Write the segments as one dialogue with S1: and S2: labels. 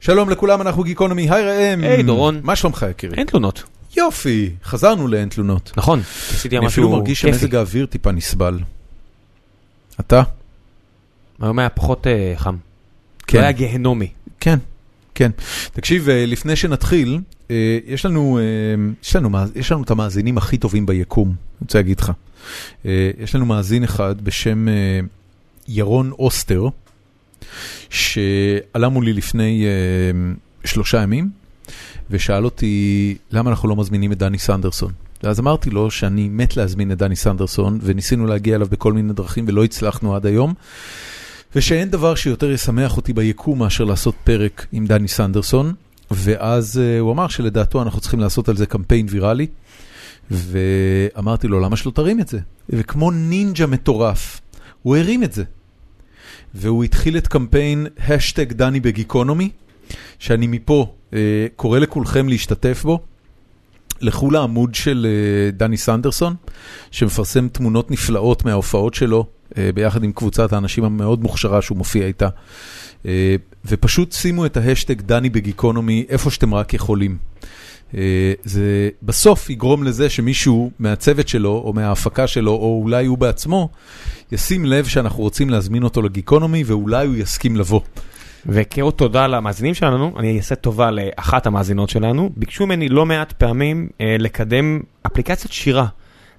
S1: שלום לכולם, אנחנו גיקונומי, היי ראם.
S2: היי, דורון.
S1: מה שלומך יקירי?
S2: אין תלונות.
S1: יופי, חזרנו לאין תלונות.
S2: נכון, עשיתי
S1: אני
S2: משהו
S1: אפילו מרגיש
S2: כיפי.
S1: שמזג האוויר טיפה נסבל. אתה?
S2: היום היה פחות אה, חם. לא היה גהנומי.
S1: כן, כן. תקשיב, אה, לפני שנתחיל, אה, יש לנו, אה, יש לנו, מאז- יש לנו את המאזינים הכי טובים ביקום, אני רוצה להגיד לך. אה, יש לנו מאזין אחד בשם אה, ירון אוסטר, שעלה מולי לפני אה, שלושה ימים, ושאל אותי למה אנחנו לא מזמינים את דני סנדרסון. ואז אמרתי לו שאני מת להזמין את דני סנדרסון, וניסינו להגיע אליו בכל מיני דרכים ולא הצלחנו עד היום. ושאין דבר שיותר ישמח אותי ביקום מאשר לעשות פרק עם דני סנדרסון, ואז אה, הוא אמר שלדעתו אנחנו צריכים לעשות על זה קמפיין ויראלי, ואמרתי לו, למה שלא תרים את זה? וכמו נינג'ה מטורף, הוא הרים את זה. והוא התחיל את קמפיין השטג דני בגיקונומי, שאני מפה אה, קורא לכולכם להשתתף בו. לכו לעמוד של אה, דני סנדרסון, שמפרסם תמונות נפלאות מההופעות שלו, אה, ביחד עם קבוצת האנשים המאוד מוכשרה שהוא מופיע איתה. אה, ופשוט שימו את ההשטג דני בגיקונומי איפה שאתם רק יכולים. אה, זה בסוף יגרום לזה שמישהו מהצוות שלו, או מההפקה שלו, או אולי הוא בעצמו, ישים לב שאנחנו רוצים להזמין אותו לגיקונומי, ואולי הוא יסכים לבוא.
S2: וכאות תודה למאזינים שלנו, אני אעשה טובה לאחת המאזינות שלנו. ביקשו ממני לא מעט פעמים אה, לקדם אפליקציית שירה.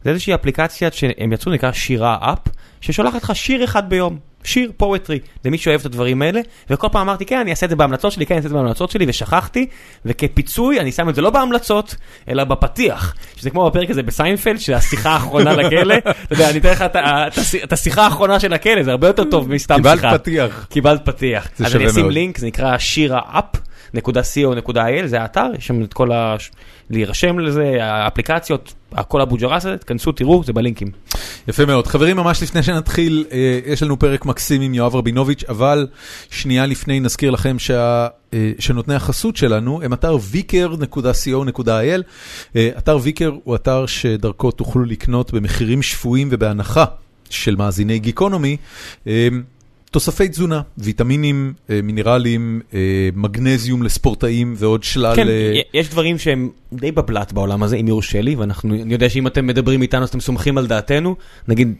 S2: זה איזושהי אפליקציה שהם יצאו, נקרא שירה אפ, ששולחת לך שיר אחד ביום. שיר פואטרי, למי שאוהב את הדברים האלה, וכל פעם אמרתי כן, אני אעשה את זה בהמלצות שלי, כן, אני אעשה את זה בהמלצות שלי, ושכחתי, וכפיצוי אני שם את זה לא בהמלצות, אלא בפתיח, שזה כמו בפרק הזה בסיינפלד, שהשיחה האחרונה לכלא, אתה יודע, אני אתן לך את ה- את הש- את השיחה האחרונה של הכלא, זה הרבה יותר טוב מסתם שיחה.
S1: קיבלת פתיח.
S2: קיבלת פתיח.
S1: זה
S2: אז
S1: שווה
S2: אני אשים
S1: מאוד.
S2: לינק, זה נקרא shiraup.co.il, זה האתר, יש שם את כל ה... להירשם לזה, האפליקציות, כל אבו ג'רס הזה, תכנסו, תראו, זה בלינקים.
S1: יפה מאוד. חברים, ממש לפני שנתחיל, אה, יש לנו פרק מקסים עם יואב רבינוביץ', אבל שנייה לפני נזכיר לכם שה, אה, שנותני החסות שלנו הם אתר vicker.co.il. אה, אתר ויקר הוא אתר שדרכו תוכלו לקנות במחירים שפויים ובהנחה של מאזיני גיקונומי. אה, תוספי תזונה, ויטמינים, אה, מינרלים, אה, מגנזיום לספורטאים ועוד שלל...
S2: כן,
S1: אה,
S2: י- יש דברים שהם די בבלת בעולם הזה, אם יורשה לי, ואנחנו, אני יודע שאם אתם מדברים איתנו אז אתם סומכים על דעתנו, נגיד,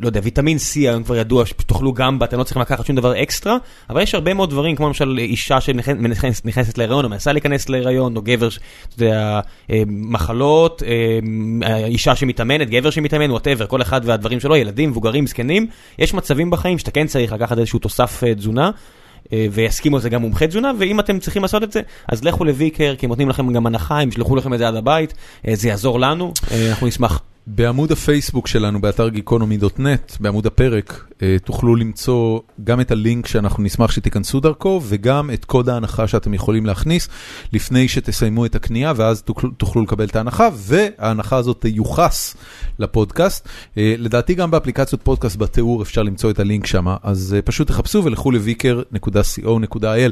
S2: לא יודע, ויטמין C היום כבר ידוע שתאכלו גם בה, אתם לא צריכים לקחת שום דבר אקסטרה, אבל יש הרבה מאוד דברים, כמו למשל אה, אישה שנכנסת להיריון, או מנסה להיכנס להיריון, או גבר, ש- אתה יודע, אה, מחלות, אה, אישה שמתאמנת, גבר שמתאמן, וואטאבר, כל אחד והדברים שלו, ילדים, מבוגרים, זקנים, יש מצבים בחיים שאתה כן צריך לקחת איזשהו תוסף אה, תזונה. אה, ויסכימו לזה גם מומחי תזונה, ואם אתם צריכים לעשות את זה, אז לכו לוויקר, כי הם נותנים לכם גם הנחה, הם ישלחו לכם את זה עד הבית, אה, זה יעזור לנו, אה, אנחנו נשמח.
S1: בעמוד הפייסבוק שלנו, באתר גיקונומי.נט, בעמוד הפרק, אה, תוכלו למצוא גם את הלינק שאנחנו נשמח שתיכנסו דרכו, וגם את קוד ההנחה שאתם יכולים להכניס לפני שתסיימו את הקנייה, ואז תוכלו, תוכלו לקבל את ההנחה, וההנחה הזאת תיוחס לפודקאסט. אה, לדעתי גם באפליקציות פודקאסט בתיאור אפשר למצוא את הלינק שם, אז אה, פשוט תחפשו ולכו לוויקר.co.il.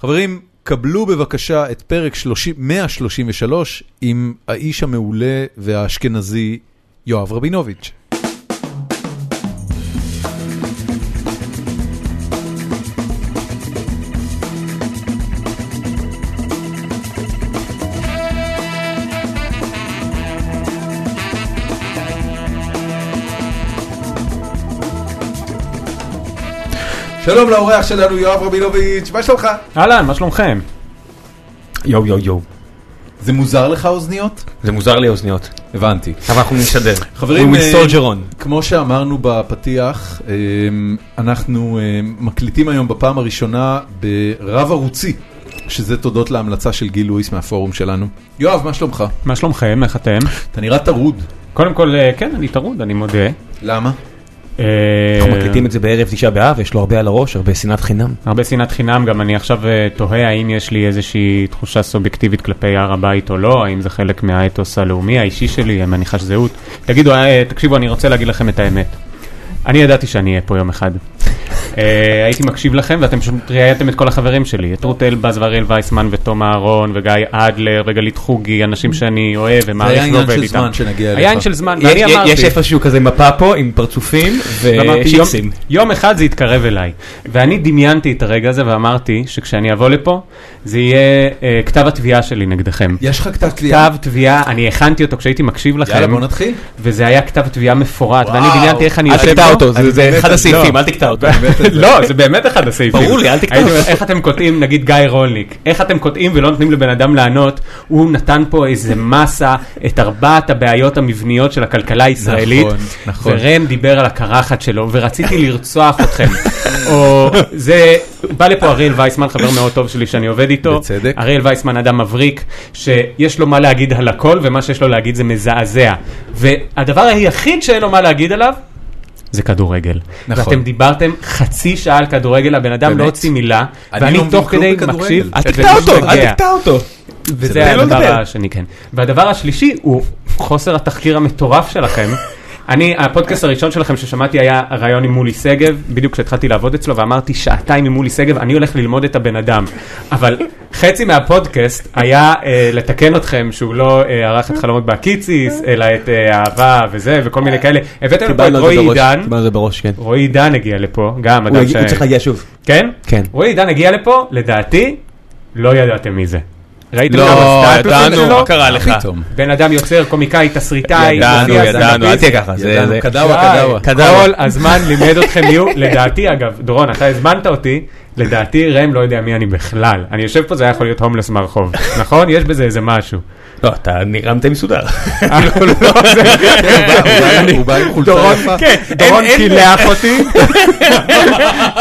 S1: חברים, קבלו בבקשה את פרק 30, 133 עם האיש המעולה והאשכנזי יואב רבינוביץ'. שלום לאורח שלנו יואב רבינוביץ', מה שלומך?
S3: אהלן, מה שלומכם?
S2: יואו יואו יואו.
S1: זה מוזר לך אוזניות?
S2: זה מוזר לי האוזניות,
S1: הבנתי.
S2: אבל אנחנו נשדר.
S1: חברים,
S2: We will
S1: אה,
S2: soldier on.
S1: כמו שאמרנו בפתיח, אמ, אנחנו אמ, מקליטים היום בפעם הראשונה ברב ערוצי, שזה תודות להמלצה של גיל לואיס מהפורום שלנו. יואב, מה שלומך?
S3: מה שלומכם? איך אתם?
S1: אתה נראה טרוד.
S3: קודם כל, אה, כן, אני טרוד, אני מודה.
S1: למה?
S3: אה,
S2: אנחנו מקליטים את זה בערב תשעה באב, יש לו הרבה על הראש, הרבה שנאת חינם.
S3: הרבה שנאת חינם, גם אני עכשיו אה, תוהה האם יש לי איזושהי תחושה סובייקטיבית כלפי הר הבית או לא, האם זה חלק מהאתוס הלאומי האישי שלי, האם אני חש אה, זהות. תגידו, אה, תקשיבו, אני רוצה להגיד לכם את האמת. אני ידעתי שאני אהיה פה יום אחד. אה, הייתי מקשיב לכם, ואתם פשוט ראייתם את כל החברים שלי, את רות אלבז ואריאל וייסמן ותום אהרון וגיא אדלר וגלית חוגי, אנשים שאני אוהב
S1: היה
S3: ומעריך
S1: עניין
S3: ועובד
S1: של
S3: לא איתם.
S1: זמן שנגיע אליך.
S3: היה עניין של זמן,
S4: יש-
S3: ואני אמרתי...
S4: יש איפשהו כזה מפה פה עם פרצופים
S3: ואמרתי, יום,
S4: ושיקסים.
S3: יום אחד זה יתקרב אליי. ואני דמיינתי את הרגע הזה ואמרתי שכשאני אבוא לפה, זה יהיה אה, כתב התביעה שלי נגדכם.
S1: יש לך כתב תביעה?
S3: כתב תביעה, אני הכנתי אותו כשהייתי מקשיב
S1: יאללה,
S3: לכם,
S1: בוא נתחיל.
S3: וזה היה כתב תביעה מפורט, ואני
S1: וואו.
S3: דמיינתי איך אני
S4: אל
S3: יושב
S4: תקטע
S3: פה.
S4: אותו, זה-
S1: אני
S4: זה
S1: באמת-
S4: אחד
S1: לא.
S4: הסעיפים, אל תקטע אותו.
S3: לא, זה באמת אחד הסעיפים.
S4: ברור לי, אל תקטע.
S3: הייתי אומר, איך אתם קוטעים, נגיד גיא רולניק, איך אתם קוטעים ולא נותנים לבן אדם לענות, הוא נתן פה איזה מסה, את ארבעת הבעיות המבניות של הכלכלה הישראלית.
S1: נכון, נכון.
S3: ורן דיבר על הקרחת שלו, ורציתי לרצוח אתכם. או זה, בא לפה אריאל וייסמן, חבר מאוד טוב שלי שאני עובד איתו.
S1: בצדק.
S3: אריאל וייסמן אדם מבריק, שיש לו מה להגיד על הכל, ומה שיש לו להגיד זה מזעזע. והדבר היחיד שאין לו מה להגיד עליו, זה כדורגל.
S1: נכון.
S3: נכון. ואתם דיברתם חצי שעה על כדורגל, הבן אדם
S1: באמת?
S3: לא הוציא מילה,
S1: אני
S3: ואני
S1: לא מבין
S3: תוך
S1: כלום
S3: כדי
S1: בכדורגל. לא
S3: מקשיב,
S4: אל תקטע אותו, אל
S3: ומשתגע.
S4: תקטע אותו.
S3: וזה
S1: תן
S3: היה
S1: לו
S3: הדבר
S4: לדבר.
S3: השני, כן. והדבר השלישי הוא חוסר התחקיר המטורף שלכם. אני, הפודקאסט הראשון שלכם ששמעתי היה ראיון עם מולי שגב, בדיוק כשהתחלתי לעבוד אצלו, ואמרתי שעתיים עם מולי שגב, אני הולך ללמוד את הבן אדם. אבל חצי מהפודקאסט היה אה, לתקן אתכם שהוא לא אה, ערך את חלומות בהקיציס, אלא את אה, אהבה וזה, וכל מיני כאלה. הבאתם לפה את
S4: קיבלנו את
S3: רועי
S4: זה בראש,
S3: עידן,
S4: קיבלנו את זה בראש, כן.
S3: רועי עידן הגיע לפה, גם
S4: הוא
S3: אדם
S4: יגיד- הוא צריך להגיע שוב.
S3: כן?
S4: כן.
S3: רועי עידן הגיע לפה, לדעתי, לא ידעתם מי זה. ראיתם גם
S2: לא,
S3: הסטטוסים
S2: ידענו,
S3: שלו?
S2: מה קרה לך?
S1: פתאום.
S3: בן אדם יוצר, קומיקאי, תסריטאי,
S2: ידענו,
S3: מופיע,
S2: ידענו, אל
S3: סטנדאפיסט.
S2: תהיה ככה. זה-
S1: ידענו,
S2: זה-
S1: קדאווה, קדאווה.
S4: קדאווה.
S3: כל הזמן לימד אתכם מי הוא, לדעתי אגב, דורון, אתה הזמנת אותי, לדעתי ראם לא יודע מי אני בכלל. אני יושב פה, זה היה יכול להיות הומלס מהרחוב, נכון? יש בזה איזה משהו.
S2: לא, אתה נרמת מסודר.
S3: אה, לא, זה-
S1: כן, הוא בא עם חולצה
S3: דורון,
S1: יפה.
S3: כן, דורון קילח אותי,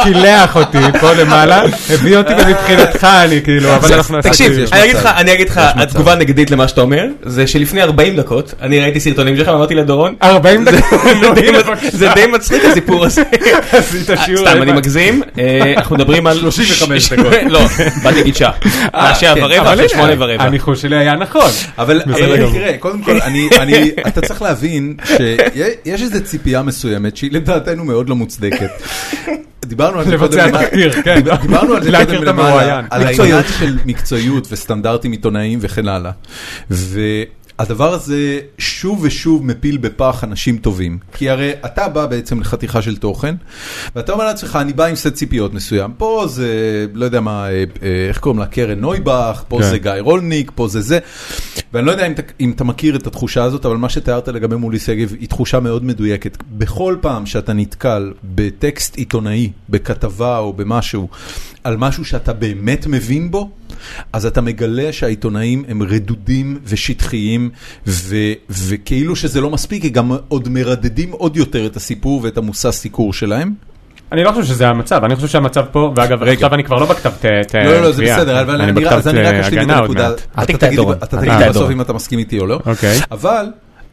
S3: קילח אותי פה למעלה, הביא אותי ומבחינתך אני כאילו, אבל אנחנו נעשה
S2: תקשיב,
S3: כאילו.
S2: אני אגיד לך, אני אגיד לך,
S1: מצב.
S2: התגובה הנגדית למה שאתה אומר, זה שלפני 40 דקות, אני ראיתי סרטונים שלך ואמרתי לדורון,
S3: 40 דקות,
S2: זה די-
S3: הנה,
S2: זה די מצחיק הסיפור הזה.
S3: עשית שיעור.
S2: סתם, אני
S3: לבד.
S2: מגזים, אה, אנחנו מדברים על...
S1: 35 דקות.
S2: לא, באתי להגיד שעה. שעה
S1: כן,
S2: ורבע,
S3: אה, אבל
S2: עכשיו
S3: הנה,
S2: שמונה ורבע.
S3: הניחוש שלי היה נכון.
S1: אבל
S3: בסדר
S1: אבל
S3: גמור.
S1: תראה, קודם כל, אני, אני, אתה צריך להבין שיש איזו ציפייה מסוימת שהיא לדעתנו מאוד לא מוצדקת. דיברנו על זה קודם,
S3: לבצע תחקיר, כן.
S1: דיבר- דיברנו על זה
S3: להכיר
S1: קודם
S3: את
S1: למעלה,
S3: המרואיין.
S1: על העניין של מקצועיות וסטנדרטים עיתונאיים וכן הלאה. והדבר הזה שוב ושוב מפיל בפח אנשים טובים. כי הרי אתה בא בעצם לחתיכה של תוכן, ואתה אומר לעצמך, אני בא עם סט ציפיות מסוים. פה זה, לא יודע מה, אה, אה, איך קוראים לה, קרן נויבך, פה
S3: כן.
S1: זה גיא רולניק, פה זה זה. ואני לא יודע אם אתה, אם אתה מכיר את התחושה הזאת, אבל מה שתיארת לגבי מולי שגב היא תחושה מאוד מדויקת. בכל פעם שאתה נתקל בטקסט עיתונאי, בכתבה או במשהו, על משהו שאתה באמת מבין בו, אז אתה מגלה שהעיתונאים הם רדודים ושטחיים, ו, וכאילו שזה לא מספיק, הם גם עוד מרדדים עוד יותר את הסיפור ואת המושא סיקור שלהם.
S3: אני לא חושב שזה המצב, אני חושב שהמצב פה, ואגב,
S2: אוקיי.
S3: עכשיו אני כבר לא בכתב ת... ת-
S1: לא, לא, לא, זה
S3: תביעה.
S1: בסדר, אבל אני רק-
S3: בכתב
S1: אז אני רק אשלים את
S3: הגנה עוד
S1: הנקודה.
S3: מעט.
S1: אתה
S2: תקטע את
S1: תגיד לי-
S2: דורון.
S1: אתה
S2: אל
S1: תגיד
S2: תקטע
S1: לי
S2: את
S1: בסוף
S2: דורון.
S1: אם אתה מסכים איתי או לא.
S3: אוקיי.
S1: אבל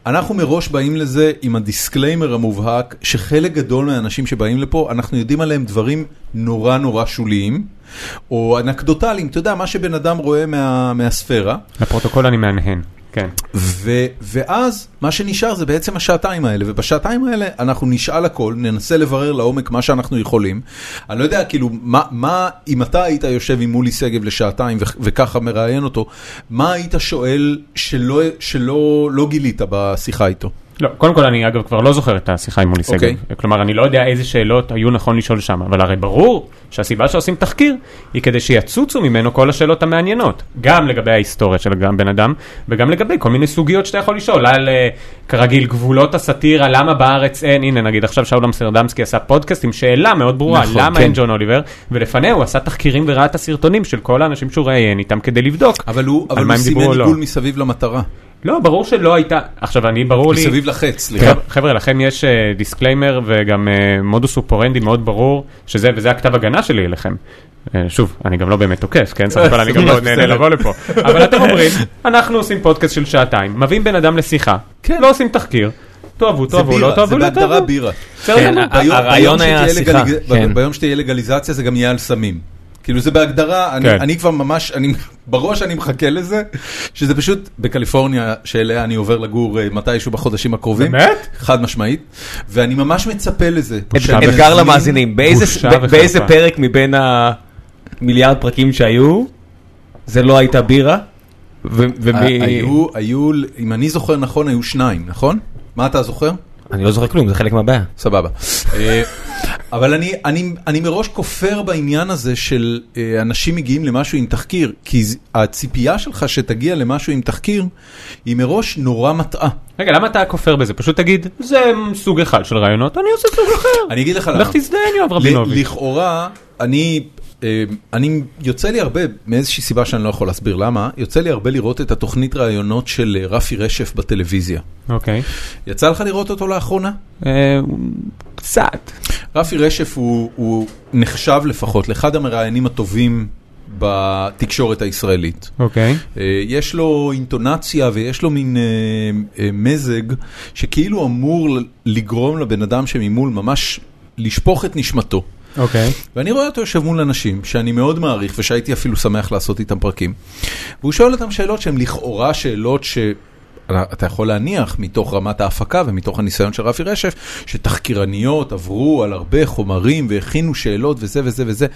S1: אנחנו מראש באים לזה עם הדיסקליימר המובהק, שחלק גדול מהאנשים שבאים לפה, אנחנו יודעים עליהם דברים נורא נורא שוליים, או אנקדוטליים, אתה יודע, מה שבן אדם רואה מה- מהספירה.
S3: לפרוטוקול אני מהנהן, כן.
S1: ו, ואז מה שנשאר זה בעצם השעתיים האלה, ובשעתיים האלה אנחנו נשאל הכל, ננסה לברר לעומק מה שאנחנו יכולים. אני לא יודע, כאילו, מה, מה אם אתה היית יושב עם מולי שגב לשעתיים ו, וככה מראיין אותו, מה היית שואל שלא, שלא לא גילית בשיחה איתו?
S3: לא, קודם כל אני אגב כבר לא זוכר את השיחה עם מולי שגב.
S1: אוקיי.
S3: כלומר, אני לא יודע איזה שאלות היו נכון לשאול שם, אבל הרי ברור שהסיבה שעושים תחקיר היא כדי שיצוצו ממנו כל השאלות המעניינות. גם לגבי ההיסטוריה של גם בן אדם, וגם לגבי כל מיני סוגיות שאתה יכול לשאול, על אה, כרגיל גבולות הסאטירה, למה בארץ אין, הנה נגיד עכשיו שאול אמסרדמסקי עשה פודקאסט עם שאלה מאוד ברורה,
S1: נכון,
S3: למה
S1: כן.
S3: אין ג'ון אוליבר, ולפניה הוא עשה תחקירים וראה את הסרטונים של כל האנשים שהוא ראיין איתם כדי לבדוק.
S1: אבל הוא,
S3: על
S1: אבל
S3: מה
S1: הוא
S3: הם דיברו או
S1: סימן
S3: לא.
S1: עיגול מסביב למטרה,
S3: לא, ברור שלא הייתה, עכשיו אני ברור לי...
S1: מסביב לחץ, סליחה.
S3: חבר'ה, חבר'ה, לכם יש אה, דיסקליימר וגם אה, מודוס אופורנדי מאוד ברור, שזה, וזה הכתב הגנה שלי אליכם. אה, שוב, אני גם לא באמת תוקף, כן? סך הכל אני גם מאוד נהנה לבוא לפה. אבל אתם אומרים, אנחנו עושים פודקאסט של שעתיים, מביאים בן אדם לשיחה, לא עושים תחקיר, תאהבו,
S1: כן. זה
S3: תאהבו,
S1: בירה,
S3: לא
S1: זה
S3: תאהבו, לא
S1: בהגדרה
S3: תאהבו.
S1: בירה.
S3: בסדר
S2: כן,
S3: גמור.
S2: הרעיון
S1: ביום
S2: היה
S1: שתהיה
S2: השיחה,
S1: לגליז-
S2: כן.
S1: ביום שתהיה לגליזציה זה גם יהיה על סמים. כאילו זה בהגדרה, אני,
S3: כן.
S1: אני כבר ממש, אני, בראש אני מחכה לזה, שזה פשוט בקליפורניה שאליה אני עובר לגור אה, מתישהו בחודשים הקרובים.
S3: באמת?
S1: חד משמעית. ואני ממש מצפה לזה.
S3: בושה
S1: שהמפנים-
S4: אתגר למאזינים, באיזה-
S3: בושה
S4: ב- באיזה
S3: וחרפה.
S4: פרק מבין המיליארד פרקים שהיו, זה לא הייתה בירה? ו-
S3: אה,
S4: ומי...
S1: היו, היו, אם אני זוכר נכון, היו שניים, נכון? מה אתה זוכר?
S4: אני לא זוכר כלום, זה חלק מהבעיה.
S1: סבבה. אה, אבל אני, אני, אני מראש כופר בעניין הזה של אה, אנשים מגיעים למשהו עם תחקיר, כי ז- הציפייה שלך שתגיע למשהו עם תחקיר, היא מראש נורא מטעה.
S3: רגע, למה אתה כופר בזה? פשוט תגיד, זה סוג אחד של רעיונות, אני עושה סוג אחר.
S1: אני לא אגיד לך למה.
S3: לך תזדיין, יואב
S1: ל-
S3: רבינוביץ'.
S1: לכאורה, אני, אה, אני, יוצא לי הרבה, מאיזושהי סיבה שאני לא יכול להסביר למה, יוצא לי הרבה לראות את התוכנית ראיונות של אה, רפי רשף בטלוויזיה.
S3: אוקיי.
S1: יצא לך לראות אותו לאחרונה?
S3: אה, קצת.
S2: אה,
S1: רפי רשף הוא, הוא נחשב לפחות לאחד המראיינים הטובים בתקשורת הישראלית.
S3: אוקיי.
S1: אה, יש לו אינטונציה ויש לו מין אה, אה, מזג שכאילו אמור ל- לגרום לבן אדם שממול ממש לשפוך את נשמתו.
S3: אוקיי.
S1: ואני רואה אותו יושב מול אנשים שאני מאוד מעריך ושהייתי אפילו שמח לעשות איתם פרקים. והוא שואל אותם שאלות שהן לכאורה שאלות ש... אתה יכול להניח מתוך רמת ההפקה ומתוך הניסיון של רפי רשף שתחקירניות עברו על הרבה חומרים והכינו שאלות וזה וזה וזה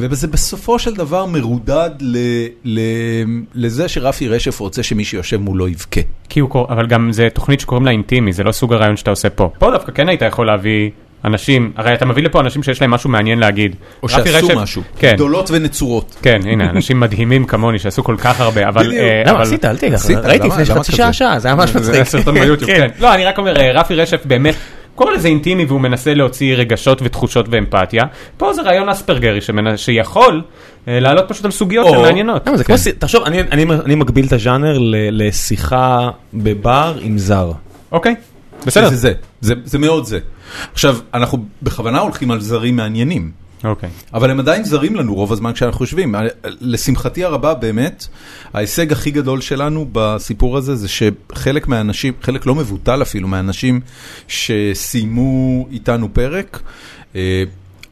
S1: וזה בסופו של דבר מרודד ל, ל, לזה שרפי רשף רוצה שמי שיושב מולו יבכה.
S3: כי הוא קורא, אבל גם זה תוכנית שקוראים לה אינטימי, זה לא סוג הרעיון שאתה עושה פה. פה דווקא כן היית יכול להביא אנשים, הרי אתה מביא לפה אנשים שיש להם משהו מעניין להגיד.
S1: או
S3: רפי
S1: שעשו
S3: רשף-
S1: משהו,
S3: כן,
S1: גדולות ונצורות.
S3: כן, הנה, אנשים מדהימים כמוני שעשו כל כך הרבה, אבל...
S1: בדיוק.
S3: אה,
S4: למה
S3: אבל-
S4: עשית? אל תלך.
S1: עשית, נכון,
S4: ראיתי
S1: למה-
S4: לפני
S1: למה
S4: חצי
S1: כזה?
S4: שעה, שעה, זה היה ממש מצחיק.
S3: זה סרטון ביוטיוב,
S4: כן.
S3: כן. לא, אני רק אומר, אה, רפי רשף באמת, קורא לזה אינטימי והוא מנסה להוציא רגשות ותחושות ואמפתיה. פה זה רעיון אספרגרי שמנ- שיכול אה, לעלות פשוט על סוגיות
S1: או-
S3: מעניינות.
S4: למה זה
S1: כן?
S4: כמו, ס- תחשוב, אני- אני אני מגביל את הז'אנר ל- לשיחה בבר עם זר.
S3: אוקיי, בסדר.
S1: זה זה, זה, זה מאוד זה. עכשיו, אנחנו בכוונה הולכים על זרים מעניינים.
S3: אוקיי.
S1: אבל הם עדיין זרים לנו רוב הזמן כשאנחנו יושבים. לשמחתי הרבה באמת, ההישג הכי גדול שלנו בסיפור הזה זה שחלק מהאנשים, חלק לא מבוטל אפילו מהאנשים שסיימו איתנו פרק, אה,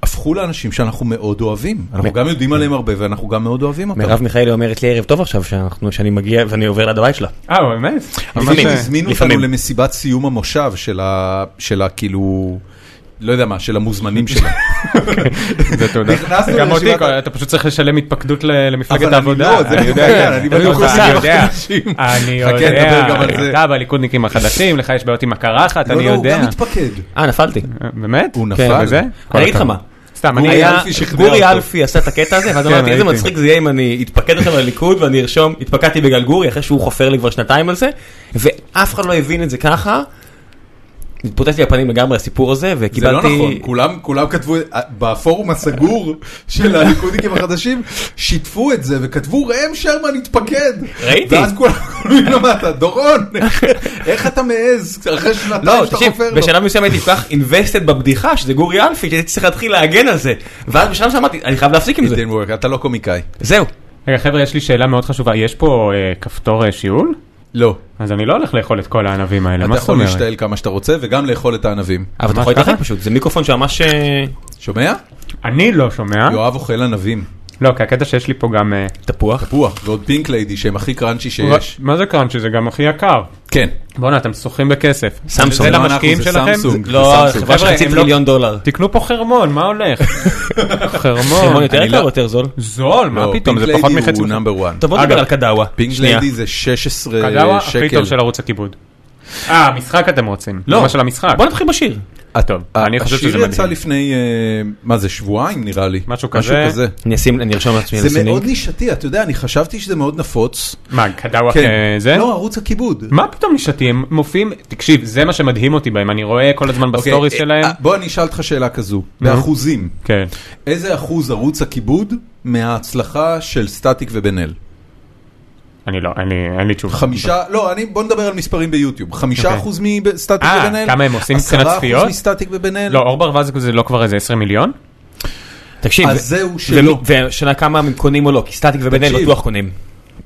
S1: הפכו לאנשים שאנחנו מאוד אוהבים. אנחנו
S4: מ-
S1: גם יודעים עליהם הרבה ואנחנו גם מאוד אוהבים אותם.
S4: מרב מיכאלי אומרת לי ערב טוב עכשיו שאנחנו- שאני מגיע ואני עובר ליד הבית שלה.
S3: אה, באמת?
S1: לפעמים הזמינו אותנו
S4: לפעמים.
S1: למסיבת סיום המושב של ה... של ה... כאילו... לא יודע מה, של המוזמנים שלה.
S3: זה תודה.
S1: נכנסנו
S3: גם אותי,
S1: לרשימת-
S3: אתה פשוט צריך לשלם התפקדות ל- למפלגת
S1: אוקיי, אבל
S3: העבודה. כן.
S1: אני לא, זה מצוין, אני
S3: אני
S1: בטוח עושה
S3: יודע.
S1: בחודשים.
S3: אני
S1: חכה,
S3: יודע,
S1: נדבר גם על זה.
S3: אתה בליכודניקים החדשים, לך יש בעיות עם הקרחת, אני
S1: לא, לא, הוא
S3: יודע.
S1: גם מתפקד.
S4: אה, נפלתי.
S3: באמת?
S1: הוא
S3: כן,
S1: נפל.
S3: וזה?
S4: אני אגיד לך מה.
S3: סתם,
S4: אני
S3: אני...
S4: היה,
S1: אלפי שכנע
S4: גורי
S1: אותו.
S4: אלפי עשה את הקטע הזה, ואז
S3: כן,
S4: אמרתי איזה
S3: ראיתי.
S4: מצחיק זה יהיה אם אני אתפקד עכשיו לליכוד ואני ארשום, התפקדתי בגלל גורי אחרי שהוא חופר לי כבר שנתיים על זה, ואף אחד לא הבין את זה ככה. התפוצץ לי הפנים לגמרי הסיפור הזה,
S1: זה לא
S4: וקיבלתי...
S1: נכון, כולם, כולם כתבו, אה, בפורום הסגור של הליכודניקים החדשים, שיתפו את זה וכתבו ראם שרמן התפקד.
S4: ראיתי.
S1: ואז כולם קוראים לו מטה, דורון, איך- איך אתה מעז אחרי
S4: לא,
S1: שנתיים שאתה
S4: תקשיב,
S1: חופר לו.
S4: בשלב מסוים הייתי כל כך invested בבדיחה שזה גורי אלפי, שהייתי צריך להתחיל להגן על זה. ואז בשלב מסוים אמרתי, אני חייב להפסיק עם
S1: It
S4: זה.
S1: didn't work, אתה לא קומיקאי.
S4: זהו.
S3: רגע, חבר'ה, יש לי שאלה מאוד חשובה. יש פה אה, כפתור אה, שיעול?
S1: לא.
S3: אז אני לא הולך לאכול את כל הענבים האלה,
S1: אתה
S3: מה זאת
S1: יכול
S3: אומרת?
S1: להשתעל כמה שאתה רוצה וגם לאכול את הענבים.
S4: אבל אתה
S3: ממש
S4: יכול להתרחק
S3: ככה?
S4: פשוט, זה מיקרופון שממש... אה,
S1: שומע?
S3: אני לא שומע.
S1: יואב אוכל ענבים.
S3: לא, כי הקטע שיש לי פה גם... אה,
S4: תפוח.
S1: פוח, ועוד פינק ליידי שהם הכי קראנצ'י שיש.
S3: מה זה קראנצ'י? זה גם הכי יקר.
S1: כן.
S3: בואנה, אתם סוחרים בכסף.
S4: סמסונג.
S3: זה
S1: לא אנחנו,
S3: למשקיעים
S1: זה
S3: שלכם?
S1: סמסונג.
S4: לא, אה,
S1: סמסונג.
S4: חברה של
S3: חבר'ה,
S4: חצי
S3: הם לא-
S4: טריליון דולר.
S3: תקנו פה חרמון, מה הולך?
S4: חלבון
S3: חרמון.
S4: יותר
S1: אני
S4: יקר
S1: לא-
S4: או יותר זול?
S3: זול, מה
S1: לא,
S3: פתאום, זה
S1: פינק
S3: פחות
S1: ליידי
S3: מחצי.
S1: הוא נאמבר 1.
S4: טוב, בוא נדבר
S3: אגב,
S4: על קדאווה.
S1: פינק
S4: שנייה.
S1: ליידי זה 16
S3: קדאווה הכי
S1: שקל.
S3: טוב של ערוץ הכיבוד. אה, המשחק אתם רוצים.
S4: לא.
S3: לא. של המשחק. אה,
S4: בוא נתחיל בשיר.
S3: טוב, אני חושב שזה
S1: אה, השיר יצא
S3: מדהים.
S1: לפני, אה, מה זה, שבועיים נראה לי.
S3: משהו כזה.
S4: אני אשים, אני ארשום לעצמי
S1: זה
S4: לסינינג.
S1: מאוד נישתי, אתה יודע, אני חשבתי שזה מאוד נפוץ.
S3: מה, קדאווה
S1: כן.
S3: אה, זה?
S1: לא, ערוץ הכיבוד.
S3: מה פתאום נישתי? הם מופיעים, תקשיב, זה מה שמדהים אותי בהם, אני רואה כל הזמן
S1: אוקיי,
S3: בסטוריס
S1: אה,
S3: שלהם. Mm-hmm.
S1: אה, בוא אני אשאל אותך שאלה כזו, באחוזים,
S3: כן.
S1: איזה אחוז ערוץ הכיבוד מההצלחה של סטטיק ובן אל?
S3: אני לא, אין לי- אין לי תשובה.
S1: חמישה, לא, אני, בוא נדבר על מספרים ביוטיוב. חמישה
S3: אוקיי.
S1: אחוז מסטטיק
S3: אה,
S1: ובן אל?
S3: כמה הם עושים מבחינת
S1: עשרה
S3: צפיות?
S1: אחוז מסטטיק ובן אל?
S3: לא, אור ברווז זה לא כבר איזה 20 מיליון?
S4: תקשיב,
S1: אז
S4: ו-
S1: זהו שלא.
S3: לא-
S4: ו- והשאלה כמה הם קונים או לא, כי סטטיק ובן אל
S1: תקשיב. אה,
S4: בטוח קונים.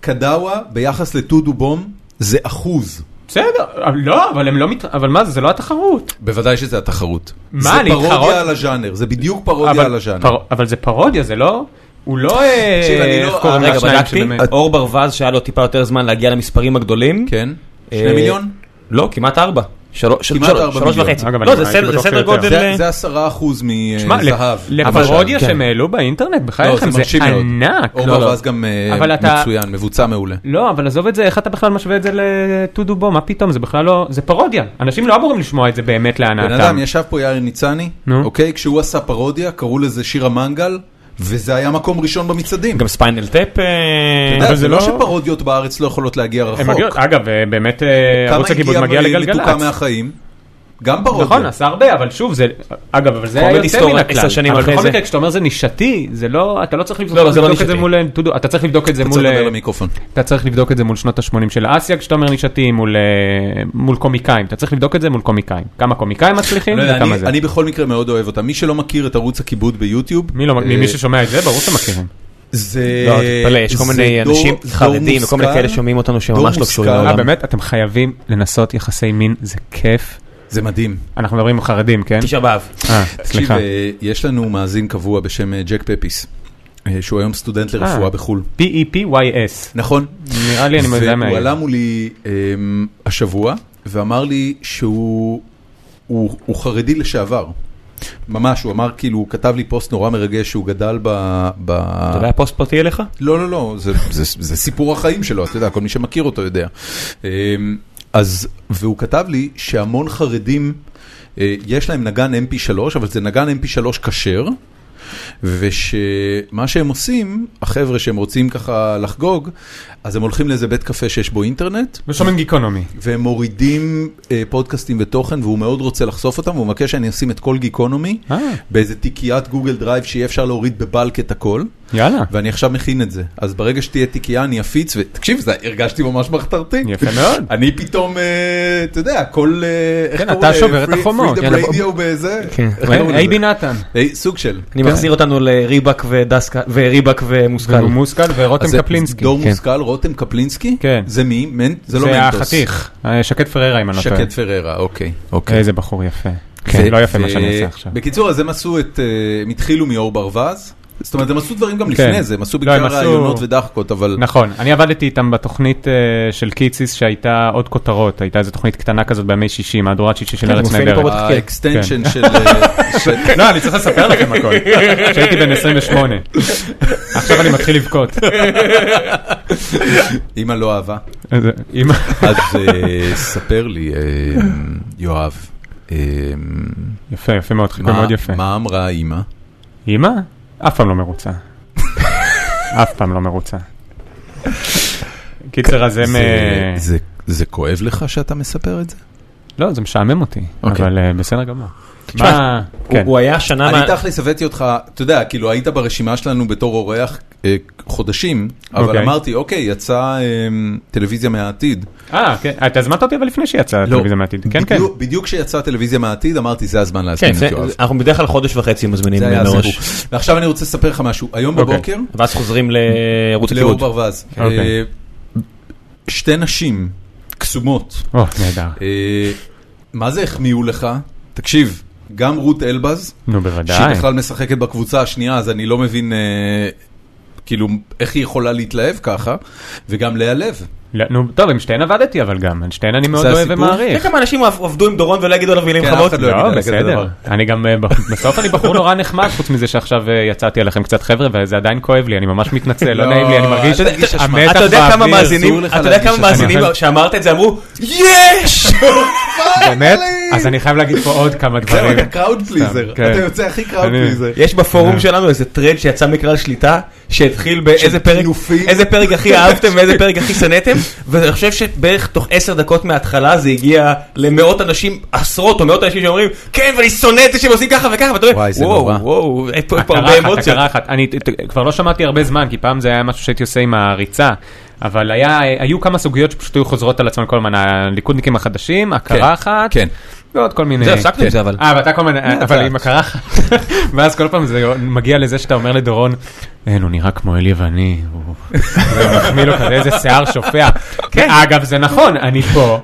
S1: קדאווה ביחס לטודו בום זה אחוז.
S3: בסדר, אבל לא, אבל הם לא מת... אבל מה זה, זה לא התחרות.
S1: בוודאי שזה התחרות.
S3: מה,
S1: זה
S3: להתחרות?
S1: פרודיה על הז'אנר, זה בדיוק פרודיה
S3: אבל
S1: על הז'אנר.
S3: פר- אבל זה פרודיה, זה לא... הוא לא... אה,
S1: תקשיב, אני לא-
S3: איך קוראים אה,
S4: רגע,
S3: לשניים
S4: בדקתי,
S3: שבאמת?
S4: אור ברווז שהיה לו טיפה יותר זמן להגיע למספרים הגדולים.
S1: כן?
S4: אה,
S1: שני מיליון?
S4: לא, כמעט ארבע. שלוש
S1: כמעט
S4: שלוש-
S1: ארבע
S4: שלוש
S1: מיליון.
S4: וחצי.
S3: אגב,
S4: לא,
S3: אני-
S4: זה
S3: הייתי
S4: סדר- זה
S3: בטוח
S4: סדר
S3: שיותר.
S1: זה
S4: גודל...
S1: זה עשרה אחוז
S3: שמע,
S1: מזהב.
S3: לפרודיה
S4: כן.
S3: שהם העלו באינטרנט,
S1: לא,
S3: בחייך,
S1: זה
S3: זה
S1: מרשים מאוד.
S3: ענק.
S1: אור
S3: לא, לא.
S1: ברווז גם אה,
S3: אבל אתה-
S1: מצוין, מבוצע מעולה.
S3: לא, אבל עזוב את זה, איך אתה בכלל משווה את זה לטודו בו, מה פתאום, זה בכלל לא, זה פרודיה. אנשים לא אמורים לשמוע את זה באמת
S1: בן
S3: להנאתם.
S1: אדם, ישב פה יאיר ניצני,
S3: נו.
S1: אוקיי? כשהוא עשה פרודיה, קראו לזה שיר המנגל, וזה היה מקום ראשון במצעדים.
S4: גם ספיינל טאפ... אה,
S1: אתה יודע,
S3: אבל
S1: זה
S3: זה
S1: לא
S3: לא-
S1: שפרודיות בארץ לא יכולות להגיע
S3: הם
S1: רחוק.
S3: מגיעו- אגב, אה, באמת אה,
S1: כמה
S3: ערוץ הכיבוד
S1: הגיע
S3: מגיע
S1: מ- מתוקה
S3: לגלגלצ.
S1: מהחיים? גם פרודיה.
S3: נכון, עשה הרבה, אבל שוב, זה, אגב, אבל זה
S4: קומדי
S3: היה יוצא
S4: סטורי,
S3: מן
S4: עשר
S3: הכלל.
S4: שנים
S3: אבל
S4: אחרי
S3: בכל
S4: זה.
S3: מקרה, כשאתה אומר זה נישתי, זה לא, אתה לא צריך לבדוק
S4: לא, זה לא
S3: לבדוק את זה
S4: נישתי.
S3: מול טודו, אתה צריך לבדוק את זה
S1: אתה צריך
S3: מול, אה,
S1: לדבר למיקרופון.
S3: אתה צריך לבדוק את זה מול שנות ה-80 של אסיה, כשאתה אומר נישתי, מול, אה, מול קומיקאים, אתה צריך לבדוק את זה מול קומיקאים. כמה קומיקאים מצליחים
S1: לא יודע,
S3: וכמה
S1: אני-
S3: זה.
S1: אני בכל מקרה מאוד אוהב אותה. מי שלא מכיר את ערוץ הכיבוד ביוטיוב,
S3: מי לא,
S1: אה,
S3: מי ששומע את זה, ברור שמכירים.
S1: זה...
S4: לא, תתפלא, יש כל
S1: אה, זה
S4: מיני
S1: דור-
S4: אנשים
S1: דור
S4: חרדים וכל מיני
S1: מושכל.
S4: כאלה שומעים אותנו
S1: דור
S4: שממש לא קשורים
S1: מושכל.
S3: אה,
S1: גם.
S4: לעולם.
S3: באמת, אתם חייבים לנסות יחסי מין, זה כיף.
S1: זה מדהים.
S3: אנחנו מדברים עם חרדים, כן?
S4: תשעה באב.
S3: אה,
S1: תקשיב,
S3: סליחה.
S1: אה, יש לנו מאזין קבוע בשם אה, ג'ק פפיס, אה, שהוא היום סטודנט לרפואה
S3: אה.
S1: בחו"ל.
S3: P-E-P-Y-S.
S1: נכון?
S3: נראה לי אני מזהה
S1: והוא
S3: מהעיר.
S1: עלה מולי אמ, השבוע ואמר לי שהוא הוא, הוא חרדי לשעבר. ממש, הוא אמר כאילו, הוא כתב לי פוסט נורא מרגש שהוא גדל ב... ב...
S4: אתה יודע פוסט פרטי אליך?
S1: לא, לא, לא, זה, זה, זה סיפור החיים שלו, אתה יודע, כל מי שמכיר אותו יודע. אמ, אז, והוא כתב לי שהמון חרדים, אה, יש להם נגן mp3, אבל זה נגן mp3 כשר, ושמה שהם עושים, החבר'ה שהם רוצים ככה לחגוג, אז הם הולכים לאיזה בית קפה שיש בו אינטרנט,
S3: ושומעים גיקונומי.
S1: והם מורידים אה, פודקאסטים ותוכן, והוא מאוד רוצה לחשוף אותם, והוא מבקש שאני אשים את כל גיקונומי
S3: אה.
S1: באיזה תיקיית גוגל דרייב שיהיה אפשר להוריד בבלק את הכל.
S3: יאללה.
S1: ואני עכשיו מכין את זה. אז ברגע שתהיה תיקייה אני אפיץ, ותקשיב, זה- הרגשתי ממש מחתרתי.
S3: יפה מאוד.
S1: אני פתאום, אה, אתה יודע, כל... אה, איך
S3: כן,
S1: קוראים
S3: אתה
S1: לזה?
S3: שובר את
S1: Free-
S3: החומות.
S1: Freedom
S3: כן,
S4: יאללה,
S1: Radio באיזה?
S4: כן.
S1: איך קוראים לזה?
S3: אייבי נתן.
S1: אה, סוג של.
S4: אני מחזיר אותנו לריבק ודסקה, וריבק ומוסקל.
S3: ומוסקל
S1: אז
S3: ורותם
S1: זה
S3: קפלינסקי.
S1: דור
S4: כן.
S1: מושכל, רותם קפלינסקי?
S3: כן.
S1: זה מי? מן- זה לא
S3: זה
S1: מנטוס.
S3: החתיך. אה, שקד פררה, אם אני לא טועה.
S1: שקד פררה, אוקיי. אוקיי.
S3: איזה בחור יפה. כן,
S1: ו-
S3: לא יפה מה
S1: ו-
S3: שאני עושה עכשיו.
S1: בקיצור, אז הם עשו את... אה, הם התחילו מאור ברווז. זאת אומרת, הם עשו דברים גם
S3: כן.
S1: לפני זה, הם עשו
S3: לא, הם
S1: בעיקר
S3: עשו-
S1: רעיונות ודחקות, אבל...
S3: נכון, אני עבדתי איתם בתוכנית אה, של קיציס שהייתה עוד כותרות, הייתה איזו תוכנית קטנה כזאת בימי שישי, מהדורת שישי של
S4: כן,
S3: ארץ
S4: מופיעים פה
S3: נהדרת.
S4: בתחקיר.
S1: האקסטנשן של... אה, של-
S3: כן. לא, אני צריך לספר לכם הכל, כשהייתי בן 28. עכשיו אני מתחיל לבכות.
S1: אמא לא אהבה.
S3: אז, אמא,
S1: אז אה, ספר לי, אה, יואב, אה,
S3: יפה, יפה מאוד, חיפה
S1: מה-
S3: מאוד יפה.
S1: מה אמרה האימא?
S3: אמא? אף פעם לא מרוצה. אף פעם לא מרוצה. קיצר, אז הם...
S1: זה-
S3: אה,
S1: זה- זה כואב לך שאתה מספר את זה?
S3: לא, זה משעמם אותי,
S1: אוקיי.
S3: אבל אה, בסדר גמור.
S4: תשמע,
S3: מה-
S4: הוא-
S3: כן.
S4: הוא היה שנה... מה-
S1: אני תכלס הבאתי אותך, אתה יודע, כאילו היית ברשימה שלנו בתור אורח אה, חודשים, אבל
S3: אוקיי.
S1: אמרתי, אוקיי, יצאה אה, טלוויזיה מהעתיד.
S3: אה, כן, אתה הזמנת אותי אבל לפני שיצא הטלוויזיה מהעתיד. כן, כן.
S1: לא. בדיוק- בדיוק כשיצאה טלוויזיה מהעתיד, אמרתי, זה הזמן
S4: כן,
S1: להזמין
S4: זה-
S1: את יואב.
S4: אנחנו בדרך כלל חודש וחצי מזמינים
S1: זה היה הסיפור.
S4: מראש. כן.
S1: ועכשיו אני רוצה לספר לך משהו. היום
S3: אוקיי.
S1: בבוקר,
S4: ואז חוזרים לערוץ
S1: לאור
S4: הכיבוד.
S1: ברווז,
S3: אוקיי.
S1: אה, שתי נשים קסומות,
S3: או, נהדר.
S1: אה, מה זה החמיאו לך? תקשיב, גם רות אלבז,
S3: נו, בוודאי.
S1: שהיא בכלל משחקת בקבוצה השנייה, אז אני לא מבין אה, כאילו איך היא יכולה להתלהב ככה, וגם לאה לב.
S3: לא, נו, טוב, עם שתיהן עבדתי, אבל גם, את שתיהן אני מאוד אוהב
S1: הסיפור?
S3: ומעריך.
S4: איך כמה אנשים עבדו עם דורון ולא יגידו עליו מילים
S1: אה, כן, אף
S4: חמות?
S1: אחד לא יגיד
S3: לא,
S1: עליי כזה
S3: בסדר.
S1: דבר.
S3: אני גם, אה, ב- בסוף אני בחור נורא נחמד, חוץ מזה שעכשיו אה, יצאתי עליכם קצת חבר'ה, וזה עדיין כואב לי, אני ממש מתנצל, לא
S1: לא,
S3: נעים לי, אני
S1: אל
S3: מרגיש
S1: תרגיש אשמה.
S3: המתח
S4: אתה יודע כמה
S3: באוויר.
S4: מאזינים,
S1: אסור לך
S4: אתה יודע
S1: להגיד
S4: כמה
S1: שזה
S4: מאזינים
S3: נכון.
S4: שאמרת את זה אמרו, יש!
S3: באמת? אז אני חייב להגיד פה עוד כמה
S1: זהו,
S3: דברים.
S1: אתה קראוד פליזר,
S3: כן.
S1: אתה יוצא הכי קראוד
S3: אני-
S1: פליזר.
S4: יש
S1: אה.
S4: בפורום שלנו איזה טרד שיצא מכלל שליטה, שהתחיל באיזה פרק,
S1: כיופים.
S4: איזה פרק הכי אהבתם ואיזה פרק הכי שנאתם, ואני חושב שבערך תוך עשר דקות מההתחלה זה הגיע למאות אנשים, עשרות או מאות אנשים שאומרים, כן, ואני שונא את זה שהם עושים ככה וככה, ואתה אומר,
S1: וואי, זה
S4: וואו,
S1: נורא."
S4: וואו, אין פה אין פה
S3: הכרה
S4: הרבה
S3: אחת,
S4: אמוציות.
S3: הכרה אחת. אני ת- ת- כבר לא שמעתי הרבה זמן, כי פעם זה היה משהו שהייתי עושה עם העריצה. אבל היה, היו כמה סוגיות שפשוט היו חוזרות על עצמן כל הזמן, הליכודניקים החדשים, הכרה אחת,
S1: כן.
S3: ועוד כל מיני...
S4: זהו, הפסקנו עם זה אבל.
S3: אה, ואתה כל מיני, אבל עם הכרה אחת. ואז כל פעם זה מגיע לזה שאתה אומר לדורון, אין, הוא נראה כמו אלי ואני, הוא זה מחמיא לו כזה, איזה שיער שופע. אגב, זה נכון, אני פה.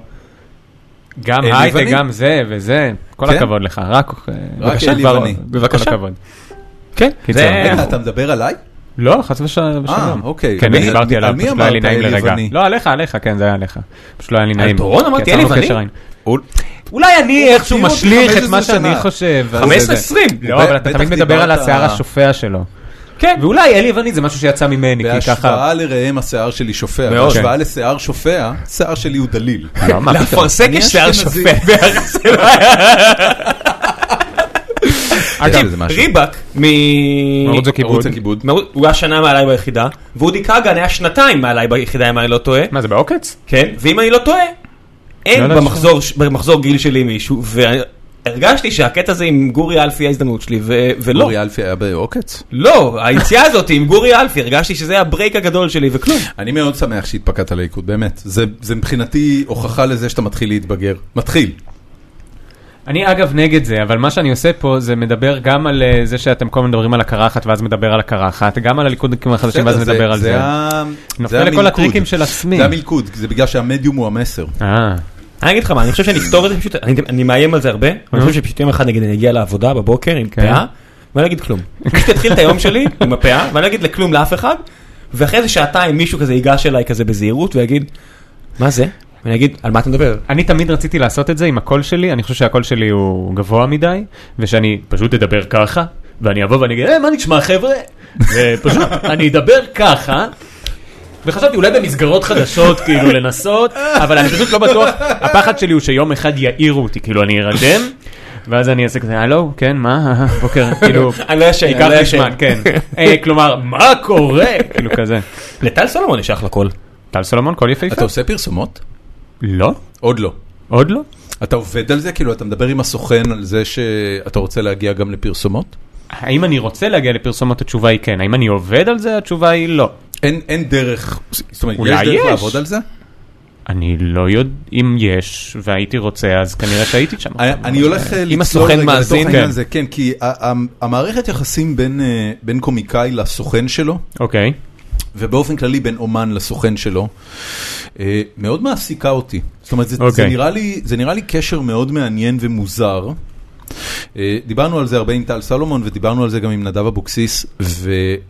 S3: גם
S1: אלי
S3: הייטק,
S1: ואני.
S3: גם זה וזה, כל
S1: כן.
S3: הכבוד לך, רק... אה, בבקשה,
S1: אלי
S3: כבר-
S1: ואני.
S3: בבקשה. כל הכבוד. כן,
S4: זה-
S3: קיצור.
S1: רגע, אתה מדבר עליי?
S3: לא, חס וש- ושלום.
S1: אוקיי.
S3: כן,
S1: מי-
S3: אני דיברתי
S1: על
S3: עליו,
S1: מי
S3: פשוט לא היה לי
S1: אמרת,
S3: נעים
S1: אלי
S3: לרגע.
S1: ואני?
S3: לא, עליך, עליך, כן, זה היה עליך. פשוט לא היה לי נעים.
S2: דורון
S3: כי
S2: אמרתי,
S3: יצרנו
S2: אלי ואני?
S3: קשר עין.
S1: הוא-
S3: אולי אני איכשהו
S1: הוא מכיר אותי
S3: משליך את מה
S1: 15
S3: שאני
S1: שנה.
S3: חושב. על
S2: 15
S3: זה.
S2: 20.
S1: ב-
S3: לא, אבל אתה
S1: בטח
S3: תמיד מדבר
S1: דיברת-
S3: על השיער השופע שלו. כן, ואולי אלי ואני זה משהו שיצא ממני, כי ככה...
S1: בהשוואה לראם השיער שלי שופע,
S3: מאוד. כן.
S1: בהשוואה לשיער שופע, השיער שלי הוא דליל.
S3: לא, מה פתאום.
S2: לאפרסק
S1: אני
S2: יש שיער
S1: אשכנזי.
S2: שופע ביחס אליי.
S1: יש
S2: תקשיב,
S1: בזה משהו.
S2: ריבק מ...
S3: מערוץ
S1: ערוץ
S3: הכיבוד.
S1: הכיבוד.
S2: מערוץ- הוא היה שנה מעליי ביחידה, ואודי כגן היה שנתיים מעליי ביחידה אם אני לא טועה,
S3: מה, זה בעוקץ?
S2: כן, ואם אני לא טועה, אין
S3: לא, לא,
S2: במחזור, במחזור גיל שלי מישהו, והרגשתי שהקטע הזה עם גורי אלפי ההזדמנות שלי, ו-
S3: לא.
S2: ולא,
S1: אורי אלפי היה בעוקץ?
S2: לא, היציאה הזאת עם גורי אלפי, הרגשתי שזה הברייק הגדול שלי וכלום.
S1: אני מאוד שמח שהתפקדת לליכוד, באמת. זה זה מבחינתי הוכחה לזה שאתה מתחיל להתבגר. מתחיל.
S3: אני אגב נגד זה, אבל מה שאני עושה פה זה מדבר גם על אה, זה שאתם כל הזמן מדברים על הקרחת ואז מדבר על הקרחת, גם על הליכודניקים החדשים ואז
S1: בסדר,
S3: מדבר על זה.
S1: ה-
S3: נופל
S1: זה
S3: לכל
S1: המלכוד.
S3: הטריקים של עצמי.
S1: זה המלכוד, זה בגלל שהמדיום הוא המסר.
S3: אה,
S2: אני אגיד לך מה, אני חושב שנפתור את זה פשוט, אני, אני מאיים על זה הרבה, אני חושב שפשוט יום אחד נגיד אני אגיע לעבודה בבוקר עם
S3: כן.
S2: פאה, ואני לא אגיד כלום. אני פשוט אתחיל את היום שלי עם הפאה, ואני לא אגיד לכלום לאף אחד, ואחרי איזה שעתיים מישהו כזה ייגש אליי כזה בזהירות ויגיד, מה זה? ואני אגיד, על מה אתה מדבר?
S3: אני תמיד רציתי לעשות את זה עם הקול שלי, אני חושב שהקול שלי הוא גבוה מדי, ושאני פשוט אדבר ככה, ואני אבוא ואני אגיד, אה, מה נשמע חבר'ה? ופשוט, אני אדבר ככה. וחשבתי אולי במסגרות חדשות כאילו לנסות, אבל אני פשוט לא בטוח, הפחד שלי הוא שיום אחד יעירו אותי, כאילו אני ארדם, ואז אני אעשה כזה, הלו, כן, מה, בוקר, כאילו,
S2: אני לא ישן, אני
S3: ייקח
S2: לא
S3: לי
S2: ישן.
S3: זמן, כן. אה, כלומר, מה קורה? כאילו כזה.
S2: לטל סולומון יש אחלה קול.
S3: טל סולומון, קול יפהפה?
S1: אתה עושה פרסומות?
S3: לא,
S1: עוד לא.
S3: עוד לא.
S1: אתה עובד על זה? כאילו, אתה מדבר עם הסוכן על זה שאתה רוצה להגיע גם לפרסומות?
S3: האם אני רוצה להגיע לפרסומות? התשובה היא כן. האם אני עובד על זה? התשובה היא לא.
S1: אין, אין דרך, זאת אומרת,
S3: אולי
S1: יש דרך
S3: יש.
S1: לעבוד על זה?
S3: אני לא יודע אם יש, והייתי רוצה, אז כנראה שהייתי שם.
S1: אני אני הולך אה,
S2: אם
S1: לצלול
S2: הסוכן
S1: רגע לתוך
S2: מאזין,
S1: העניין
S3: כן.
S1: הזה, כן, כי ה- ה- המערכת יחסים בין, אה, בין קומיקאי לסוכן שלו,
S3: אוקיי.
S1: ובאופן כללי בין אומן לסוכן שלו, אה, מאוד מעסיקה אותי. זאת אומרת, זה, okay. זה,
S3: אוקיי.
S1: נראה לי, זה נראה לי קשר מאוד מעניין ומוזר. אה, דיברנו על זה הרבה עם טל סלומון, ודיברנו על זה גם עם נדב אבוקסיס, ואתה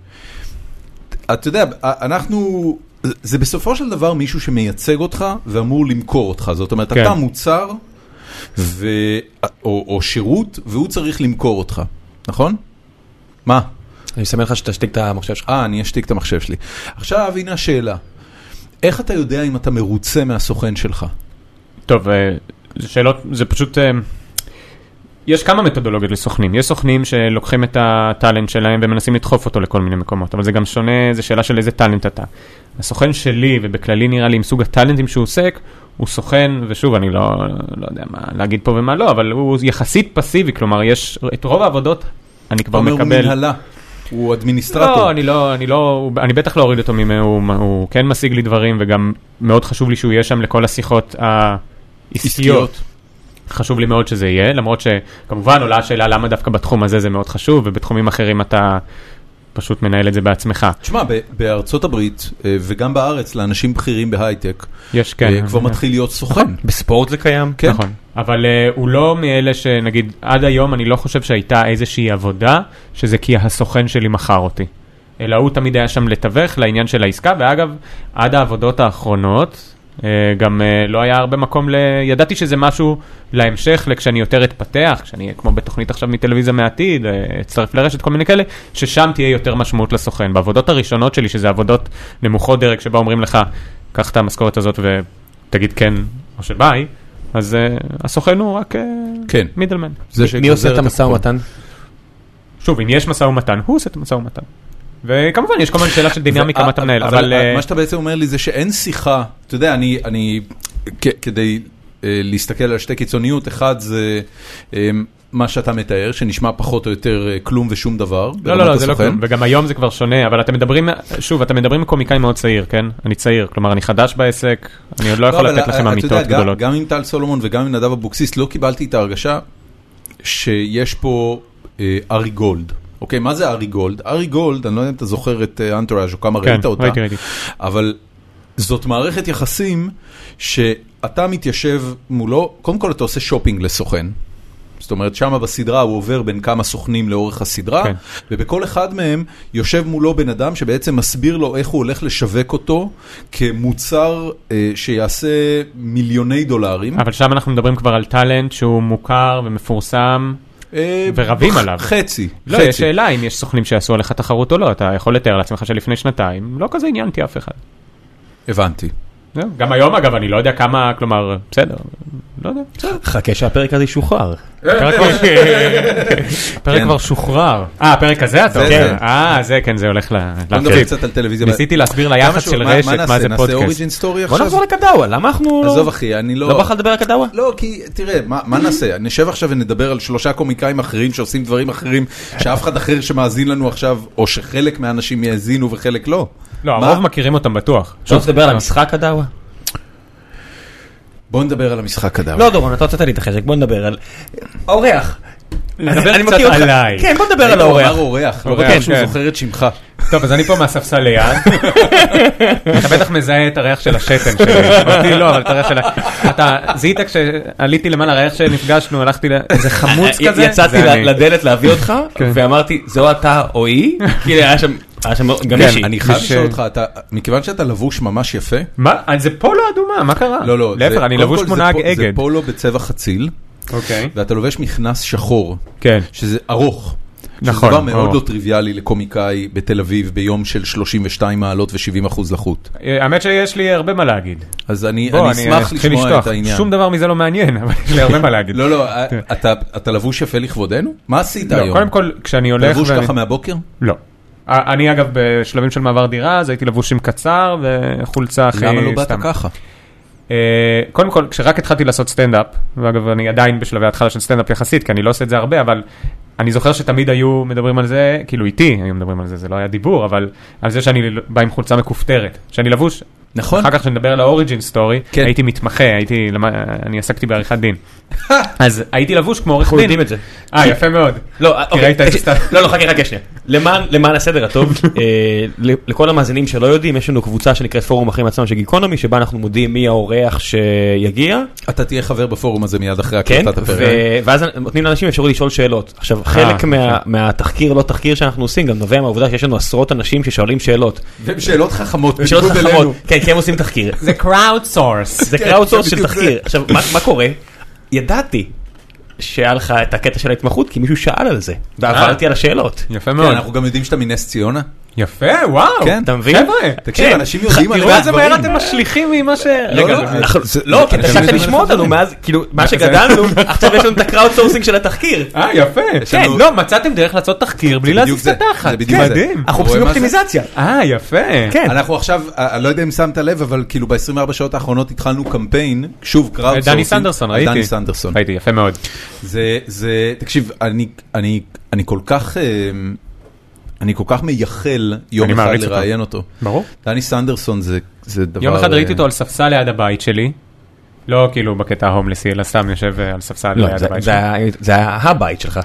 S1: יודע, אנחנו... זה בסופו של דבר מישהו שמייצג אותך ואמור למכור אותך, זאת אומרת,
S3: כן.
S1: אתה מוצר ו... או, או שירות והוא צריך למכור אותך, נכון? מה?
S2: אני מסמן לך שתשתיק את המחשב שלך.
S1: אה, אני אשתיק את המחשב שלי. עכשיו, הנה השאלה. איך אתה יודע אם אתה מרוצה מהסוכן שלך?
S3: טוב, אה, זה שאלות, זה פשוט... אה, יש כמה מתודולוגיות לסוכנים, יש סוכנים שלוקחים את הטאלנט שלהם ומנסים לדחוף אותו לכל מיני מקומות, אבל זה גם שונה, זו שאלה של איזה טאלנט אתה. הסוכן שלי, ובכללי נראה לי עם סוג הטאלנטים שהוא עוסק, הוא סוכן, ושוב, אני לא, לא יודע מה להגיד פה ומה לא, אבל הוא יחסית פסיבי, כלומר, יש את רוב העבודות, אני
S1: אתה
S3: כבר
S1: אומר, הוא
S3: מקבל...
S1: מנהלה, הוא
S3: לא,
S1: אדמיניסטרטור.
S3: אני לא, אני לא, הוא- אני בטח לא אוריד אותו ממנו, הוא- הוא כן משיג לי דברים, וגם מאוד חשוב לי שהוא יהיה שם לכל השיחות העסקיות.
S1: עסקיות.
S3: חשוב לי מאוד שזה יהיה, למרות שכמובן עולה השאלה למה דווקא בתחום הזה זה מאוד חשוב, ובתחומים אחרים אתה פשוט מנהל את זה בעצמך.
S1: תשמע, ב- בארצות הברית אה, וגם בארץ, לאנשים בכירים בהייטק,
S3: יש
S1: אה,
S3: כן.
S1: כבר מתחיל להיות סוכן.
S2: בספורט זה קיים?
S1: כן.
S3: נכון. אבל אה, הוא לא מאלה שנגיד, עד היום אני לא חושב שהייתה איזושהי עבודה שזה כי הסוכן שלי מכר אותי. אלא הוא תמיד היה שם לתווך לעניין של העסקה, ואגב, עד העבודות האחרונות, אה, גם אה, לא היה הרבה מקום ל... ידעתי שזה משהו להמשך, לכשאני יותר אתפתח, כשאני אהיה כמו בתוכנית עכשיו מטלוויזיה מהעתיד, אה, אצטרף לרשת, כל מיני כאלה, ששם תהיה יותר משמעות לסוכן. בעבודות הראשונות שלי, שזה עבודות נמוכות דרג, שבה אומרים לך, קח את המשכורת הזאת ותגיד כן או שביי, אז אה, הסוכן הוא רק אה,
S1: כן.
S3: מידלמן.
S1: זה
S2: מי עושה
S1: שגוזר
S2: את המשא
S1: הקופון.
S2: ומתן?
S3: שוב, אם יש משא ומתן, הוא עושה את המשא ומתן. וכמובן, יש כל מיני שאלה של דינמיקה, מה אתה מנהל, אבל... אה,
S1: מה שאתה בעצם אומר לי זה שאין שיחה, אתה יודע, אני, אני כ- כדי אה, להסתכל על שתי קיצוניות, אחד זה אה, מה שאתה מתאר, שנשמע פחות או יותר אה, כלום ושום דבר.
S3: לא, לא,
S1: ברמת
S3: לא, זה לא
S1: הסוכן.
S3: כלום, וגם היום זה כבר שונה, אבל אתם מדברים, שוב, אתם מדברים עם קומיקאי מאוד צעיר, כן? אני צעיר, כלומר, אני חדש בעסק, אני עוד לא יכול
S1: אבל
S3: לתת לכם
S1: אתה יודע,
S3: אמיתות
S1: גם-
S3: גדולות.
S1: גם עם טל סולומון וגם עם נדב אבוקסיס לא קיבלתי את ההרגשה שיש פה אה, ארי גולד. אוקיי, מה זה ארי גולד? ארי גולד, אני לא יודע אם אתה זוכר את אה, אנטוראז' או כמה
S3: כן,
S1: ראית אותה.
S3: ראיתי, ראיתי.
S1: אבל זאת מערכת יחסים שאתה מתיישב מולו, קודם כל אתה עושה שופינג לסוכן. זאת אומרת, שמה בסדרה הוא עובר בין כמה סוכנים לאורך הסדרה,
S3: כן.
S1: ובכל אחד מהם יושב מולו בן אדם שבעצם מסביר לו איך הוא הולך לשווק אותו כמוצר אה, שיעשה מיליוני דולרים.
S3: אבל שם אנחנו מדברים כבר על טאלנט שהוא מוכר ומפורסם.
S1: אה,
S3: ורבים
S1: ח-
S3: עליו.
S1: חצי,
S3: לא,
S1: חצי.
S3: יש שאלה אם יש סוכנים שיעשו עליך תחרות או לא, אתה יכול לתאר לעצמך שלפני שנתיים לא כזה עניינתי אף אחד.
S1: הבנתי.
S3: זהו. גם היום אגב, אני לא יודע כמה, כלומר, בסדר, לא יודע.
S2: חכה שהפרק הזה ישוחרר. לא
S3: הפרק כבר- הפרק
S1: כן.
S3: כבר שוחרר. אה, הפרק הזה אתה
S1: זה,
S3: אומר?
S1: זה.
S3: אה, זה כן, זה הולך ל...
S1: בוא נדבר קצת על טלוויזיה.
S3: ניסיתי להסביר
S1: כמה
S3: ליחס
S1: שהוא-
S3: של
S1: מה-
S3: רשת, מה זה
S1: נעשה
S3: פודקאסט.
S1: אוריג'ין סטורי
S2: בוא
S1: עכשיו?
S2: נחזור לקדאווה, למה אנחנו לא...
S1: עזוב אחי, אני לא...
S2: לא בא לך לדבר על קדאווה?
S1: לא, כי תראה, מה, מה נעשה? נשב עכשיו ונדבר על שלושה קומיקאים אחרים שעושים דברים אחרים שאף אחד אחר שמאזין לנו עכשיו, או שחלק מהאנשים יאזינו וחלק לא.
S3: לא,
S1: מה? לא
S3: הרוב מכירים אותם בטוח.
S2: אתה רוצה לדבר על המשחק קדאווה?
S1: בוא נדבר על המשחק הדאווה.
S2: לא דורון, אתה רצית להתחזק, בוא נדבר על... אורח.
S3: נדבר
S2: אני
S3: קצת
S2: מכיר אותך.
S3: עליי.
S2: כן, בוא נדבר על האורח.
S1: אמר אורח, לא
S3: אורח,
S1: בטוח שהוא
S3: כן.
S1: זוכר את שמך.
S3: טוב, אז אני פה מהספסל ליד. אתה בטח מזהה את הריח של השתן שלי. אותי לא, אבל את הריח של ה... אתה זיהית כשעליתי למעלה, הריח שנפגשנו, הלכתי ל... איזה חמוץ
S2: אה,
S1: אה,
S2: י-
S3: כזה?
S2: יצאתי
S3: זה
S2: ל-
S3: אני.
S2: לדלת להביא אותך,
S3: כן.
S2: ואמרתי, זו אתה או היא? כאילו היה שם, היה שם גם
S3: כן,
S2: מישהי.
S1: אני חייב
S3: מי ש-
S1: לשאול אותך, אתה- מכיוון שאתה לבוש ממש יפה,
S3: מה? אז זה פה לא אדומה, מה קרה?
S1: לא, לא,
S3: להפך,
S1: זה-
S3: אני
S1: קודם
S3: לבוש
S1: כל
S3: כמו
S1: זה
S3: נהג
S1: פו- זה
S3: אגד.
S1: פולו בצבע חציל,
S3: אוקיי.
S1: ואתה לובש מכנס שחור,
S3: כן.
S1: שזה ארוך.
S3: נכון,
S1: שזה דבר מאוד
S3: ארוך.
S1: לא טריוויאלי לקומיקאי בתל אביב ביום של 32 מעלות ו-70 אחוז לחות.
S3: אה, האמת שיש לי הרבה מה להגיד.
S1: אז אני
S3: בוא,
S1: אני אשמח
S3: אתחיל
S1: לשמוע את
S3: לשטוח.
S1: העניין.
S3: שום דבר מזה לא מעניין, אבל יש לי הרבה מה להגיד.
S1: לא, לא, אתה- אתה לבוש יפה לכבודנו? מה עשית
S3: לא,
S1: היום?
S3: קודם כל, כשאני הולך...
S1: לבוש
S3: ואני-
S1: ככה מהבוקר?
S3: לא. אה, אני אגב בשלבים של מעבר דירה, אז הייתי לבוש עם קצר וחולצה הכי
S1: למה לא באת
S3: סתם.
S1: ככה?
S3: אה, קודם כל, כשרק התחלתי לעשות סטנדאפ, ואגב, אני עדיין בשלבי ההתחלה של סטנדאפ יחסית, כי אני לא עושה את זה הרבה, אבל אני זוכר שתמיד היו מדברים על זה, כאילו איתי היו מדברים על זה, זה לא היה דיבור, אבל על זה שאני בא עם חולצה מכופתרת, שאני לבוש.
S1: נכון.
S3: אחר כך כשנדבר על האוריג'ין סטורי,
S1: כן.
S3: הייתי מתמחה, הייתי, למ- אני עסקתי בעריכת דין. אז הייתי לבוש כמו עורך דין.
S2: יודעים את זה.
S3: אה, יפה מאוד.
S2: לא, אה,
S3: כי
S2: אוקיי,
S3: ראית איזה סתם.
S2: לא, לא, חכה, חכה שנייה. למען- למען הסדר הטוב, אה, ל- לכל המאזינים שלא יודעים, יש לנו קבוצה שנקראת פורום אחים עצמם של גיקונומי, שבה אנחנו מודיעים מי האורח שיגיע,
S1: אתה תהיה חבר בפורום הזה מיד אחרי
S2: כן,
S1: הקלטת
S2: ו-
S1: הפרק.
S2: ואז נותנים לאנשים אפשרות לשאול שאלות. עכשיו, חלק מה- מהתחקיר, לא תחקיר שאנחנו עושים, גם נובע מהעובדה שיש לנו עשרות אנשים ששואלים שאלות.
S1: והן שאלות חכמות,
S2: שאלות
S1: בניגוד אלינו.
S2: חכמות, כן, כי הם עושים תחקיר.
S3: זה crowd source.
S2: זה קראוטסורס של
S1: בדיוק זה.
S2: תחקיר. עכשיו, מה- מה קורה? ידעתי שהיה לך את הקטע של ההתמחות, כי מישהו שאל על זה, ועברתי על השאלות.
S3: יפה
S1: כן,
S3: מאוד.
S1: אנחנו גם יודעים שאתה מנס ציונה.
S3: יפה, וואו.
S1: כן.
S2: אתה מבין?
S3: חבר'ה,
S1: תקשיב,
S2: כן.
S1: אנשים יודעים
S2: ח-
S1: עליך
S2: תראו
S3: תראו
S1: הרבה
S2: את זה
S1: דברים.
S2: מהר,
S3: אתם משליכים ממה ש...
S1: רגע,
S2: רגע,
S1: זה-
S2: אנחנו-
S1: זה-
S2: לא, כי
S1: אנשים
S2: אתה הפסקת
S1: יודעים
S2: לשמוע
S1: לעשות
S2: אותנו
S1: את
S2: מאז, כאילו, מה שגדלנו, עכשיו יש לנו את הקראוטסורסינג של התחקיר.
S3: אה, יפה.
S1: יש
S3: כן,
S1: לנו-
S3: לא, מצאתם דרך לעשות תחקיר בלי
S1: בדיוק
S3: להזיז את
S1: זה,
S3: התחת.
S1: זה בדיוק
S3: כן,
S1: זה.
S3: מדהים.
S2: אנחנו
S1: רואה
S2: עושים
S1: מה זה?
S2: אופטימיזציה.
S3: אה, יפה.
S2: כן.
S1: אנחנו עכשיו, אה, אני לא יודע אם שמת לב, אבל כאילו ב-24 שעות האחרונות התחלנו קמפיין, שוב קראוט
S3: אה, דני סנדרסון, ראיתי.
S1: דני סנדרסון.
S3: ראיתי, יפה מאוד.
S1: זה, זה, תקשיב, אני, אני, אני כל כך, אה, אני כל כך מייחל יום
S3: אני
S1: אחד
S3: מעריץ אותו.
S1: לראיין אותו.
S3: ברור.
S1: דני סנדרסון זה, זה דבר...
S3: יום אחד
S1: אה,
S3: ראיתי אותו על ספסל ליד הבית שלי. לא כאילו בקטע ההומלסי, אלא סתם יושב אה, על ספסל
S2: לא,
S3: ליד
S2: זה-
S3: הבית
S2: זה
S3: שלי. כן.
S2: היה- זה היה הבית שלך.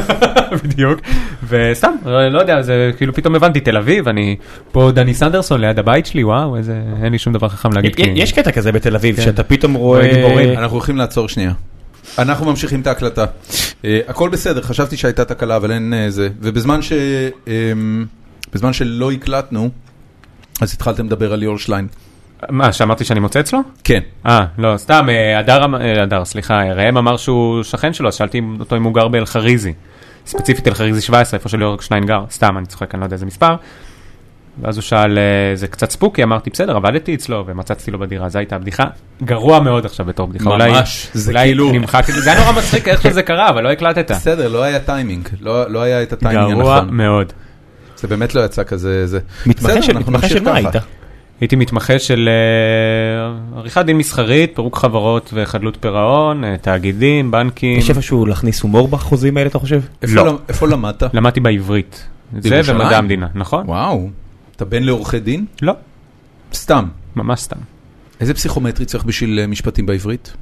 S3: בדיוק. וסתם, לא יודע, זה כאילו פתאום הבנתי, תל אביב, אני פה דני סנדרסון ליד הבית שלי, וואו, איזה, אין לי שום דבר חכם להגיד. כי-
S2: יש קטע כזה בתל אביב,
S1: כן.
S2: שאתה פתאום
S3: רואה גיבורים.
S2: רואה...
S1: אנחנו הולכים לעצור שנייה. אנחנו ממשיכים את ההקלטה. אה, הכל בסדר, חשבתי שהייתה תקלה, אבל אין אה, זה. ובזמן ש... אה, בזמן שלא הקלטנו, אז התחלתם לדבר על ליאור שליין.
S3: מה, שאמרתי שאני מוצא אצלו?
S1: כן.
S3: אה, לא, סתם, אה, הדר, אמ- אה, הדר, סליחה, אה, ראם אמר שהוא שכן שלו, אז שאלתי אם- אותו אם הוא גר באל-חריזי. ספציפית אל-חריזי 17, איפה שליאור שטיין גר, סתם, אני צוחק, אני לא יודע איזה מספר. ואז הוא שאל, אה, זה קצת ספוקי, אמרתי, בסדר, עבדתי אצלו ומצצתי לו בדירה, זו הייתה בדיחה. גרוע מאוד עכשיו בתור בדיחה, אולי,
S1: ממש, זה
S3: אולי
S1: כאילו-
S3: נמחק, את זה. זה היה נורא מצחיק איך שזה קרה, אבל לא הקלטת.
S1: בסדר, לא היה טיימינג. לא לא היה את הטיימינג
S3: גרוע
S1: הנכון.
S3: מאוד.
S1: זה באמת לא יצא כזה... זה.
S2: מתמחה
S1: בסדר,
S2: של-
S1: אנחנו
S2: מתמחה של
S1: נמשיך
S2: מה
S1: ככה.
S2: היית?
S3: הייתי מתמחה של אה, עריכת דין מסחרית, פירוק חברות וחדלות פירעון, אה, תאגידים, בנקים.
S2: יש איפשהו להכניס הומור בחוזים האלה, אתה חושב?
S1: איפה
S3: לא.
S1: למ- איפה למדת?
S3: למדתי בעברית. זה
S1: בירושלים?
S3: ומדע המדינה, נכון?
S1: וואו. אתה בן לעורכי דין?
S3: לא,
S1: סתם.
S3: ממש סתם.
S1: איזה פסיכומטרי צריך בשביל אה, משפטים בעברית?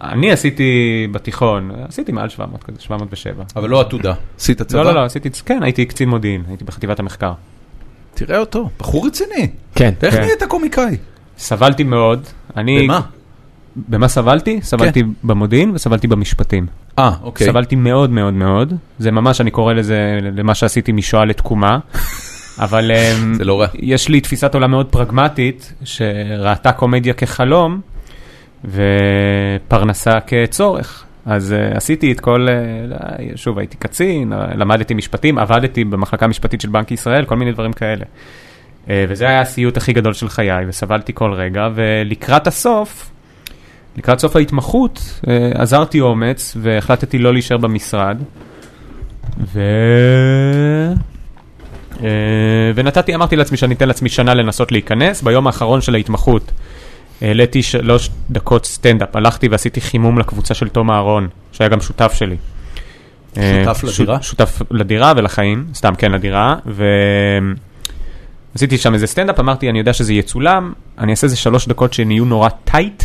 S3: אני עשיתי בתיכון, עשיתי מעל 700 כזה, 707.
S1: אבל לא עתודה. עשית צבא?
S3: לא, לא, לא, עשיתי, כן, הייתי קצין מודיעין, הייתי בחטיבת המחקר.
S1: תראה אותו, בחור רציני.
S2: כן.
S1: איך
S3: כן.
S1: נהיית קומיקאי?
S3: סבלתי מאוד. אני...
S1: במה?
S3: במה סבלתי? סבלתי במודיעין וסבלתי במשפטים.
S1: אה, אוקיי.
S3: סבלתי מאוד מאוד מאוד, זה ממש, אני קורא לזה, למה שעשיתי משואה לתקומה, אבל אמ,
S1: זה לא רע.
S3: יש לי תפיסת עולם מאוד פרגמטית, שראתה קומדיה כחלום ופרנסה כצורך. אז uh, עשיתי את כל, uh, שוב, הייתי קצין, אה, למדתי משפטים, עבדתי במחלקה המשפטית של בנק ישראל, כל מיני דברים כאלה. Uh, וזה היה הסיוט הכי גדול של חיי, וסבלתי כל רגע, ולקראת הסוף, לקראת סוף ההתמחות, אה, אזרתי אומץ, והחלטתי לא להישאר במשרד, ו... אה, ונתתי, אמרתי לעצמי שאני אתן לעצמי שנה לנסות להיכנס, ביום האחרון של ההתמחות העליתי שלוש דקות סטנדאפ, הלכתי ועשיתי חימום לקבוצה של תום אהרון, שהיה גם שותף שלי. אה,
S1: שותף
S3: ש-
S1: לדירה?
S3: שותף לדירה ולחיים, סתם כן לדירה, ו... עשיתי שם איזה סטנדאפ, אמרתי, אני יודע שזה יצולם, אני אעשה איזה שלוש דקות שהן יהיו נורא טייט,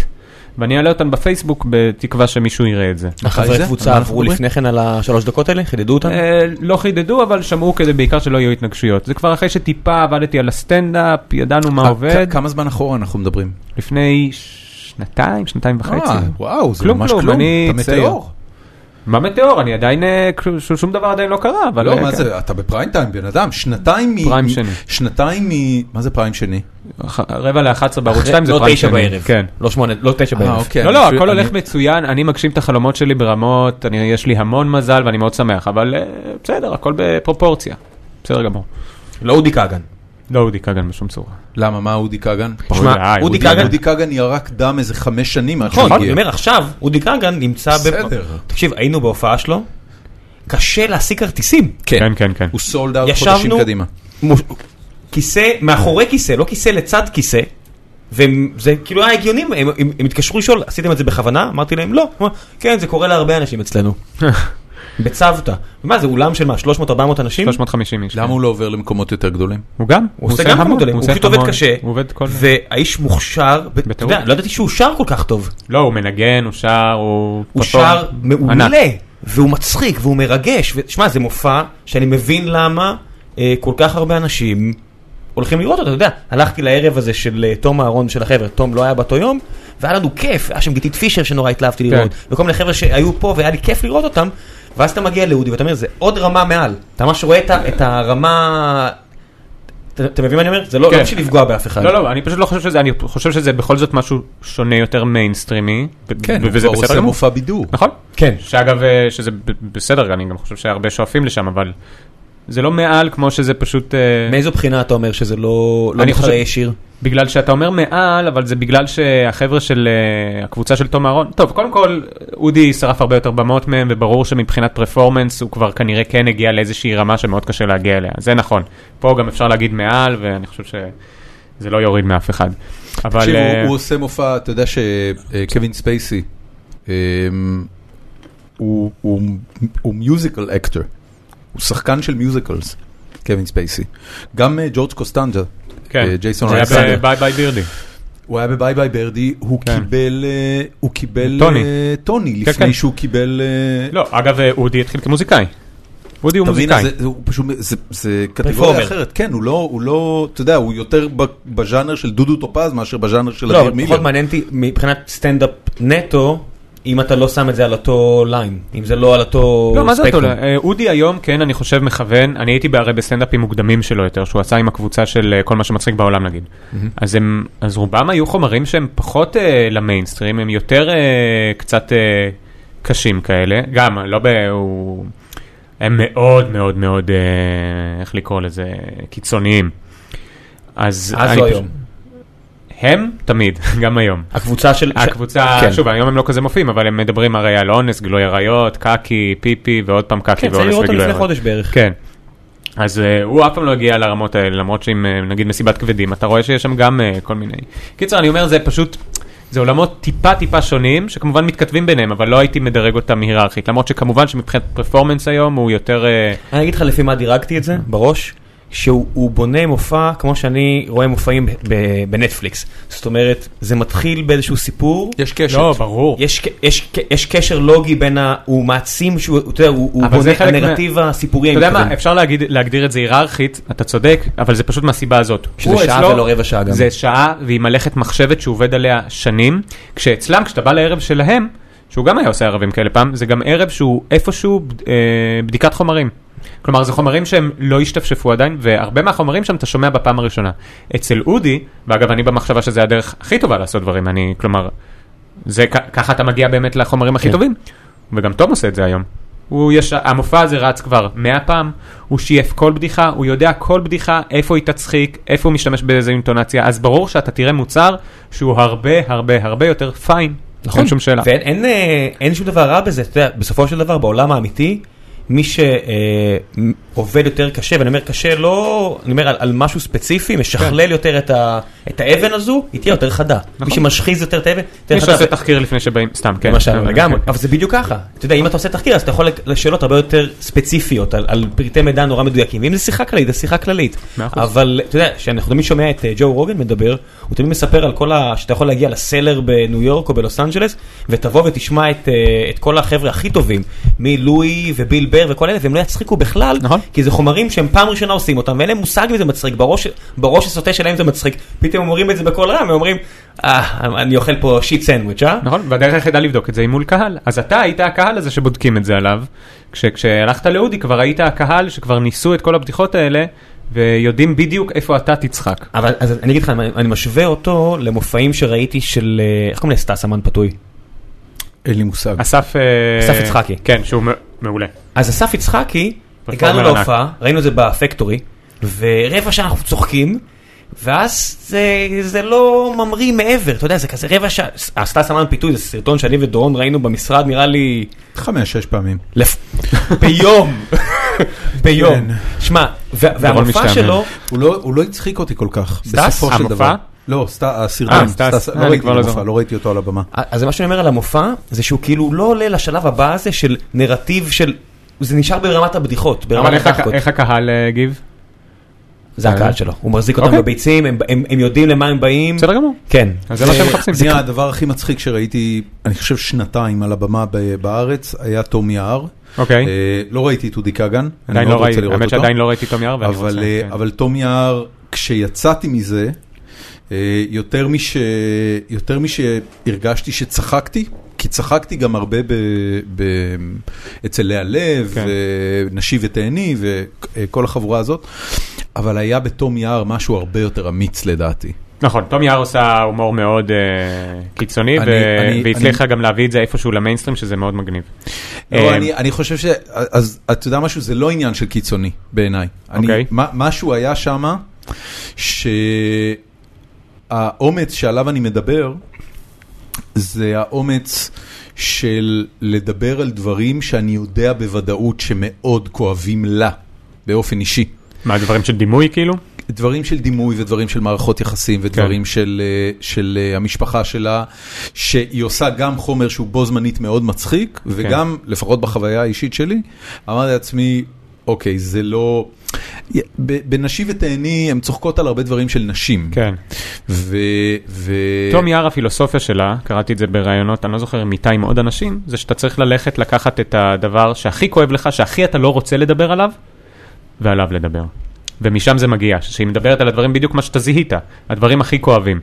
S3: ואני אעלה אותן בפייסבוק בתקווה שמישהו יראה את זה.
S1: מתי
S2: החברי
S1: זה?
S2: קבוצה
S1: על מה
S2: עברו
S1: אנחנו
S2: לפני כן על השלוש דקות האלה? חידדו אותם?
S3: אה, לא חידדו, אבל שמעו כדי בעיקר שלא יהיו התנגשויות. זה כבר אחרי שטיפה עבדתי על הסטנדאפ, ידענו מה
S1: אה,
S3: עובד,
S1: כ- כמה זמן אחורה אנחנו מדברים?
S3: לפני שנתיים, שנתיים וחצי.
S1: אה, וואו, זה
S3: כלום,
S1: ממש
S3: כלום,
S1: כלום.
S3: אני
S1: אתה
S3: צעיר.
S1: מטאור.
S3: מה מטאור? אני עדיין, אה, כל- ש- שום דבר עדיין לא קרה, אבל...
S1: לא,
S3: אה,
S1: מה
S3: כן.
S1: זה, אתה בפריים טיים, בן אדם, שנתיים מ...
S3: פריים
S1: מ-
S3: שני.
S1: שנתיים מ... מה זה פריים שני?
S3: ח- רבע לאחת בערוץ
S2: אחרי-
S3: שתיים זה
S2: לא
S3: פריים
S2: תשע
S3: שני.
S2: בערב.
S3: כן.
S2: לא שמונה, לא תשע
S1: אה,
S2: בערב.
S1: אוקיי.
S3: לא, לא,
S1: אני-
S3: הכל
S1: אני-
S3: הולך מצוין, אני מגשים את החלומות שלי ברמות, אני- יש לי המון מזל ואני מאוד שמח, אבל אה, בסדר, הכל בפרופורציה. בסדר גמור.
S2: לא אודי כגן.
S3: לא אודי כגן בשום צורה.
S1: למה, מה אודי כגן?
S3: שמע, אודי
S2: אודי
S1: אודי-
S2: כגן-
S1: אודי כגן ירק דם איזה חמש שנים עד שהוא
S2: נכון, אני
S1: הגיע.
S2: אומר עכשיו, אודי כגן נמצא... ב-
S1: בסדר.
S2: תקשיב, היינו בהופעה שלו, קשה להשיג כרטיסים.
S1: כן,
S3: כן, כן, כן.
S1: הוא סולד אאוט
S2: ישבנו-
S1: חודשים קדימה.
S2: מוש- כיסא, מאחורי כיסא, לא כיסא לצד כיסא. וזה כאילו היה הגיוני, הם, הם, הם התקשרו לשאול, עשיתם את זה בכוונה? אמרתי להם, לא. הוא אמר, כן, זה קורה להרבה אנשים אצלנו. בצוותא. מה, זה אולם של מה, 300-400 אנשים?
S3: 350 איש.
S1: למה הוא לא עבר למקומות יותר גדולים?
S3: הוא גם?
S2: הוא עושה גם
S3: המון,
S2: כמות גדולים, הוא
S3: עושה
S2: פשוט עובד
S3: המון,
S2: קשה.
S3: הוא עובד כל...
S2: והאיש מוכשר, ו- אתה יודע,
S3: בטירוף.
S2: לא ידעתי שהוא שר כל כך טוב.
S3: לא, הוא מנגן, הוא שר, הוא...
S2: הוא
S3: פרפורם.
S2: שר
S3: ענק.
S2: מעולה, והוא מצחיק, והוא מרגש. ו- שמע, זה מופע שאני מבין למה אה, כל כך הרבה אנשים הולכים לראות אותו, אתה יודע. הלכתי לערב הזה של אה, תום אהרון של החבר'ה, תום לא היה באותו יום, והיה לנו כיף, היה שם גיתית פישר שנורא התלהבתי לראות,
S3: כן.
S2: וכל מיני חבר'ה שהיו פה והיה לי כיף לראות אותם, ואז אתה מגיע לאודי ואתה אומר, זה עוד רמה מעל. אתה ממש רואה את ה- את הרמה... אתה- אתה מבין מה אני אומר? זה לא
S3: כן.
S2: לא בשביל לפגוע באף אחד.
S3: לא, לא, אני פשוט לא חושב שזה, אני חושב שזה בכל זאת משהו שונה יותר מיינסטרימי. ו-
S1: כן,
S3: ו-
S1: הוא
S3: וזה
S1: כבר
S3: בסדר
S1: עושה
S3: גמור.
S1: מופע בידור.
S3: נכון.
S2: כן.
S3: שאגב, אה, שזה ב- בסדר, אני גם חושב שהרבה שואפים לשם, אבל זה לא מעל כמו שזה פשוט... אה,
S2: מאיזו בחינה אתה אומר שזה לא לא
S3: אני
S2: מתחרה
S3: חושב-
S2: ישיר?
S3: בגלל שאתה אומר מעל, אבל זה בגלל שהחבר'ה של אה, הקבוצה של תום אהרון, טוב, קודם כל, אודי שרף הרבה יותר במות מהם, וברור שמבחינת פרפורמנס הוא כבר כנראה כן הגיע לאיזושהי רמה שמאוד קשה להגיע אליה, זה נכון. פה גם אפשר להגיד מעל, ואני חושב שזה לא יוריד מאף אחד. אבל...
S1: תקשיב, הוא-
S3: אה,
S1: הוא עושה מופע, אתה יודע שקווין ספייסי, אה, הוא- הוא הוא מיוזיקל אקטור, הוא שחקן של מיוזיקלס, קווין ספייסי. גם אה, ג'ורג' קוסטנג'ה,
S3: כן,
S1: אה, ג'ייסון
S3: זה היה
S1: אלכסנדר.
S3: בביי ביי בירדי.
S1: הוא היה בביי ביי ברדי, הוא
S3: כן.
S1: קיבל אה, הוא קיבל
S3: טוני.
S1: אה, טוני
S3: כן,
S1: לפני
S3: כן.
S1: שהוא קיבל... אה,
S3: לא, אגב, אה, אודי התחיל כמוזיקאי. אודי הוא
S1: אתה מבין,
S3: מוזיקאי.
S1: אז זה- הוא פשוט, זה- זה קטגוריה
S2: Performer.
S1: אחרת, כן, הוא לא, הוא לא, אתה יודע, הוא יותר ב- בז'אנר של דודו טופז מאשר בז'אנר של
S2: לא,
S1: אדיר
S2: אבל פחות
S1: מילר.
S2: מעניין אותי מבחינת סטנדאפ נטו, אם אתה לא שם את זה על אותו ליין, אם זה לא על אותו
S3: לא, מה זה אתה
S2: ספקטרום.
S3: יודע? אה, אודי היום, כן, אני חושב, מכוון, אני הייתי הרי בסטנדאפים מוקדמים שלו יותר, שהוא עשה עם הקבוצה של אה, כל מה שמצחיק בעולם נגיד. אז הם, אז רובם היו חומרים שהם פחות אה, למיינסטרים, הם יותר אה, קצת אה, קשים כאלה, גם, לא ב... הוא... הם מאוד מאוד מאוד, אה, איך לקרוא לזה, קיצוניים. אז...
S2: אז
S3: אני
S2: או
S3: פשוט-
S2: היום.
S3: הם תמיד, גם היום.
S2: הקבוצה של...
S3: הקבוצה,
S2: כן.
S3: שוב, היום הם לא כזה מופיעים, אבל הם מדברים הרי על אונס, גילוי עריות, קקי, פיפי, ועוד פעם קקי
S2: כן, צריך
S3: ואונס
S2: לראות אותה
S3: וגילוי
S2: לפני
S3: עריות.
S2: חודש בערך.
S3: כן. אז אה, הוא אף פעם לא הגיע לרמות האלה, למרות שאם אה, נגיד מסיבת כבדים, אתה רואה שיש שם גם אה, כל מיני. קיצר, אני אומר, זה פשוט, זה עולמות טיפה טיפה שונים, שכמובן מתכתבים ביניהם, אבל לא הייתי מדרג אותם היררכית, למרות שכמובן שמבחינת פרפורמנס היום הוא יותר... אה,
S2: אני אגיד לך לפי מה דירגתי את זה, בראש, שהוא הוא בונה מופע כמו שאני רואה מופעים ב- ב- בנטפליקס. זאת אומרת, זה מתחיל באיזשהו סיפור.
S1: יש קשר.
S3: לא, ברור.
S2: יש, ק- יש, ק- יש קשר לוגי בין ה... הוא מעצים שהוא, אתה יודע, הוא, הוא
S3: אבל
S2: בונה
S3: זה חלק
S2: הנרטיב הסיפורי.
S3: אתה יודע
S2: אני
S3: מה,
S2: מתכוון.
S3: אפשר להגיד, להגדיר את זה היררכית, אתה צודק, אבל זה פשוט מהסיבה הזאת.
S2: שזה
S3: הוא
S2: שעה
S3: אצלו-
S2: ולא רבע שעה גם.
S3: זה שעה והיא מלאכת מחשבת שהוא עובד עליה שנים, כשאצלם, כשאתה בא לערב שלהם, שהוא גם היה עושה ערבים כאלה פעם, זה גם ערב שהוא איפשהו אה, בדיקת חומרים. כלומר, זה חומרים שהם לא השתפשפו עדיין, והרבה מהחומרים שם אתה שומע בפעם הראשונה. אצל אודי, ואגב, אני במחשבה שזה הדרך הכי טובה לעשות דברים, אני, כלומר, זה, כ- ככה אתה מגיע באמת לחומרים הכי
S4: כן.
S3: טובים. וגם תום עושה את זה היום. הוא יש, המופע הזה רץ כבר 100 פעם, הוא שייף כל בדיחה, הוא יודע כל בדיחה, איפה היא תצחיק, איפה הוא משתמש באיזה אינטונציה, אז ברור שאתה תראה מוצר שהוא הרבה הרבה הרבה יותר פיין. נכון. אין שום שאלה.
S2: ואין אין, אה, אין שום דבר רע בזה, אתה יודע, בסופו של דבר בעולם האמיתי, מי שעובד יותר קשה, ואני אומר קשה לא, אני אומר על, על משהו ספציפי,
S3: כן.
S2: משכלל יותר את, ה, את האבן הזו, היא תהיה יותר חדה. מי שמשחיז יותר את האבן, תהיה
S3: נכון. מי
S2: חדה.
S3: שעושה תחקיר לפני שבאים, סתם, כן.
S2: למשל,
S3: אבל-
S2: לגמרי,
S3: כן.
S2: אבל זה בדיוק ככה. אתה יודע, אם אתה עושה תחקיר, אז אתה יכול לשאלות הרבה יותר ספציפיות, על, על פרטי מידע נורא מדויקים. ואם זה שיחה כללית, זה שיחה כללית.
S3: מאה אחוז.
S2: אבל אתה יודע, כשאנחנו תמיד שומע את אה, ג'ו רוגן מדבר, הוא תמיד מספר על כל ה... שאתה יכול להגיע לסלר בניו יורק או בלוס אנג'לס, ותבוא ותשמע את, אה, את כל החבר'ה הכי טובים, מלואי וביל בר וכל אלה, והם לא יצחיקו בכלל,
S3: נכון.
S2: כי זה חומרים שהם פעם ראשונה עושים אותם, ואין להם מושג אם זה מצחיק, בראש, בראש הסוטה שלהם זה מצחיק. פתאום הם אומרים את זה בקול רם, הם אומרים, אה, אני אוכל פה שיט סנדוויץ', אה?
S3: נכון, והדרך היחידה לבדוק את זה היא מול קהל. אז אתה היית הקהל הזה שבודקים את זה עליו. כש- כשהלכת לאודי כבר היית הקהל שכבר ניסו את כל הבדיחות האלה, ויודעים בדיוק איפה אתה תצחק.
S2: אבל אז אני אגיד לך, אני, אני משווה אותו למופעים שראיתי של, אה, איך קוראים לזה סטס אמן פתוי?
S1: אין לי מושג.
S3: אסף... אה,
S2: אסף יצחקי.
S3: כן, שהוא מ- מעולה.
S2: אז אסף יצחקי,
S3: פרפורמר
S2: הגענו
S3: ענק.
S2: להופעה, ראינו את זה בפקטורי, ורבע שעה אנחנו צוחקים, ואז זה, זה לא ממריא מעבר, אתה יודע, זה כזה רבע שעה, הסטס אמן פיתוי זה סרטון שאני ודורון ראינו במשרד, נראה לי,
S1: חמש, שש פעמים.
S2: לפ... ביום, ביום.
S1: כן.
S2: שמע, ו- והמופע
S3: משתעמם.
S2: שלו,
S1: הוא לא, הוא לא הצחיק אותי כל כך,
S2: סטס?
S1: בסופו של
S3: המופע?
S1: דבר. לא, סט,
S3: אה,
S1: הסרטון,
S3: סטס.
S1: סטס,
S3: אה,
S1: לא
S3: אני
S1: ראיתי
S3: כבר
S1: את
S3: לא
S1: המופע,
S3: זוכר.
S1: לא ראיתי אותו על הבמה.
S2: אז זה מה שאני אומר על המופע, זה שהוא כאילו לא עולה לשלב הבא הזה של נרטיב של... זה נשאר ברמת הבדיחות, ברמת
S3: אבל איך הק-
S2: הדחקות.
S3: איך הקהל אה, הגיב?
S2: זה הקהל שלו, הוא מחזיק אותם
S3: אוקיי.
S2: בביצים, הם- הם הם יודעים למה הם באים.
S3: בסדר גמור.
S2: כן.
S3: אז זה מה שהם מחפשים.
S1: אה, זה נהיה הדבר הכי מצחיק שראיתי, אני חושב שנתיים על הבמה ב- בארץ, היה תום יער.
S3: אוקיי.
S1: אה, לא ראיתי את אודי כגן, אני
S3: עדיין
S1: מאוד
S3: לא
S1: רוצה
S3: ראיתי,
S1: לראות
S3: האמת
S1: אותו.
S3: שעדיין לא ראיתי תום יער ואני
S1: אבל,
S3: רוצה...
S1: אה,
S3: כן.
S1: אבל תום יער, כשיצאתי מזה, אה, יותר, מש, יותר משהרגשתי שצחקתי, כי צחקתי גם הרבה ב, ב, אצל לאה לב,
S3: כן.
S1: כן. ונשי ותהני וכל החבורה הזאת, אבל היה בתום יער משהו הרבה יותר אמיץ לדעתי.
S3: נכון, תום יער עושה הומור מאוד אה, קיצוני,
S1: אני-
S3: ו-
S1: אני-
S3: והצליחה גם להביא את זה איפשהו למיינסטרים, שזה מאוד מגניב.
S1: לא,
S3: אה,
S1: אני, אני חושב ש... אז אתה יודע משהו? זה לא עניין של קיצוני בעיניי.
S3: אוקיי.
S1: אני, מה, משהו היה שמה, שהאומץ שעליו אני מדבר, זה האומץ של לדבר על דברים שאני יודע בוודאות שמאוד כואבים לה, באופן אישי.
S3: מה, דברים של דימוי כאילו?
S1: דברים של דימוי ודברים של מערכות יחסים ודברים כן. של, אה, של אה, המשפחה שלה, שהיא עושה גם חומר שהוא בו זמנית מאוד מצחיק, כן. וגם, לפחות בחוויה האישית שלי, אמרתי לעצמי, אוקיי, זה לא... ב- בנשי ותהני, הן צוחקות על הרבה דברים של נשים.
S3: כן.
S1: ו... ו...
S3: תום יער הפילוסופיה שלה, קראתי את זה בראיונות, אני לא זוכר אם איתה עם עוד אנשים, זה שאתה צריך ללכת לקחת את הדבר שהכי כואב לך, שהכי אתה לא רוצה לדבר עליו, ועליו לדבר. ומשם זה מגיע, שהיא מדברת על הדברים בדיוק מה שאתה זיהית, הדברים הכי כואבים.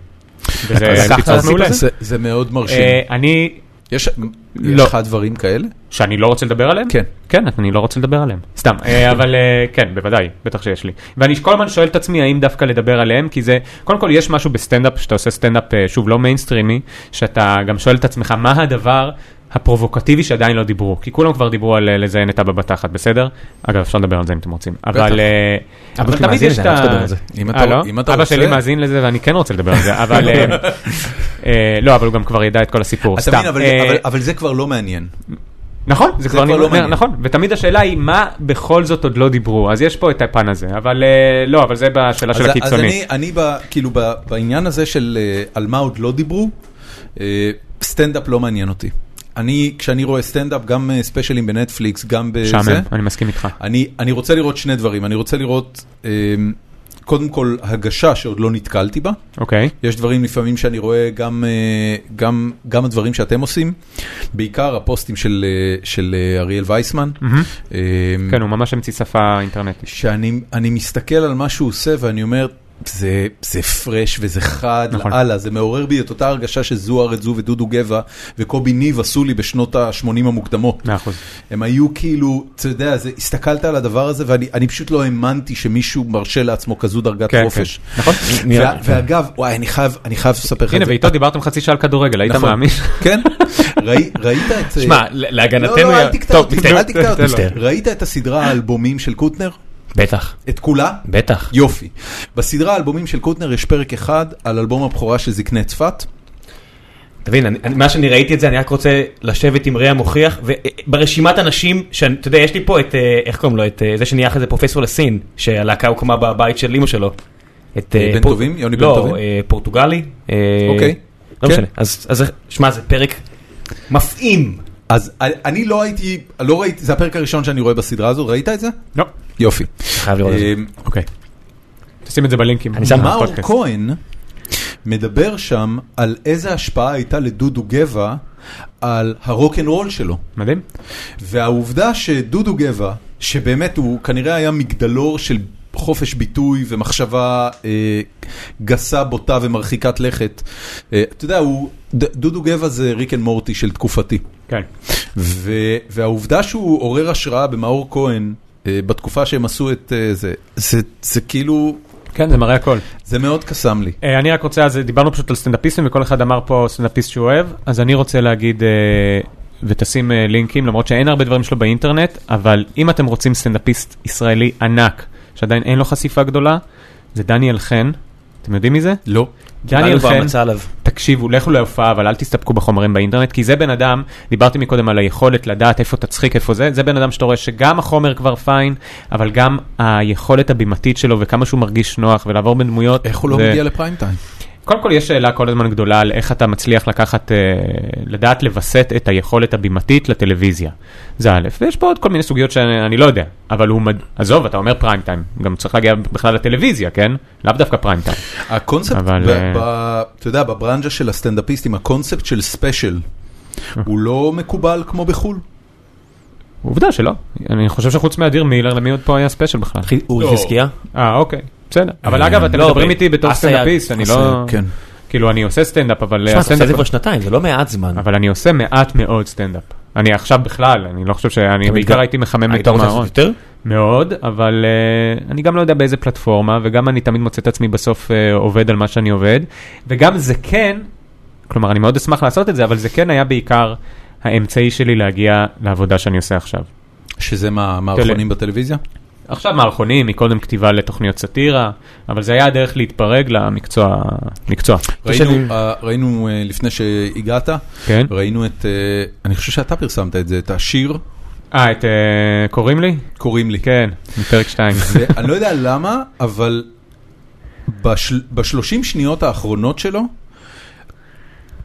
S3: וזה
S2: לקחת על
S3: פיצוץ
S2: הסיפ
S3: אה, מעולה.
S1: זה, זה מאוד מרשים.
S3: אה, אני,
S1: יש, יש
S3: לא.
S1: לך דברים כאלה?
S3: שאני לא רוצה לדבר עליהם?
S1: כן.
S3: כן, אני לא רוצה לדבר עליהם. סתם, אה, אבל אה, כן, בוודאי, בטח שיש לי. ואני כל הזמן שואל את עצמי האם דווקא לדבר עליהם, כי זה, קודם כל יש משהו בסטנדאפ, שאתה עושה סטנדאפ, אה, שוב, לא מיינסטרימי, שאתה גם שואל את עצמך מה הדבר הפרובוקטיבי שעדיין לא דיברו, כי כולם כבר דיברו על אה, לזיין את אבא בתחת, בסדר? אגב, אפשר לדבר על זה אם אתם רוצים. אבל אה, אבל
S2: שלי מאזין לזה, אני רוצה לדבר על זה.
S1: אם
S3: אה,
S1: אתה-
S3: לא?
S1: אם אתה
S3: אבא
S1: רוצה-
S3: שלי מאזין לזה ואני כן רוצה לדבר על זה, אבל... אה, אה, לא, אבל הוא גם כבר ידע את כל הסיפור,
S1: אתה
S3: סתם.
S1: מבין, אבל,
S3: אה,
S1: אבל, אבל זה כבר לא מעניין.
S3: נכון, זה כבר
S1: כבר לא
S3: נגמר,
S1: מעניין.
S3: נכון, ותמיד השאלה היא מה בכל זאת עוד לא דיברו, אז יש פה את הפן הזה, אבל אה, לא, אבל זה בשאלה של
S1: אז- אז
S3: הקיצוני.
S1: אני, אני ב, כאילו ב, בעניין הזה של אה, על מה עוד לא דיברו, אה, סטנדאפ לא מעניין אותי. אני, כשאני רואה סטנדאפ, גם אה, ספיישלים בנטפליקס, גם בזה,
S3: משעמם, אני מסכים איתך.
S1: אני, אני רוצה לראות שני דברים. אני רוצה לראות, אה, קודם כל, הגשה שעוד לא נתקלתי בה.
S3: אוקיי,
S1: יש דברים לפעמים שאני רואה גם, אה, גם, גם הדברים שאתם עושים, בעיקר הפוסטים של, אה, של אה, אריאל וייסמן. אה,
S3: כן, הוא ממש המציא שפה אינטרנטית.
S1: שאני אני מסתכל על מה שהוא עושה ואני אומר, זה, זה פרש וזה חד
S3: נכון.
S1: נכון. לאללה, זה מעורר בי את אותה הרגשה שזו ארץ זו ודודו גבע וקובי ניב עשו לי בשנות ה-80 המוקדמות.
S3: מאה אחוז.
S1: הם היו כאילו, אתה יודע, זה, הסתכלת על הדבר הזה ואני אני פשוט לא האמנתי שמישהו מרשה לעצמו כזו דרגת
S3: כן,
S1: חופש.
S3: כן. נכון?
S1: וה- ואגב, וואי, אני חייב, אני חייב לספר לך את
S3: הנה,
S1: זה.
S3: ואיתו דיברתם חצי שעה על כדורגל, היית
S1: נכון.
S3: מאמין?
S1: כן, ראי- ראית את...
S2: שמע, ל-
S1: לא,
S2: להגנתנו...
S1: לא, אל
S2: יא-
S1: תקטע
S2: טוב,
S1: אותי,
S2: מצטער.
S1: אל תקטע אותי.
S2: מצטער.
S1: ראית את הסדרה האלבומים של קוטנר?
S2: בטח,
S1: את כולה?
S2: בטח.
S1: יופי. בסדרה האלבומים של קוטנר יש פרק אחד על אלבום הבכורה של זקני צפת.
S2: תבין, אני- אני- מה שאני ראיתי את זה, אני רק רוצה לשבת עם ראם מוכיח, וברשימת אנשים, שאני- אתה יודע, יש לי פה את, אה, איך קוראים לו, את אה, זה שנהיה אחרי זה פרופסור לסין, שהלהקה הוקמה בבית של אימא שלו. את, אה,
S1: בן
S2: פור-
S1: טובים? יוני בן טובים?
S2: לא, אה, פורטוגלי. אה,
S1: אוקיי,
S2: לא
S1: כן.
S2: משנה, אז אז- שמע, זה פרק מפעים.
S1: אז אני- אני לא הייתי, לא ראיתי, זה הפרק הראשון שאני רואה בסדרה הזו, ראית את זה?
S3: לא.
S1: יופי.
S2: חייב לראות את זה.
S1: אמ,
S3: אוקיי. תשים את זה בלינקים.
S2: אני שם
S1: מאור
S3: בפודקאסט.
S1: כהן מדבר שם על איזה השפעה הייתה לדודו גבע על הרוקנרול שלו.
S3: מדהים.
S1: והעובדה שדודו גבע, שבאמת הוא כנראה היה מגדלור של חופש ביטוי ומחשבה אה, גסה, בוטה ומרחיקת לכת, אה, אתה יודע, הוא, ד, דודו גבע זה ריק אנד מורטי של תקופתי.
S3: כן.
S1: ו, והעובדה שהוא עורר השראה במאור כהן אה, בתקופה שהם עשו את אה, זה, זה, זה כאילו,
S3: כן, זה מראה הכל.
S1: זה מאוד קסם לי.
S3: אה, אני רק רוצה, אז דיברנו פשוט על סטנדאפיסטים וכל אחד אמר פה סטנדאפיסט שהוא אוהב, אז אני רוצה להגיד, אה, ותשים אה, לינקים, למרות שאין הרבה דברים שלו באינטרנט, אבל אם אתם רוצים סטנדאפיסט ישראלי ענק, שעדיין אין לו חשיפה גדולה, זה דניאל חן. אתם יודעים מי זה?
S1: לא.
S3: דניאל
S2: קיבלנו פה
S3: חן,
S2: המלצה עליו.
S3: תקשיבו, לכו להופעה, אבל אל תסתפקו בחומרים באינטרנט, כי זה בן אדם, דיברתי מקודם על היכולת לדעת איפה תצחיק, איפה זה, זה בן אדם שאתה רואה שגם החומר כבר פיין, אבל גם היכולת הבימתית שלו וכמה שהוא מרגיש נוח ולעבור בין דמויות.
S1: איך הוא לא
S3: זה-
S1: מגיע לפריים טיים?
S3: קודם כל יש שאלה כל הזמן גדולה על איך אתה מצליח לקחת, אה, לדעת לווסת את היכולת הבימתית לטלוויזיה. זה א', ויש פה עוד כל מיני סוגיות שאני אני לא יודע, אבל הוא, מד... עזוב, אתה אומר פריים טיים, גם צריך להגיע בכלל לטלוויזיה, כן? לאו דווקא פריים טיים.
S1: הקונספט,
S3: אבל,
S1: ב-
S3: אה,
S1: ב- אתה יודע, בברנז'ה של הסטנדאפיסטים, הקונספט של ספיישל, הוא לא מקובל כמו בחו"ל.
S3: עובדה שלא, אני חושב שחוץ מאדיר מילר, למי עוד פה היה ספיישל בכלל?
S2: אורי
S1: לא.
S2: חזקיה?
S3: אה, אוקיי, בסדר. אבל אגב, אתם
S2: לא,
S3: מדברים
S2: ב-
S3: איתי בתור
S2: אסייג.
S3: סטנדאפיסט, אני לא...
S1: כן.
S3: כאילו, אני עושה סטנדאפ, אבל...
S2: שמע, אתה עושה את זה
S3: הסטנדאפ-
S2: כבר שנתיים, זה לא מעט זמן.
S3: אבל אני עושה מעט מאוד סטנדאפ. אני עכשיו בכלל, אני לא חושב ש... אני בעיקר
S2: מתגר-
S3: הייתי
S1: אה,
S3: מחמם את
S2: היית רוצה
S3: המערון.
S2: לעשות יותר?
S3: מאוד, אבל uh, אני גם לא יודע באיזה פלטפורמה, וגם אני תמיד מוצא את עצמי בסוף uh, עובד על מה שאני עובד, וגם זה כן, כלומר, אני מאוד אשמח לעשות את זה, אבל זה כן היה בעיקר האמצעי שלי להגיע לעבודה שאני עושה עכשיו.
S1: שזה מה, מערכונים בטלוויזיה?
S3: עכשיו מערכונים, מקודם כתיבה לתוכניות סאטירה, אבל זה היה הדרך להתפרג למקצוע, מקצוע,
S1: ראינו, אה, ראינו אה, לפני שהגעת,
S3: כן?
S1: ראינו את, אה, אני חושב שאתה פרסמת את זה, את השיר,
S3: אה, את uh, קוראים לי?
S1: קוראים לי.
S3: כן, מפרק 2.
S1: ואני לא יודע למה, אבל בשל, בשלושים שניות האחרונות שלו,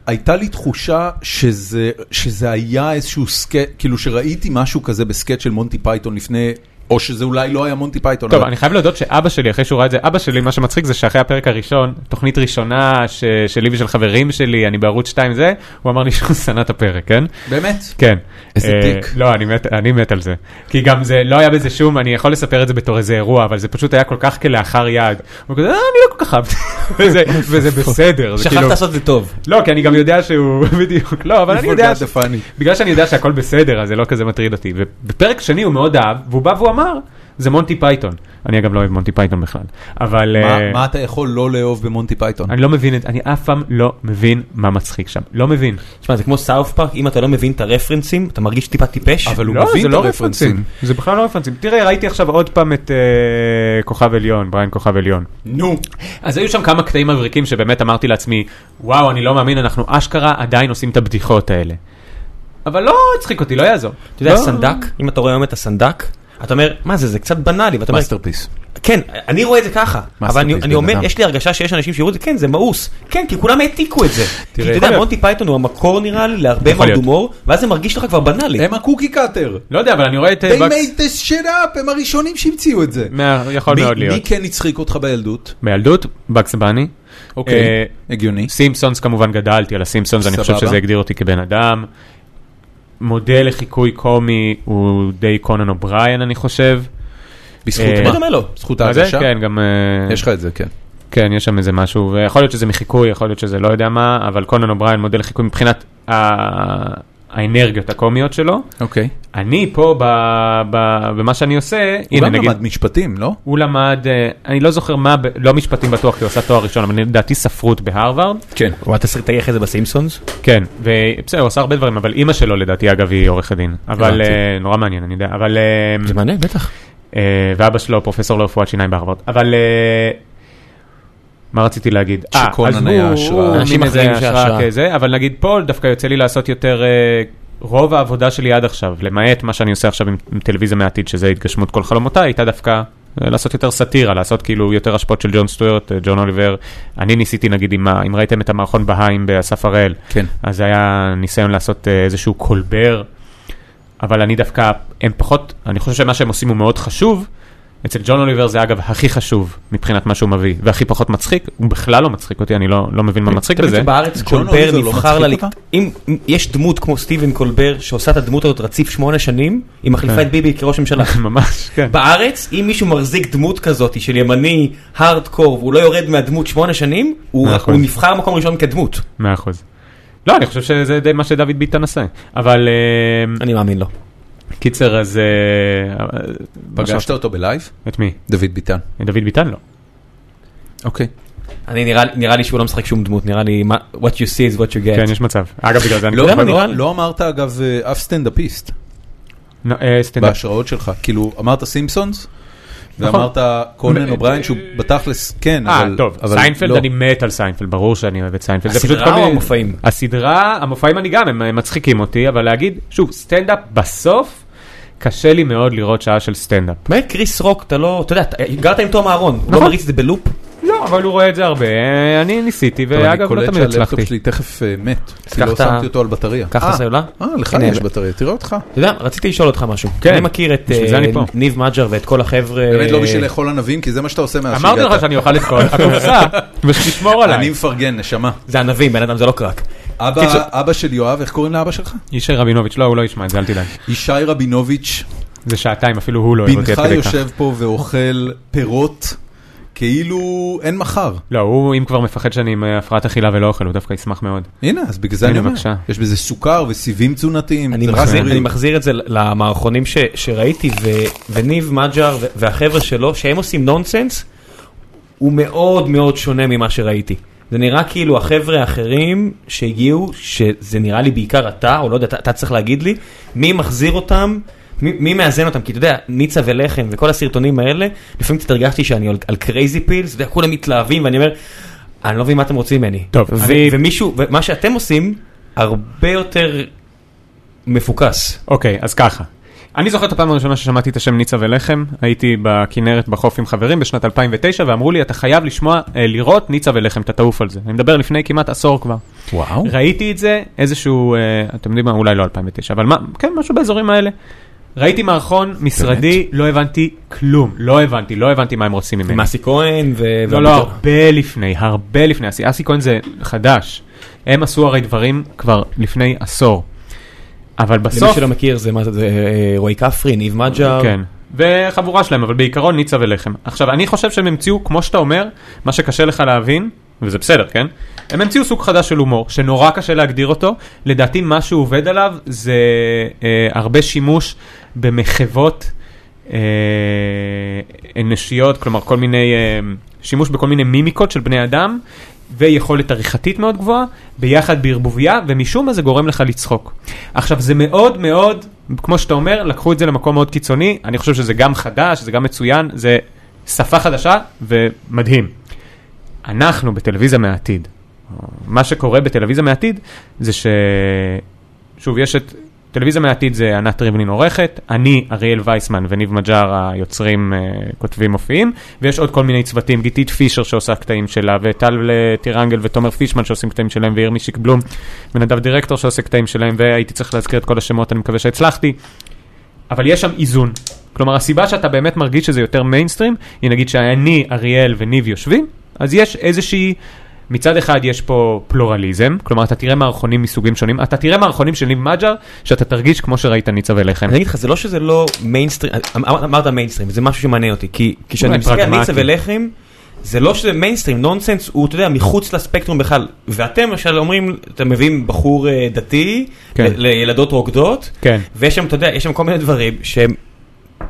S1: הייתה לי תחושה שזה, שזה היה איזשהו סקט, כאילו שראיתי משהו כזה בסקט של מונטי פייתון לפני, או שזה אולי לא היה מונטי פייתון.
S3: טוב,
S1: אבל-
S3: אני חייב להודות שאבא שלי, אחרי שהוא ראה את זה, אבא שלי, מה שמצחיק זה שאחרי הפרק הראשון, תוכנית ראשונה ש... שלי ושל חברים שלי, אני בערוץ 2 זה, הוא אמר לי שהוא שנא את הפרק, כן?
S1: באמת?
S3: כן.
S1: איזה
S3: אה,
S1: תיק.
S3: לא, אני מת, אני מת על זה. כי גם זה, לא היה בזה שום, אני יכול לספר את זה בתור איזה אירוע, אבל זה פשוט היה כל כך כלאחר יד. הוא כזה, אה, אני לא כל כך אהבתי, וזה, וזה בסדר. זה
S2: שכחת
S3: כאילו-
S2: לעשות את זה טוב.
S3: לא, כי אני גם יודע שהוא, בדיוק, לא, אבל אני יודע,
S1: You forgot the funny.
S3: בגלל שאני יודע שהכל בסדר, אז זה לא כזה מטריד אותי. ובפרק שני הוא מאוד אהב, והוא בא והוא אמר, זה מונטי פייתון. אני אגב לא אוהב מונטי פייתון בכלל, אבל... אה,
S1: מה, מה אתה יכול לא לאהוב במונטי פייתון?
S3: אני לא מבין את, אני אף פעם לא מבין מה מצחיק שם, לא מבין.
S2: תשמע, זה כמו סאוף פארק, אם אתה לא מבין את הרפרנסים, אתה מרגיש טיפה טיפש.
S1: אבל הוא
S3: לא,
S1: מבין
S3: זה
S1: את
S3: לא
S1: הרפרנסים.
S3: רפרנסים, זה בכלל לא רפרנסים. תראה, ראיתי עכשיו עוד פעם את אה, כוכב עליון, בריין כוכב עליון.
S1: נו.
S3: אז היו שם כמה קטעים מבריקים שבאמת אמרתי לעצמי, וואו, אני לא מאמין, אנחנו אשכרה עדיין עושים את הבדיחות האלה. אבל לא הצחיק אותי, לא יעזור.
S2: אתה יודע, הסנדק, אם אתה רואה היום את הסנדק, אתה אומר, מה זה, זה קצת בנאלי, ואתה אומר,
S1: מאסטרפיס.
S2: כן, אני רואה את זה ככה,
S1: מאסטרפיס
S2: אבל אני-
S1: בן
S2: אני אומר,
S1: אדם.
S2: יש לי הרגשה שיש אנשים שיראו את זה, כן, זה מאוס, כן, כי כולם העתיקו את זה. כי אתה
S3: יכול
S2: יודע,
S3: להיות.
S2: מונטי פייתון הוא המקור נראה לי להרבה
S3: יכול
S2: מאוד
S3: להיות.
S2: הומור, ואז זה מרגיש לך כבר בנאלי.
S1: הם הקוקי קאטר.
S3: לא יודע, אבל אני רואה את... אה,
S1: They
S3: בקס-
S1: made this shit up, הם הראשונים שהמציאו את זה.
S3: מה- יכול
S1: מי-
S3: מאוד להיות.
S1: מי כן הצחיק אותך בילדות?
S3: בילדות, בקס בני.
S1: אוקיי,
S3: אה,
S1: הגיוני.
S3: סימפסונס כמובן גדלתי על הסימפסונס, אני חושב
S1: סבבה.
S3: שזה הגדיר אותי כבן אדם. מודל לחיקוי קומי הוא די קונן אובריין, אני חושב.
S1: בזכות
S3: אה,
S2: זה
S1: מה?
S2: דומה לו.
S1: זכות
S3: מה זה?
S1: ההגשה?
S3: כן, גם... אה,
S1: יש לך את זה, כן.
S3: כן, יש שם איזה משהו, ויכול להיות שזה מחיקוי, יכול להיות שזה לא יודע מה, אבל קונן אובריין מודל לחיקוי מבחינת ה... האנרגיות הקומיות שלו.
S1: אוקיי.
S3: אני פה, ב... ב... במה שאני עושה,
S1: הוא
S3: הנה
S1: גם
S3: נגיד,
S1: למד משפטים, לא?
S3: הוא למד, אה, אני לא זוכר מה, ב... לא משפטים בטוח, כי הוא עשה תואר ראשון, אבל לדעתי ספרות בהרווארד.
S1: כן.
S2: הוא התסריט היח הזה בסימפסונס?
S3: כן, ובסדר, הוא עשה הרבה דברים, אבל אימא שלו לדעתי, אגב, היא עורכת דין. אבל
S1: הבנתי.
S3: אה, נורא מעניין, אני יודע, אבל... אה,
S2: זה מעניין, בטח.
S3: אה, ואבא שלו פרופסור לרפואת שיניים בהרווארד. אבל אה, מה רציתי להגיד? אה,
S1: שקונן
S3: אז
S1: היה
S3: הוא-
S1: השראה.
S3: הוא
S2: אנשים
S3: מין איזה
S2: אחרים שהשראה.
S3: השראה כזה, כן, אבל נגיד פה דווקא יוצא לי לעשות יותר, אה, רוב העבודה שלי עד עכשיו, למעט מה שאני עושה עכשיו עם עם טלוויזיה מהעתיד, שזה התגשמות כל חלומותיי, הייתה דווקא... אה, לעשות יותר סאטירה, לעשות כאילו יותר השפעות של ג'ון סטוארט, אה, ג'ון אוליבר. אני ניסיתי נגיד, אם, ה- אם ראיתם את המערכון בהיים באסף הראל,
S1: כן.
S3: אז זה היה ניסיון לעשות אה, איזשהו קולבר, אבל אני דווקא, הם פחות, אני חושב שמה שהם עושים הוא מאוד חשוב. אצל ג'ון אוליבר זה אגב הכי חשוב מבחינת מה שהוא מביא, והכי פחות מצחיק, הוא בכלל לא מצחיק אותי, אני לא, לא מבין מה מצחיק בזה.
S2: בארץ
S1: ג'ון
S2: קולבר
S1: אוליבר לא
S2: נבחר לה...
S1: מצחיק
S2: לק-
S1: אותך?
S2: אם אם יש דמות כמו סטיבן קולבר שעושה את הדמות הזאת רציף שמונה שנים, היא מחליפה את ביבי כראש ממשלה.
S3: ממש, כן.
S2: בארץ, אם מישהו מחזיק דמות כזאת של ימני, הארדקור, והוא לא יורד מהדמות שמונה שנים, הוא
S3: מאה אחוז.
S2: הוא נבחר מקום ראשון כדמות.
S3: מאה אחוז. לא, אני חושב שזה די מה שדוד ביטן עשה, אבל אה,
S2: אני מאמין לו.
S3: קיצר, אז... אה, אה,
S1: פגשת אותו בלייב?
S3: את מי?
S1: דוד ביטן.
S3: את דוד ביטן לא.
S1: אוקיי.
S2: אני נראה- נראה לי שהוא לא משחק שום דמות, נראה לי מה- what you see is what you
S3: כן,
S2: get.
S3: יש מצב. אגב, בגלל זה אני...
S1: לא,
S2: למה
S1: אבל
S2: נראה לי?
S1: לא אמרת אגב אה, אף סטנדאפיסט
S3: נו, אה, סטנדאפ.
S1: בהשראות שלך, כאילו אמרת סימפסונס
S3: נכון.
S1: ואמרת
S3: ו-
S1: קונן אובריין שהוא בתכלס, כן,
S3: אה,
S1: אבל...
S3: טוב,
S1: אבל
S3: סיינפלד,
S1: לא.
S3: אני מת על סיינפלד, ברור שאני אוהב את סיינפלד. זה
S2: הסדרה
S3: פשוט כל
S2: או
S3: מיני-
S2: המופעים?
S3: הסדרה, המופעים אני גם, הם הם מצחיקים אותי, אבל להגיד, שוב, סטנדאפ בסוף, קשה לי מאוד לראות שעה של סטנדאפ.
S2: באמת קריס רוק, אתה לא, אתה יודע, אתה- גרת עם תום אהרון, הוא לא
S3: נכון.
S2: מריץ את זה בלופ.
S3: לא, אבל הוא רואה את זה הרבה, אה, אני ניסיתי,
S1: טוב, אני
S3: ואגב, לא
S1: קולט
S3: תמיד
S1: שהלפטופ
S3: הצלחתי.
S1: שלי תכף אה, מת, כי לא
S2: את ה-
S1: שמתי אותו על בטריה.
S2: קח את
S1: אה,
S2: הסלולה.
S1: אה, לך
S2: הנה,
S1: יש
S2: אבל-
S1: בטריה, תראה אותך.
S2: אתה יודע, רציתי לשאול אותך משהו.
S3: כן.
S2: אני מכיר את
S3: בשביל זה
S2: אה,
S3: אני פה.
S2: ניב מג'ר ואת כל החבר'ה.
S1: באמת לא בשביל לאכול ענבים, כי זה מה שאתה עושה מאז
S3: אמרתי לך שאני אוכל את כל הקופסה, ושתשמור
S1: אני
S3: עליי.
S1: מפרגן, נשמה.
S2: זה ענבים, בן אדם זה לא קרק.
S1: אבא- אבא של יואב, איך קוראים לאבא שלך?
S3: ישי רבינוביץ', לא, הוא לא ישמע את זה, אל תדאג.
S1: ישי רבינוביץ',
S3: זה שעתיים, אפילו הוא לא אוהב אותי עד
S1: בנך
S3: כדי כך.
S1: יושב פה ואוכל פירות כאילו אין מחר.
S3: לא, הוא אם כבר מפחד שאני עם אה, הפרעת אכילה ולא אוכל, הוא דווקא ישמח מאוד.
S1: הנה, אז בגלל זה אני
S3: הנה,
S1: אומר,
S3: בבקשה.
S1: יש בזה סוכר וסיבים תזונתיים,
S2: אני
S1: זה רק
S2: מחזיר-
S1: בריאות.
S2: אני מחזיר את זה למערכונים ש- שראיתי, ו- וניב מג'ר ו- והחבר'ה שלו, שהם עושים נונסנס, הוא מאוד מאוד שונה ממה שראיתי. זה נראה כאילו החבר'ה האחרים שהגיעו, שזה נראה לי בעיקר אתה, או לא יודע, אתה, אתה צריך להגיד לי, מי מחזיר אותם, מי, מי מאזן אותם, כי אתה יודע, ניצה ולחם וכל הסרטונים האלה, לפעמים קצת הרגשתי שאני על, על קרייזי פילס, אתה יודע, כולם מתלהבים, ואני אומר, אני לא מבין מה אתם רוצים ממני.
S3: טוב,
S2: ו-
S3: אני-
S2: ומישהו, ומה שאתם עושים, הרבה יותר מפוקס.
S3: אוקיי, אז ככה. אני זוכר את הפעם הראשונה ששמעתי את השם ניצה ולחם, הייתי בכנרת בחוף עם חברים בשנת 2009, ואמרו לי, אתה חייב לשמוע, אה, לראות ניצה ולחם, אתה תעוף על זה. אני מדבר לפני כמעט עשור כבר.
S1: וואו.
S3: ראיתי את זה, איזשהו, אה, אתם יודעים מה, אולי לא 2009, אבל מה, כן, משהו באזורים האלה. ראיתי מערכון משרדי, לא הבנתי כלום, לא הבנתי, לא הבנתי מה הם רוצים ממני.
S2: מעשי כהן ו...
S3: לא, לא, הרבה לפני, הרבה לפני. אסי- אסי כהן זה חדש. הם עשו הרי דברים כבר לפני עשור. אבל
S2: למי
S3: בסוף...
S2: שלא מכיר זה מה זה, זה אה, רועי כפרי, ניב מג'ר.
S3: כן. וחבורה שלהם, אבל בעיקרון ניצה ולחם. עכשיו, אני חושב שהם המציאו, כמו שאתה אומר, מה שקשה לך להבין, וזה בסדר, כן? הם המציאו סוג חדש של הומור, שנורא קשה להגדיר אותו. לדעתי, מה שהוא עובד עליו זה אה, הרבה שימוש במחוות אה, אנושיות, כלומר, כל מיני... אה, שימוש בכל מיני מימיקות של בני אדם, ויכולת עריכתית מאוד גבוהה, ביחד בערבוביה, ומשום מה זה גורם לך לצחוק. עכשיו זה מאוד מאוד, כמו שאתה אומר, לקחו את זה למקום מאוד קיצוני, אני חושב שזה גם חדש, זה גם מצוין, זה שפה חדשה ומדהים. אנחנו בטלוויזיה מהעתיד, מה שקורה בטלוויזיה מהעתיד זה ש... שוב, יש את... טלוויזיה מהעתיד זה ענת ריבלין עורכת, אני, אריאל וייסמן וניב מג'אר היוצרים, אה, כותבים, מופיעים, ויש עוד כל מיני צוותים, גיתית פישר שעושה קטעים שלה, וטל אה, טירנגל ותומר פישמן שעושים קטעים שלהם, וירמישיק בלום, ונדב דירקטור שעושה קטעים שלהם, והייתי צריך להזכיר את כל השמות, אני מקווה שהצלחתי. אבל יש שם איזון. כלומר, הסיבה שאתה באמת מרגיש שזה יותר מיינסטרים, היא נגיד שאני, אריאל וניב יושבים, אז יש איזושהי... מצד אחד יש פה פלורליזם, כלומר אתה תראה מערכונים מסוגים שונים, אתה תראה מערכונים של ניב מג'ר, שאתה תרגיש כמו שראית ניצה ולחם.
S2: אני אגיד לך, זה לא שזה לא מיינסטרים, אמרת מיינסטרים, זה משהו שמעניין אותי, כי כשאני
S3: אולי כן,
S2: מסתכל על
S3: פרגמטי.
S2: ניצה ולחם, זה לא שזה מיינסטרים, נונסנס הוא, אתה יודע, מחוץ לספקטרום בכלל. ואתם למשל אומרים, אתם מביאים בחור אה, דתי,
S3: כן.
S2: ל- לילדות רוקדות,
S3: כן.
S2: ויש שם, אתה יודע, יש שם כל מיני דברים שהם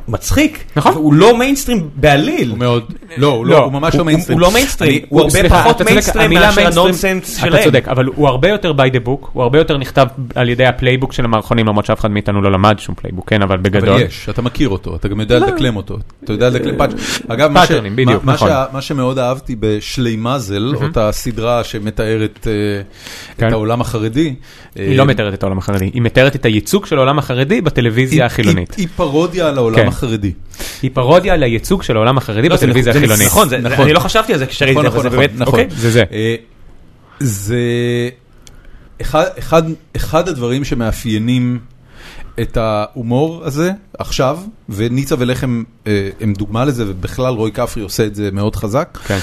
S2: מצחיק.
S3: נכון.
S2: הוא לא מיינסטרים בעליל.
S1: הוא מאוד, לא, הוא לא, הוא ממש לא
S2: הוא-
S1: מיינסטרים.
S2: הוא לא מיינסטרים,
S1: אני-
S2: הוא הרבה
S3: סליחה,
S2: פחות
S3: אתה צודק,
S2: מיינסטרים
S3: המילה
S2: מאשר
S3: mainstream-
S2: הנונסנס שלהם.
S3: אתה צודק, אבל הוא הרבה יותר by the book, הוא הרבה יותר נכתב על ידי הפלייבוק של המערכונים, למרות שאף אחד מאיתנו לא למד שום פלייבוק, כן, אבל בגדול.
S1: אבל יש, אתה מכיר אותו, אתה גם יודע לדקלם אותו, אתה יודע לדקלם פאץ'. אגב, מה ש-
S3: לא. אה, פאטרנים,
S1: מה-
S3: בדיוק,
S1: מה
S3: נכון.
S1: שה- מה שמאוד אהבתי בשליימזל, אותה סדרה שמתארת אה,
S3: כן.
S1: את העולם החרדי. אה,
S3: היא לא מתארת את העולם החרדי, היא מתארת את הייצוג של העולם החרדי בטלוויזיה החילונית.
S1: היא פרודיה על העולם
S3: כן.
S1: החרדי.
S3: היא פרודיה על הייצוג של העולם החרדי
S2: לא, זה
S3: בטלוויזיה
S2: זה
S3: החילונית.
S2: נכון, זה-
S1: נכון.
S2: אני לא חשבתי על זה כשראיתי
S1: נכון,
S2: את זה, אבל
S1: נכון,
S2: זה
S1: נכון,
S2: באמת,
S1: נכון.
S2: אוקיי.
S3: זה זה.
S1: אה, זה אחד, אחד, אחד הדברים שמאפיינים את ההומור הזה עכשיו, וניצה ולחם אה, הם דוגמה לזה, ובכלל רוי כפרי עושה את זה מאוד חזק,
S3: כן.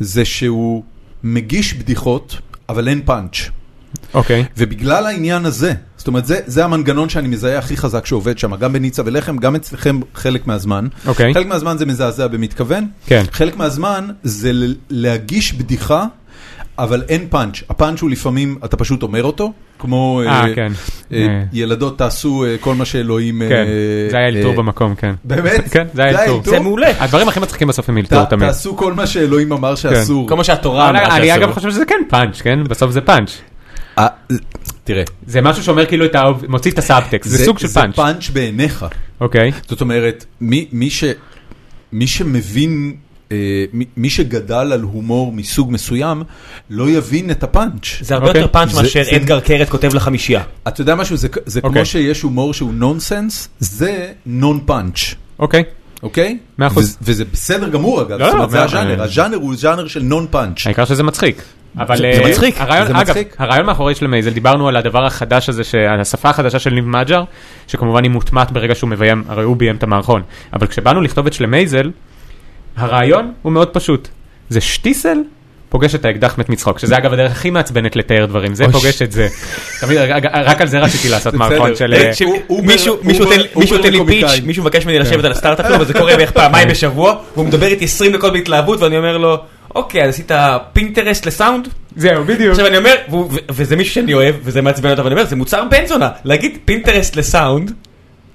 S1: זה שהוא מגיש בדיחות, אבל אין פאנץ'.
S3: אוקיי.
S1: ובגלל העניין הזה, זאת אומרת, זה, זה המנגנון שאני מזהה הכי חזק שעובד שם, גם בניצה ולחם, גם אצלכם חלק מהזמן.
S3: אוקיי.
S1: חלק מהזמן זה מזעזע במתכוון,
S3: כן.
S1: חלק מהזמן זה ל- להגיש בדיחה, אבל אין פאנץ'. הפאנץ' הוא לפעמים, אתה פשוט אומר אותו, כמו
S3: אה,
S1: אה,
S3: כן.
S1: אה,
S3: אה.
S1: ילדות תעשו אה, כל מה שאלוהים...
S3: כן,
S1: אה,
S3: זה היה אלתור
S1: אה,
S3: במקום, כן.
S1: באמת?
S3: כן, זה היה אלתור.
S2: זה מעולה.
S3: הדברים הכי מצחיקים בסוף הם
S1: ת-
S3: אלתור תמיד.
S1: תעשו כל מה שאלוהים
S3: כן.
S1: אמר שאסור.
S2: כל מה שהתורה
S3: אבל
S2: אמרה
S3: אני
S2: שאסור.
S3: אגב חושב שזה כן פאנץ', כן? בסוף זה פאנץ'.
S1: אה, תראה,
S3: זה משהו שאומר כאילו את ה... מוציא את הסאבטקסט, זה סוג של פאנץ'.
S1: זה פאנץ' בעיניך.
S3: אוקיי.
S1: זאת אומרת, מי, מי, ש, מי שמבין, אה, מי, מי שגדל על הומור מסוג מסוים, לא יבין את הפאנץ'.
S2: זה הרבה
S3: אוקיי.
S2: יותר פאנץ'
S1: זה-
S2: מאשר
S1: זה-
S2: אדגר קרת כותב לחמישייה.
S1: אתה יודע משהו, זה, כ- זה okay.
S3: אוקיי.
S1: כמו שיש הומור שהוא נונסנס, זה נון פאנץ',
S3: אוקיי.
S1: אוקיי?
S3: מאה אחוז.
S1: ו- וזה בסדר גמור אגב,
S3: לא,
S1: זאת
S3: לא,
S1: אומרת, זה
S3: מאה- אה,
S1: הז'אנר, הז'אנר הוא ז'אנר של נון פאנץ'.
S3: העיקר שזה מצחיק. אבל
S1: זה
S3: אה,
S1: מצחיק,
S3: הרעיון,
S1: זה
S3: אגב,
S1: מצחיק.
S3: הרעיון מאחורי של מייזל, דיברנו על הדבר החדש הזה, ש- על השפה החדשה של ניב מג'ר, שכמובן היא מוטמעת ברגע שהוא מביים, הרי הוא ביים את המערכון. אבל כשבאנו לכתוב את שלמייזל, הרעיון הוא מאוד פשוט. זה שטיסל פוגש את האקדח מת מצחוק, שזה אגב הדרך הכי מעצבנת לתאר דברים, זה
S1: אוי,
S3: פוגש את זה. תמיד, רק- רק על זה רציתי לעשות מערכון
S1: בסדר.
S3: של...
S1: אה,
S3: אה,
S1: הוא- הוא-
S2: מישהו
S1: הוא-
S2: מישהו
S1: הוא-
S2: נותן-
S1: הוא-
S2: מישהו
S1: הוא-
S2: נותן לי
S1: הוא-
S2: פיץ',
S1: קומיקאי.
S2: מישהו מבקש ממני לשבת על הסטארט-אפ, אבל זה קורה בערך פעמיים בשבוע, והוא מדבר איתי 20 דקות בהתלהבות, ואני אומר לו, אוקיי, אז עשית פינטרסט לסאונד?
S3: זהו, בדיוק.
S2: עכשיו אני אומר, והוא- ו- וזה מישהו שאני אוהב, וזה מעצבן אותו, ואני אומר, זה מוצר בן זונה, להגיד פינטרסט לסאונד,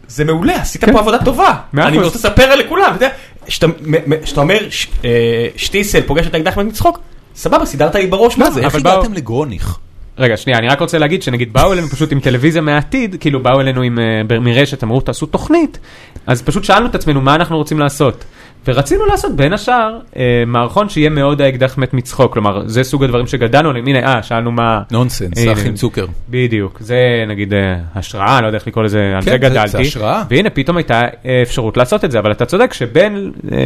S2: זה מעולה, עשית פה עבודה טובה.
S3: כן. מאה
S2: אני
S3: אחוז.
S2: רוצה לספר לכולם, אתה יודע, שאתה מ- מ- שאתה אומר, ש- אה, שטיסל פוגש את האקדח מצחוק, סבבה, סידרת לי בראש מה זה.
S1: איך
S3: אבל באו-
S1: הגעתם לגרוניך?
S3: רגע, שנייה, אני רק רוצה להגיד שנגיד באו אלינו פשוט עם טלוויזיה מהעתיד, כאילו באו אלינו עם, אה, ב- מרשת, אמרו תעשו תוכנית, אז פשוט שאלנו את עצמנו מה אנחנו רוצים לעשות. ורצינו לעשות בין השאר אה, מערכון שיהיה מאוד האקדח מת מצחוק, כלומר זה סוג הדברים שגדלנו עליהם, הנה, אה, שאלנו מה...
S1: נונסנס,
S3: הנה,
S1: אחים אה, צוקר.
S3: אה, בדיוק, זה נגיד אה, השראה, לא יודע איך לקרוא לזה,
S1: כן,
S3: על זה
S1: זה- זה
S3: גדלתי.
S1: השראה.
S3: והנה פתאום הייתה אה, אפשרות לעשות את זה, אבל אתה צודק שבין, אה,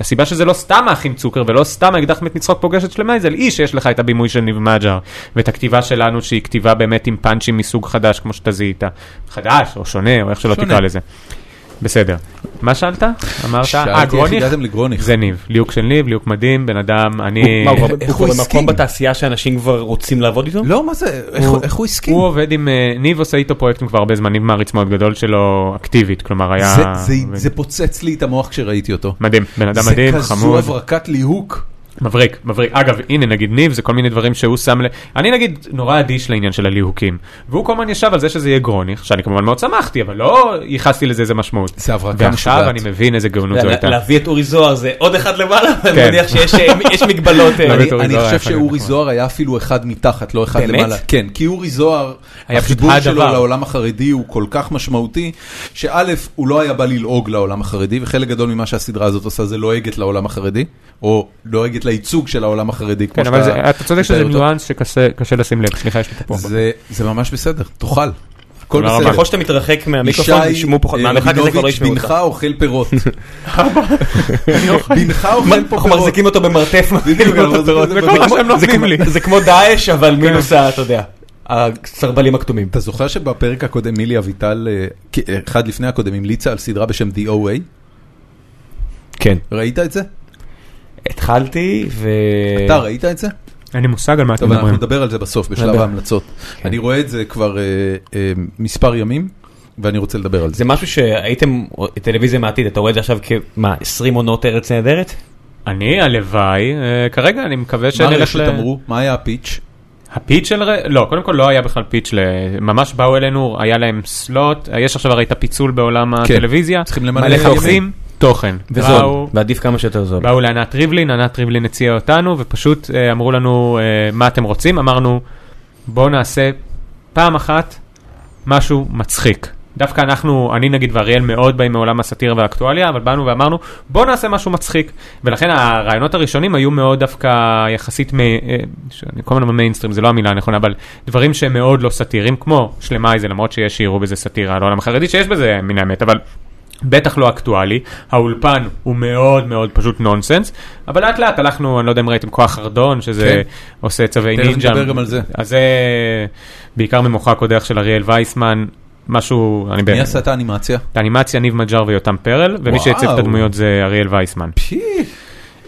S3: הסיבה שזה לא סתם האחים צוקר ולא סתם האקדח מת מצחוק פוגשת שלמייזל, היא שיש לך את הבימוי של ניב מג'ר, ואת הכתיבה שלנו שהיא כתיבה באמת עם פאנצ'ים מסוג חדש, כמו שאתה זיהית. חדש, או שונה, או איך שלא
S1: שונה.
S3: תקרא לזה. בסדר. מה שאלת? אמרת? אה,
S1: שאלתי איך
S3: גרוניך?
S1: הגעתם לגרוניך.
S3: זה ניב, ליהוק של ניב, ליהוק מדהים, בן אדם, אני...
S2: מה, הוא
S1: איך
S2: כבר- הוא
S1: הוא
S2: כבר
S1: הסכים?
S2: במקום בתעשייה שאנשים כבר רוצים לעבוד איתו?
S1: לא, מה זה, איך- איך הוא הסכים?
S3: הוא עובד עם, אה, ניב עושה איתו פרויקטים כבר הרבה זמן, ניב מעריץ מאוד גדול שלו אקטיבית, כלומר היה...
S1: זה- זה- זה פוצץ לי את המוח כשראיתי אותו.
S3: מדהים, בן אדם
S1: זה
S3: מדהים,
S1: כזו
S3: חמוד,
S1: הברקת ליהוק.
S3: מבריק, מבריק. אגב, הנה נגיד ניב, זה כל מיני דברים שהוא שם ל... אני נגיד נורא אדיש לעניין של הליהוקים, והוא כל הזמן ישב על זה שזה יהיה גרוניך, שאני כמובן מאוד שמחתי, אבל לא ייחסתי לזה איזה משמעות.
S1: זה הברקה
S3: ועכשיו
S1: משוגעת.
S3: אני מבין איזה גאונות זו
S2: לה-
S3: הייתה.
S2: להביא את אורי זוהר זה עוד אחד למעלה,
S3: לא, כן.
S2: אני מניח שיש אה, יש מגבלות. אה,
S3: להביא
S1: אני,
S3: את אורי
S1: אני
S3: זוהר לא, היה
S1: חושב
S3: אחד נכון.
S1: שאורי
S3: יותר.
S1: זוהר היה אפילו אחד מתחת, לא אחד
S2: באמת?
S1: למעלה. כן, כי אורי זוהר,
S3: היה פשוט
S1: החיבור שלו
S3: הדבר.
S1: לעולם החרדי הוא כל כך משמעותי, שא', הוא לא היה בא ללעוג לעולם החרדי, וחלק גדול ממה שהסדרה הזאת עושה זה לועגת לעולם החרדי, או לועגת לייצוג של העולם החרדי, כמו
S3: כן, אבל
S1: שאתה
S3: זה- אתה צודק
S1: מתאר
S3: שזה
S1: אותו.
S3: ניואנס שקשה קשה לשים לב, סליחה, יש לי פה.
S1: זה- זה ממש בסדר, תאכל, הכל
S3: תודה רבה.
S1: לא, בסדר.
S2: ככל שאתה מתרחק מהמיקרופון, ישמעו פחות,
S1: אה,
S2: מהמרחק הזה כבר לא
S1: רבינוביץ',
S2: ישמעו אותך.
S1: בנך אוכל פירות. בנך אוכל פה
S2: אנחנו
S1: פירות.
S2: מחזיקים אותו במרתף, מחזיקים
S1: בדיוק,
S2: אותו
S1: אנחנו מחזיקים
S2: בפירות.
S1: אותו
S3: וכל מה שהם
S2: זה
S3: נותנים
S2: כמו-
S3: לי.
S2: זה כמו דאעש, אבל מינוס ה... אתה יודע, הסרבלים הכתומים.
S1: אתה זוכר שבפרק הקודם נילי אביטל, אה, כי- אחד לפני הקודם, המליצה על סדרה בשם DOA?
S2: כן.
S1: ראית את זה?
S2: התחלתי, ו...
S1: אתה ראית את זה?
S3: אין לי מושג על מה אתם
S1: טוב, אנחנו
S3: מדברים.
S1: נדבר על זה בסוף, בשלב
S2: נדבר.
S1: ההמלצות. אני רואה את זה כבר אה, אה, מספר ימים, ואני רוצה לדבר על זה.
S2: זה משהו שהייתם, טלוויזיה מהעתיד, אתה רואה את זה עכשיו כמה, 20 עונות ארץ נהדרת?
S3: אני, הלוואי, אה, כרגע אני מקווה
S1: מה
S3: שנלך
S1: הרשת
S3: ל...
S1: אמרו? מה היה הפיץ'?
S3: הפיץ' של... ר- לא, קודם כל לא היה בכלל פיץ', ל- ממש באו אלינו, היה להם סלוט, אה, יש עכשיו הרי את הפיצול בעולם הטלוויזיה,
S1: כן. צריכים למלא
S3: מלא
S1: ימים.
S3: חפשים, תוכן.
S2: וזול,
S3: באו-
S2: ועדיף כמה שיותר זול.
S3: באו לענת ריבלין, ענת ריבלין הציעה אותנו, ופשוט אה, אמרו לנו אה, מה אתם רוצים, אמרנו בואו נעשה פעם אחת משהו מצחיק. דווקא אנחנו, אני נגיד ואריאל מאוד באים מעולם הסאטירה והאקטואליה, אבל באנו ואמרנו בואו נעשה משהו מצחיק. ולכן הרעיונות הראשונים היו מאוד דווקא יחסית, מ... אה, שאני כל הזמן אומר מיינסטרים, זה לא המילה הנכונה, אבל דברים שהם מאוד לא סאטירים, כמו שלמאי זה למרות שיש שיראו בזה סאטירה, לעולם החרדי שיש בזה מן האמת, אבל בטח לא אקטואלי, האולפן הוא מאוד מאוד פשוט נונסנס, אבל לאט לאט הלכנו, אני לא יודע אם ראיתם כוח ארדון, שזה
S1: כן.
S3: כן. עושה צווי
S1: תכף
S3: נינג'ה.
S1: נדבר גם על זה.
S3: אז זה בעיקר ממוחק או דרך של אריאל וייסמן, משהו, אני
S1: מי
S3: באמת,
S1: עשה את האנימציה?
S3: את האנימציה ניב מג'אר ויותם פרל, ומי
S1: וואו.
S3: שהציב את הדמויות זה אריאל וייסמן.
S1: פי,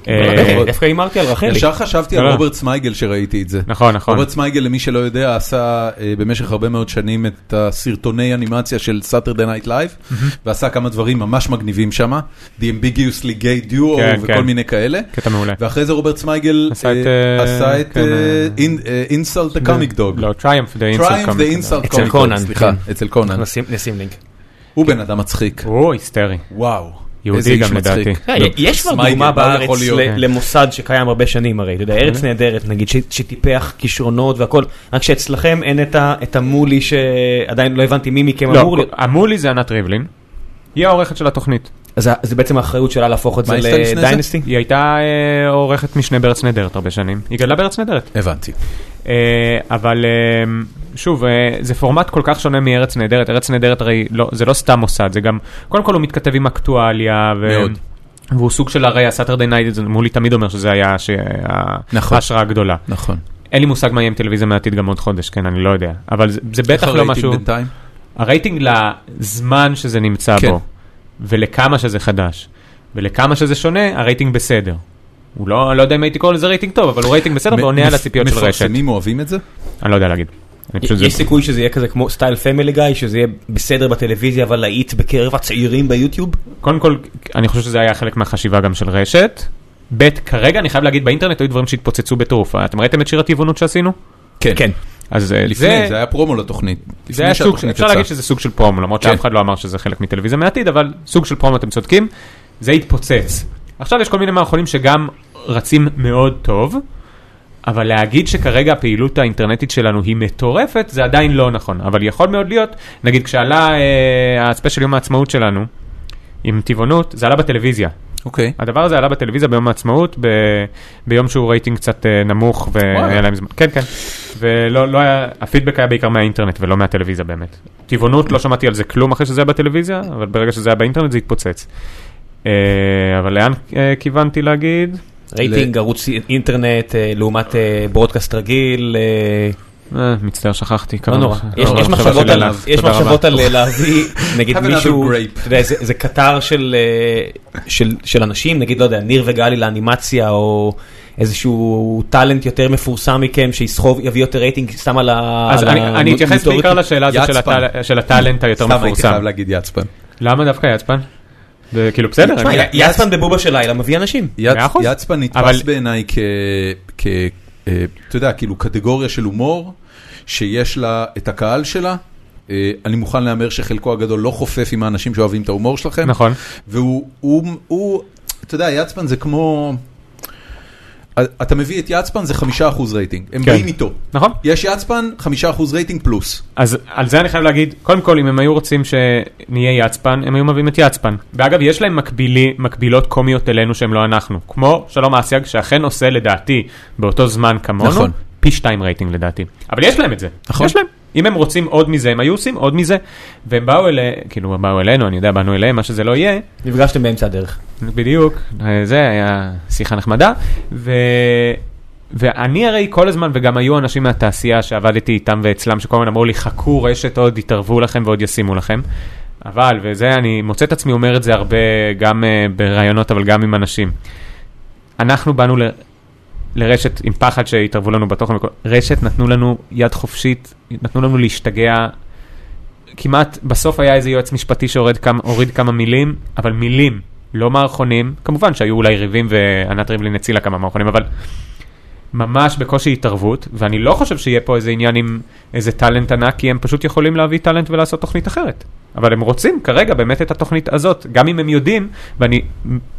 S3: אה,
S1: הכבוד.
S2: דווקא הימרתי על רחלי.
S1: נכון. ישר חשבתי על
S3: לא.
S1: רוברט סמייגל שראיתי את זה.
S3: נכון, נכון.
S1: רוברט סמייגל, למי שלא יודע, עשה אה, במשך הרבה מאוד שנים את הסרטוני אנימציה של Saturday Night Live, ועשה כמה דברים ממש מגניבים שם, The Ambiguously Gay Duo
S3: כן,
S1: וכל
S3: כן.
S1: מיני כאלה.
S3: קטע מעולה.
S1: ואחרי זה רוברט סמייגל
S3: עשה את,
S1: אה,
S3: אה,
S1: עשה את
S3: כן,
S1: אה,
S3: אה,
S1: in- אה, Insult the Comic Dog.
S3: לא, טריאמפ דה אינסל
S1: Triumph the
S3: קומיקס.
S1: Insult
S2: אצל
S1: Comic Dog,
S2: קונן,
S1: סליחה,
S2: כן.
S1: אצל קונן.
S2: נשים- נשים לינק.
S1: הוא בן אדם מצחיק,
S3: הוא היסטרי.
S1: וואו.
S3: יהודי
S1: איזה איש
S3: גם
S1: מצחיק.
S3: לדעתי.
S2: אה, יש כבר
S1: סמייגל,
S2: דוגמה
S1: מה הוא
S2: בארץ
S1: לא, יכול להיות? אוקיי.
S2: ל- למוסד שקיים הרבה שנים הרי, אתה יודע, ארץ נהדרת נגיד, ש- שטיפח כישרונות והכל, רק שאצלכם אין את ה- את המולי שעדיין לא הבנתי מי מכם
S3: לא,
S2: אמור להיות.
S3: המולי זה ענת ריבלין. היא העורכת של התוכנית.
S2: אז ה- זה בעצם האחריות שלה להפוך את זה
S1: מה יש לה לפני זה?
S2: לדיינסטי?
S3: היא הייתה אה, עורכת משנה בארץ נהדרת הרבה שנים. היא גדלה בארץ נהדרת.
S1: הבנתי.
S3: אה, אבל אה, שוב, אה, זה פורמט כל כך שונה מארץ נהדרת. ארץ נהדרת הרי לא, זה לא סתם מוסד, זה גם, קודם כל הוא מתכתב עם אקטואליה. ו...
S1: מאוד.
S3: והוא סוג של הרי הסאטרדי נייט, זה מולי תמיד אומר שזה היה ש- ה-
S1: נכון.
S3: ההשראה הגדולה.
S1: נכון.
S3: אין לי מושג מה יהיה עם טלוויזיה מהעתיד גם עוד חודש, כן, אני לא יודע. אבל זה, זה
S1: איך
S3: בטח לא
S1: הרייטינג
S3: משהו...
S1: בינתיים?
S3: הרייטינג לזמן שזה נמצא
S1: כן.
S3: כן. בו, ולכמה שזה חדש, ולכמה שזה שונה, הרייטינג בסדר. הוא לא, לא יודע אם הייתי קורא לזה רייטינג טוב, אבל הוא רייטינג בסדר ועונה על הציפיות של רשת.
S1: מפרסמים אוהבים את זה?
S3: אני לא יודע להגיד. אני פשוט זה...
S2: יש סיכוי שזה יהיה כזה כמו סטייל פמילי גיא, שזה יהיה בסדר בטלוויזיה אבל להיט בקרב הצעירים ביוטיוב?
S3: קודם כל, אני חושב שזה היה חלק מהחשיבה גם של רשת. ב', כרגע אני חייב להגיד, באינטרנט היו דברים שהתפוצצו בטירוף. אתם ראיתם את שיר הטבעונות שעשינו?
S2: כן.
S3: אז אה,
S1: לפני, זה היה פרומו לתוכנית.
S3: זה
S1: לפני
S3: היה סוג,
S1: שהתוכנית
S3: אפשר
S1: יצאה.
S3: להגיד שזה סוג של פרומו, למרות
S1: כן.
S3: שאף אחד לא אמר שזה חלק מטלוויזיה מהעתיד, אבל סוג של פרומו, אתם צודקים, זה התפוצץ. עכשיו יש כל מיני מערכונים שגם רצים מאוד טוב, אבל להגיד שכרגע הפעילות האינטרנטית שלנו היא מטורפת, זה עדיין לא נכון, אבל יכול מאוד להיות, נגיד כשעלה אה, הספיישל יום העצמאות שלנו, עם טבעונות, זה עלה בטלוויזיה.
S1: אוקיי.
S3: הדבר הזה עלה בטלוויזיה ביום העצמאות, ב... ביום שהוא רייטינג קצת אה, נמוך,
S1: וואלה.
S3: והיה להם זמן. כן, כן. ולא לא היה, הפידבק היה בעיקר מהאינטרנט ולא מהטלוויזיה באמת. טבעונות, לא שמעתי על זה כלום אחרי שזה היה בטלוויזיה, אבל ברגע שזה היה באינטרנט זה התפוצץ. אה, אבל לאן אה, כיוונתי להגיד?
S2: רייטינג, ערוץ אינטרנט אה, לעומת אה, ברודקאסט רגיל. אה,
S3: אה, מצטער, שכחתי.
S2: לא
S3: כמה
S2: נורא,
S3: מחשבה-
S2: יש
S3: כמה
S2: יש
S3: מחשבה
S2: מחשבות
S3: שלי
S2: על
S3: עליו.
S2: יש
S3: תודה רבה.
S2: מחשבות על אה, להביא נגיד
S1: Have another
S2: מישהו,
S1: grape.
S2: אתה יודע, זה זה קטר של אה, של- של אנשים, נגיד לא יודע, ניר וגלי לאנימציה או איזשהו טאלנט יותר מפורסם מכם שיסחוב, יביא יותר רייטינג סתם על ה...
S3: אז
S2: על
S3: אני-
S2: ה-
S3: אני אתייחס
S2: מוטורית.
S3: בעיקר לשאלה הזו של
S1: יצפן.
S3: הטל- של הטאלנט היותר
S1: סתם הייתי
S3: מפורסם.
S1: חייב להגיד יצפן.
S3: למה דווקא יצפן? זה כאילו בסדר.
S2: תשמע,
S3: אני-
S2: י- יצמן בבובה של לילה מביא אנשים.
S1: יצ-
S3: מאה אחוז.
S1: יצפן נתפס
S3: אבל-
S1: בעיניי כ... כ- אה, אתה יודע, כאילו קטגוריה של הומור, שיש לה את הקהל שלה. אה, אני מוכן להמר שחלקו הגדול לא חופף עם האנשים שאוהבים את ההומור שלכם.
S3: נכון.
S1: והוא, הוא, הוא, אתה יודע, יצפן זה כמו... אה, אתה מביא את יצפן זה חמישה אחוז רייטינג, הם
S3: כן.
S1: באים איתו.
S3: נכון.
S1: יש יצפן, חמישה אחוז רייטינג פלוס.
S3: אז על זה אני חייב להגיד, קודם כל, אם הם היו רוצים שנהיה יצפן, הם היו מביאים את יצפן. ואגב, יש להם מקבילי, מקבילות קומיות אלינו שהם לא אנחנו. כמו שלום אסיאג, שאכן עושה לדעתי באותו זמן כמונו,
S1: נכון.
S3: נכון. פי שתיים רייטינג לדעתי. אבל יש להם את זה.
S1: נכון.
S3: יש להם. אם הם רוצים עוד מזה, הם היו עושים עוד מזה. והם באו אלינו, כאילו, הם באו אלינו, אני יודע, באנו אליהם, מה שזה לא יהיה.
S2: נפגשתם באמצע הדרך.
S3: בדיוק, אה, זה היה שיחה נחמדה. ו... ואני הרי כל הזמן, וגם היו אנשים מהתעשייה שעבדתי איתם ואצלם, שכל הזמן אמרו לי, חכו רשת עוד, יתערבו לכם ועוד ישימו לכם. אבל, וזה, אני מוצא את עצמי אומר את זה הרבה, גם אה, בראיונות, אבל גם עם אנשים. אנחנו באנו ל... לרשת עם פחד שיתערבו לנו בתוכן, וכל- רשת נתנו לנו יד חופשית, נתנו לנו להשתגע. כמעט, בסוף היה איזה יועץ משפטי שהוריד כמה, הוריד כמה מילים, אבל מילים. לא מערכונים, כמובן שהיו אולי ריבים וענת ריבלין הצילה כמה מערכונים, אבל ממש בקושי התערבות, ואני לא חושב שיהיה פה איזה עניין עם איזה טאלנט ענק, כי הם פשוט יכולים להביא טאלנט ולעשות תוכנית אחרת. אבל הם רוצים כרגע באמת את התוכנית הזאת, גם אם הם יודעים, ואני,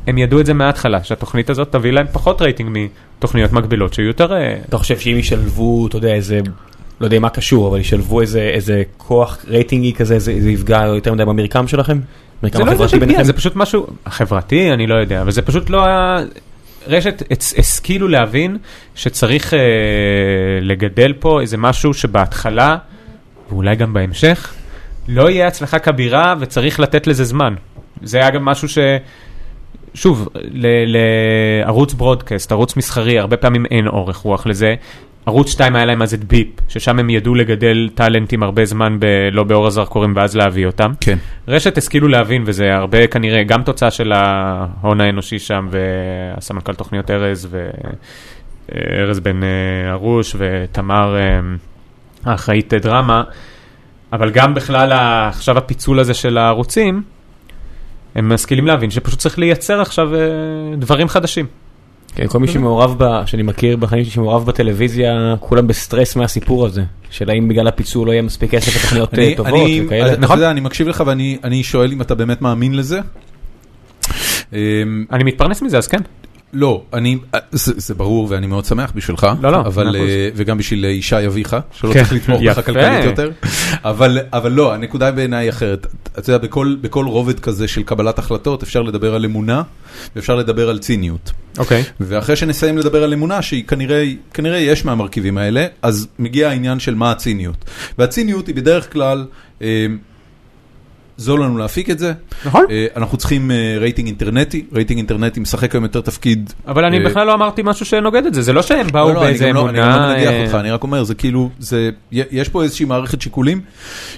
S3: הם ידעו את זה מההתחלה, שהתוכנית הזאת תביא להם פחות רייטינג מתוכניות מקבילות, שיהיו יותר... אה,
S2: אתה חושב שאם ישלבו, אתה יודע, איזה, לא יודע מה קשור, אבל ישלבו איזה, איזה כוח רייטינגי כזה, זה, זה יפגע יותר מדי במרקם שלכם?
S3: זה
S2: במרקם
S3: לא עניין של
S2: החברתי
S3: פגיעה,
S2: ביניכם?
S3: זה פשוט משהו חברתי, אני לא יודע, אבל זה פשוט לא ה... רשת הצ- השכילו להבין שצריך אה, לגדל פה איזה משהו שבהתחלה, ואולי גם בהמשך, לא יהיה הצלחה כבירה וצריך לתת לזה זמן. זה היה גם משהו ש... שוב, ל- לערוץ ברודקאסט, ערוץ מסחרי, הרבה פעמים אין אורך רוח לזה. ערוץ 2 היה להם אז את ביפ, ששם הם ידעו לגדל טאלנטים הרבה זמן, ב- לא באור הזרקורים, ואז להביא אותם.
S1: כן.
S3: רשת השכילו להבין, וזה הרבה כנראה גם תוצאה של ההון האנושי שם, והסמנכ"ל תוכניות ארז, וארז בן אה, ארוש, ותמר אה, האחראית דרמה, אבל גם בכלל ה- עכשיו הפיצול הזה של הערוצים, הם משכילים להבין שפשוט צריך לייצר עכשיו אה, דברים חדשים.
S2: כן, כל מי
S1: לא,
S2: שמעורב, ב, שאני מכיר בחיים שלי, שמעורב בטלוויזיה, כולם בסטרס מהסיפור הזה. שאלה אם בגלל הפיצול לא יהיה מספיק כסף לתוכניות אה,
S1: אני,
S2: טובות
S1: אני,
S2: וכאלה.
S3: נכון.
S1: אתה יודע, אני מקשיב לך ואני אני שואל אם אתה באמת מאמין לזה. אמ,
S3: אני מתפרנס מזה, אז כן.
S1: לא, אני, זה, זה ברור ואני מאוד שמח בשבילך,
S3: לא, לא, מאה
S1: אבל,
S3: אחוז.
S1: אה, וגם בשביל אה, ישי אביך, שלא
S3: כן.
S1: צריך לתמוך בך
S3: יפה.
S1: כלכלית יותר, אבל, אבל לא, הנקודה בעיניי היא אחרת. אתה יודע, בכל, בכל רובד כזה של קבלת החלטות אפשר לדבר על אמונה ואפשר לדבר על ציניות.
S3: אוקיי.
S1: ואחרי שנסיים לדבר על אמונה, שהיא כנראה, כנראה יש מהמרכיבים האלה, אז מגיע העניין של מה הציניות. והציניות היא בדרך כלל, אה, זול לנו להפיק את זה.
S3: נכון.
S1: אה, אנחנו צריכים אה, רייטינג אינטרנטי, רייטינג אינטרנטי משחק היום יותר תפקיד.
S3: אבל אני
S1: אה,
S3: בכלל לא אמרתי משהו שנוגד את זה, זה לא שהם
S1: לא,
S3: באו
S1: לא, אני
S3: באיזה
S1: גם לא- אני גם לא
S3: אמונה...
S1: מנגח
S3: אה,
S1: אותך, אני רק אומר, זה כאילו, זה, י- יש פה איזושהי מערכת שיקולים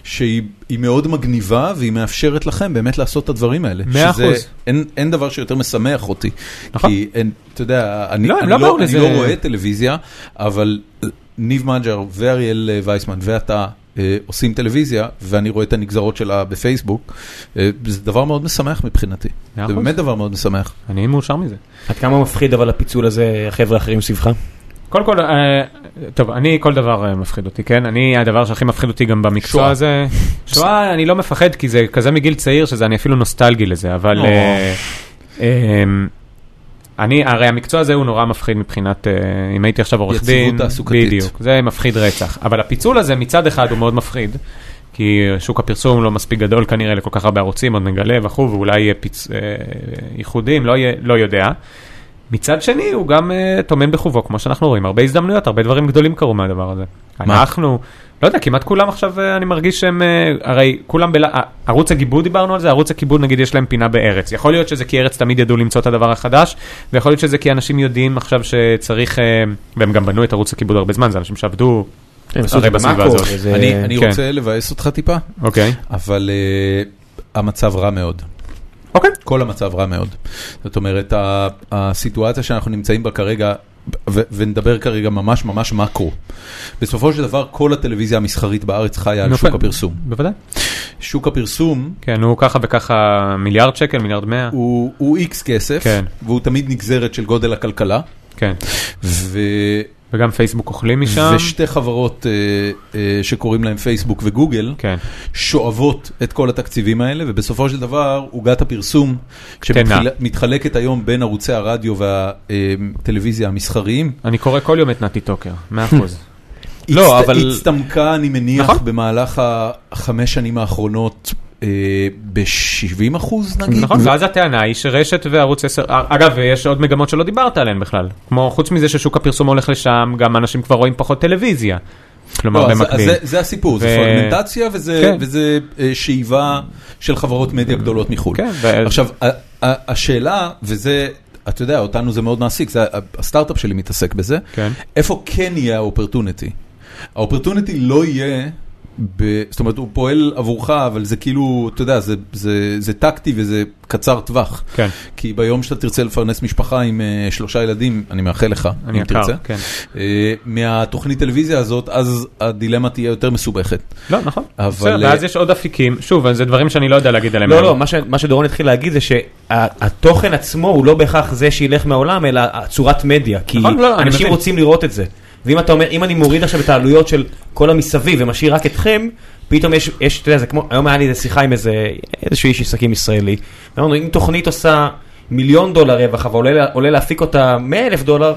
S1: שהיא היא מאוד מגניבה והיא מאפשרת לכם באמת לעשות את הדברים האלה.
S3: מאה
S1: שזה-
S3: אחוז.
S1: אין- אין דבר שיותר משמח אותי.
S3: נכון.
S1: כי אין, אתה יודע, אני
S3: לא, הם
S1: אני
S3: לא באו
S1: לא אני
S3: לזה-
S1: לא רואה טלוויזיה, אבל אה, ניב מג'ר ואריאל וייסמן ואתה. אה, עושים טלוויזיה ואני רואה את הנגזרות שלה בפייסבוק, אה, זה דבר מאוד משמח מבחינתי,
S3: מאה
S1: זה
S3: אחוז.
S1: באמת דבר מאוד משמח.
S3: אני מאושר מזה.
S2: עד כמה מפחיד אבל הפיצול הזה, החבר'ה האחרים סביבך?
S3: קודם כל, אה, טוב, אני, כל דבר אה, מפחיד אותי, כן? אני, הדבר שהכי מפחיד אותי גם במקצוע
S1: שואה.
S3: הזה, שואה, אני לא מפחד, כי זה כזה מגיל צעיר, שזה, אני אפילו נוסטלגי לזה, אבל...
S2: או.
S3: אה, אה, אני, הרי המקצוע הזה הוא נורא מפחיד מבחינת, אה, אם הייתי עכשיו עורך
S1: יציבות
S3: דין,
S1: תעסוקתית.
S3: בדיוק, זה מפחיד רצח. אבל הפיצול הזה מצד אחד הוא מאוד מפחיד, כי שוק הפרסום לא מספיק גדול כנראה לכל כך הרבה ערוצים, עוד נגלה וכו', ואולי יהיה פיצ... אה, ייחודים, לא, יהיה, לא יודע. מצד שני, הוא גם אה, טומן בחובו, כמו שאנחנו רואים, הרבה הזדמנויות, הרבה דברים גדולים קרו מהדבר הזה.
S1: מה?
S3: אנחנו, לא יודע, כמעט כולם עכשיו, אה, אני מרגיש שהם, אה, הרי כולם, בלה, אה, ערוץ הגיבוד דיברנו על זה, ערוץ הגיבוד נגיד יש להם פינה בארץ. יכול להיות שזה כי ארץ תמיד ידעו למצוא את הדבר החדש, ויכול להיות שזה כי אנשים יודעים עכשיו שצריך, אה, והם גם בנו את ערוץ הגיבוד הרבה זמן, זה אנשים שעבדו,
S2: הם עשו את
S3: הרי
S2: זה
S3: כן, בסביבה
S2: במאקו,
S3: הזאת.
S2: וזה-
S1: אני אני
S3: כן.
S1: רוצה לבאס אותך טיפה,
S3: אוקיי.
S1: אבל uh, המצב רע מאוד.
S3: אוקיי.
S1: כל המצב רע מאוד. זאת אומרת, ה- הסיטואציה שאנחנו נמצאים בה כרגע, ו- ונדבר כרגע ממש ממש מקרו. בסופו של דבר, כל הטלוויזיה המסחרית בארץ חיה על
S3: נופל.
S1: שוק הפרסום.
S3: בוודאי.
S1: שוק הפרסום
S3: כן, הוא ככה וככה מיליארד שקל, מיליארד מאה.
S1: הוא, הוא איקס כסף,
S3: כן.
S1: והוא תמיד נגזרת של גודל הכלכלה,
S3: כן.
S1: ו...
S3: וגם פייסבוק אוכלים משם.
S1: ושתי חברות uh, uh, שקוראים להם פייסבוק וגוגל,
S3: כן.
S1: שואבות את כל התקציבים האלה, ובסופו של דבר עוגת הפרסום
S3: קטנה.
S1: שמתחלקת היום בין ערוצי הרדיו והטלוויזיה המסחריים,
S3: אני קורא כל יום את נתי טוקר, מאה אחוז.
S2: לא,
S1: הצט-
S2: אבל-
S1: הצטמקה, אני מניח,
S3: נכון.
S1: במהלך החמש שנים האחרונות ב-70 אחוז נגיד.
S3: נכון, ואז הטענה היא שרשת וערוץ 10, אגב, יש עוד מגמות שלא דיברת עליהן בכלל. כמו, חוץ מזה ששוק הפרסום הולך לשם, גם אנשים כבר רואים פחות טלוויזיה. כלומר,
S1: לא, אז- אז
S3: במקביל.
S1: זה- זה הסיפור, זה
S3: ו-
S1: פרגמנטציה וזה-
S3: כן.
S1: וזה אה, שאיבה של חברות מדיה גדולות מחו"ל.
S3: כן, ו-
S1: עכשיו, ה- ה- השאלה, וזה, אתה יודע, אותנו זה מאוד מעסיק, זה- הסטארט-אפ שלי מתעסק בזה,
S3: כן.
S1: איפה כן יהיה האופרטוניטי? האופרטוניטי לא יהיה ב... זאת אומרת, הוא פועל עבורך, אבל זה כאילו, אתה יודע, זה, זה, זה טקטי וזה קצר טווח.
S3: כן.
S1: כי ביום שאתה תרצה לפרנס משפחה עם אה, שלושה ילדים, אני מאחל לך,
S3: אני
S1: אם
S3: יקר,
S1: תרצה,
S3: כן.
S1: אה, מהתוכנית טלוויזיה הזאת, אז הדילמה תהיה יותר מסובכת.
S3: לא, נכון.
S1: אבל,
S3: בסדר,
S1: אה,
S3: ואז יש עוד אפיקים. שוב, אז זה דברים שאני לא יודע להגיד עליהם.
S2: לא,
S3: היום.
S2: לא, מה ש- מה שדורון התחיל להגיד זה שהתוכן עצמו הוא לא בהכרח זה שילך מהעולם, אלא צורת מדיה. כי
S3: נכון, לא, לא, אני
S2: אנשים
S3: מבין.
S2: רוצים לראות את זה. ואם אתה אומר, אם אני מוריד עכשיו את העלויות של כל המסביב ומשאיר רק אתכם, פתאום יש, יש, אתה יודע, זה כמו, היום היה לי איזה שיחה עם איזה, איזשהו איש עסקים ישראלי. אמרנו, אם תוכנית עושה מיליון דולר רווח, אבל עולה, לה- עולה להפיק אותה 100 אלף דולר,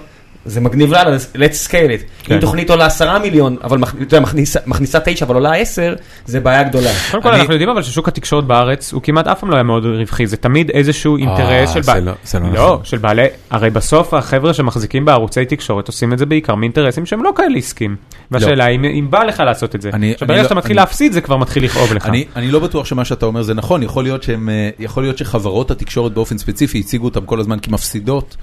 S2: זה מגניב לאללה, זה- let's scale it.
S3: כן.
S2: אם תוכנית עולה 10 מיליון, אבל מכ- אתה יודע, מכניסה- מכניסה 9 אבל עולה 10, זה בעיה גדולה.
S3: קודם כל
S1: אני-
S3: אנחנו יודעים אבל ששוק התקשורת בארץ הוא כמעט אף פעם לא היה מאוד רווחי, זה תמיד איזשהו אינטרס של
S1: זה
S3: בעלי,
S1: לא- זה לא
S3: לא,
S1: נכון.
S3: של בעלי, הרי בסוף החבר'ה שמחזיקים בערוצי תקשורת עושים את זה בעיקר מאינטרסים שהם לא כאלה עסקים. והשאלה היא אם- אם בא לך לעשות את זה.
S1: לא. אני-
S3: עכשיו
S1: אני
S3: ברגע
S1: לא-
S3: שאתה מתחיל
S1: אני-
S3: להפסיד זה כבר מתחיל לכאוב לך.
S1: אני, אני לא בטוח שמה שאתה אומר זה נכון, יכול להיות, שהם, אה, יכול להיות שחברות התקשורת באופן ספציפי הציגו אותם כל הזמן כמפסידות,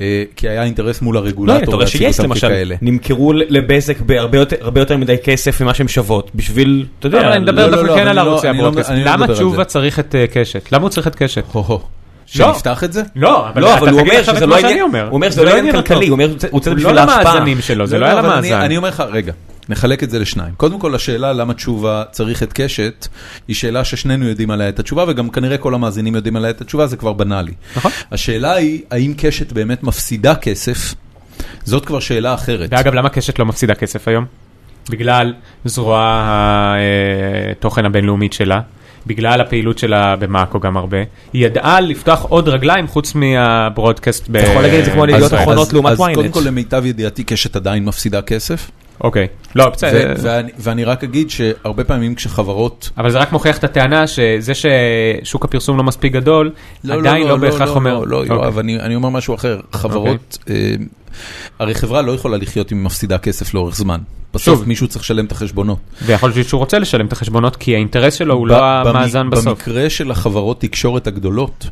S1: אה, כי היה אינטרס מול
S2: לא,
S1: הרגולטור
S2: אתה רואה שיס למשל, נמכרו לבזק בהרבה יותר- הרבה יותר מדי כסף ממה שהן שוות, בשביל, אתה
S3: לא,
S2: יודע,
S3: אבל אני מדבר
S1: לא, לא,
S3: דווקא
S1: אבל
S3: כן
S1: אני
S3: על
S1: לא-
S3: ערוצי
S1: אני לא-
S3: הברודקאסט.
S1: אני לא
S3: למה
S1: מדבר על
S3: תשובה
S1: זה.
S3: צריך את אה, קשת? למה הוא צריך את קשת?
S1: הו-הו.
S3: לא.
S1: שנפתח את זה?
S3: לא, אבל
S2: לא,
S3: אתה
S2: אבל הוא
S3: תגיד
S2: אומר
S3: עכשיו את
S2: שזה
S3: מה
S2: לא
S3: שאני
S2: עניין,
S3: אומר.
S2: הוא אומר
S3: זה
S2: שזה לא עניין
S3: אותו.
S2: כלכלי, הוא אומר, זה- הוא רוצה
S3: הוא
S2: בשביל
S3: לא
S2: ההשפעה.
S3: למאזנים שלו, זה לא
S1: לא,
S3: היה
S1: אבל אני-
S3: למאזן.
S1: אני אומר לך, רגע, נחלק את זה לשניים. קודם כל, השאלה למה תשובה צריך את קשת, היא שאלה ששנינו יודעים עליה את התשובה, וגם כנראה כל המאזינים יודעים עליה את התשובה, זה כבר בנאלי.
S3: נכון.
S1: השאלה היא, האם קשת באמת מפסידה כסף? זאת כבר שאלה אחרת.
S3: ואגב, למה קשת לא מפסידה כסף היום? בגלל זרוע התוכן הבינלאומית שלה, בגלל הפעילות שלה במאקו גם הרבה. היא ידעה לפתוח עוד רגליים חוץ מהברודקאסט ב...
S2: אתה יכול להגיד את זה כמו על
S1: אה, אז-
S2: ידיעות
S1: אז-
S2: אחרונות לעומת
S1: אז קודם
S2: ynet.
S1: כל, למיטב ידיעתי, קשת עדיין מפסידה כסף.
S3: אוקיי. לא,
S1: ו-
S3: בסדר.
S1: ואני- ואני רק אגיד שהרבה פעמים כשחברות...
S3: אבל זה רק מוכיח את הטענה שזה ששוק הפרסום לא מספיק גדול, עדיין לא בהכרח אומר...
S1: לא, לא,
S3: אוקיי.
S1: יואב, אני אני אומר משהו אחר. חברות, אה, הרי חברה לא יכולה לחיות אם היא מפסידה כסף לאורך זמן. בסוף
S3: שוב.
S1: מישהו צריך לשלם את החשבונות.
S3: ויכול להיות שהוא רוצה לשלם את החשבונות, כי האינטרס שלו הוא לא
S1: ב- במ-
S3: המאזן בסוף.
S1: במקרה של החברות תקשורת הגדולות,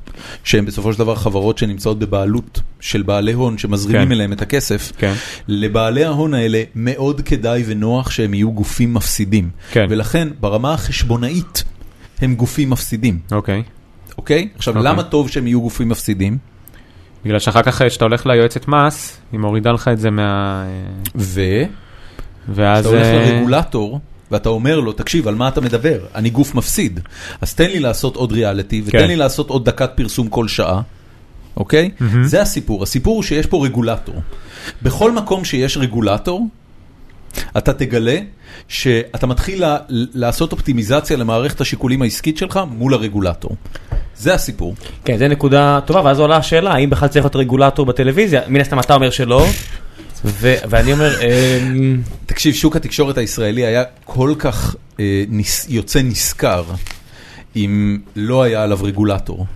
S1: שהן בסופו של דבר חברות שנמצאות בבעלות של בעלי הון שמזרימים
S3: כן.
S1: אליהם את הכסף,
S3: כן.
S1: לבעלי ההון האלה מאוד כדאי ונוח שהם יהיו גופים מפסידים.
S3: כן.
S1: ולכן ברמה החשבונאית הם גופים מפסידים,
S3: אוקיי.
S1: אוקיי? עכשיו,
S3: אוקיי.
S1: למה טוב שהם יהיו גופים מפסידים?
S3: בגלל שאחר כך אה, כשאתה הולך ליועצת מס, היא מורידה לך את זה מה... אה,
S1: ו...
S3: ואז...
S1: אתה הולך
S3: אה,
S1: לרגולטור ואתה אומר לו, תקשיב, על מה אתה מדבר? אני גוף מפסיד. אז תן לי לעשות עוד ריאליטי ותן
S3: כן.
S1: לי לעשות עוד דקת פרסום כל שעה, אוקיי? זה הסיפור. הסיפור הוא שיש פה רגולטור. בכל מקום שיש רגולטור, אתה תגלה שאתה מתחיל לה- לעשות אופטימיזציה למערכת השיקולים העסקית שלך מול הרגולטור. זה הסיפור.
S2: כן, זו נקודה טובה, ואז עולה השאלה, האם בכלל צריך להיות רגולטור בטלוויזיה? מן הסתם אתה אומר שלא, ו- ואני אומר, אמ,
S1: תקשיב, שוק התקשורת הישראלי היה כל כך אה, ניס, יוצא נשכר אם לא היה עליו רגולטור.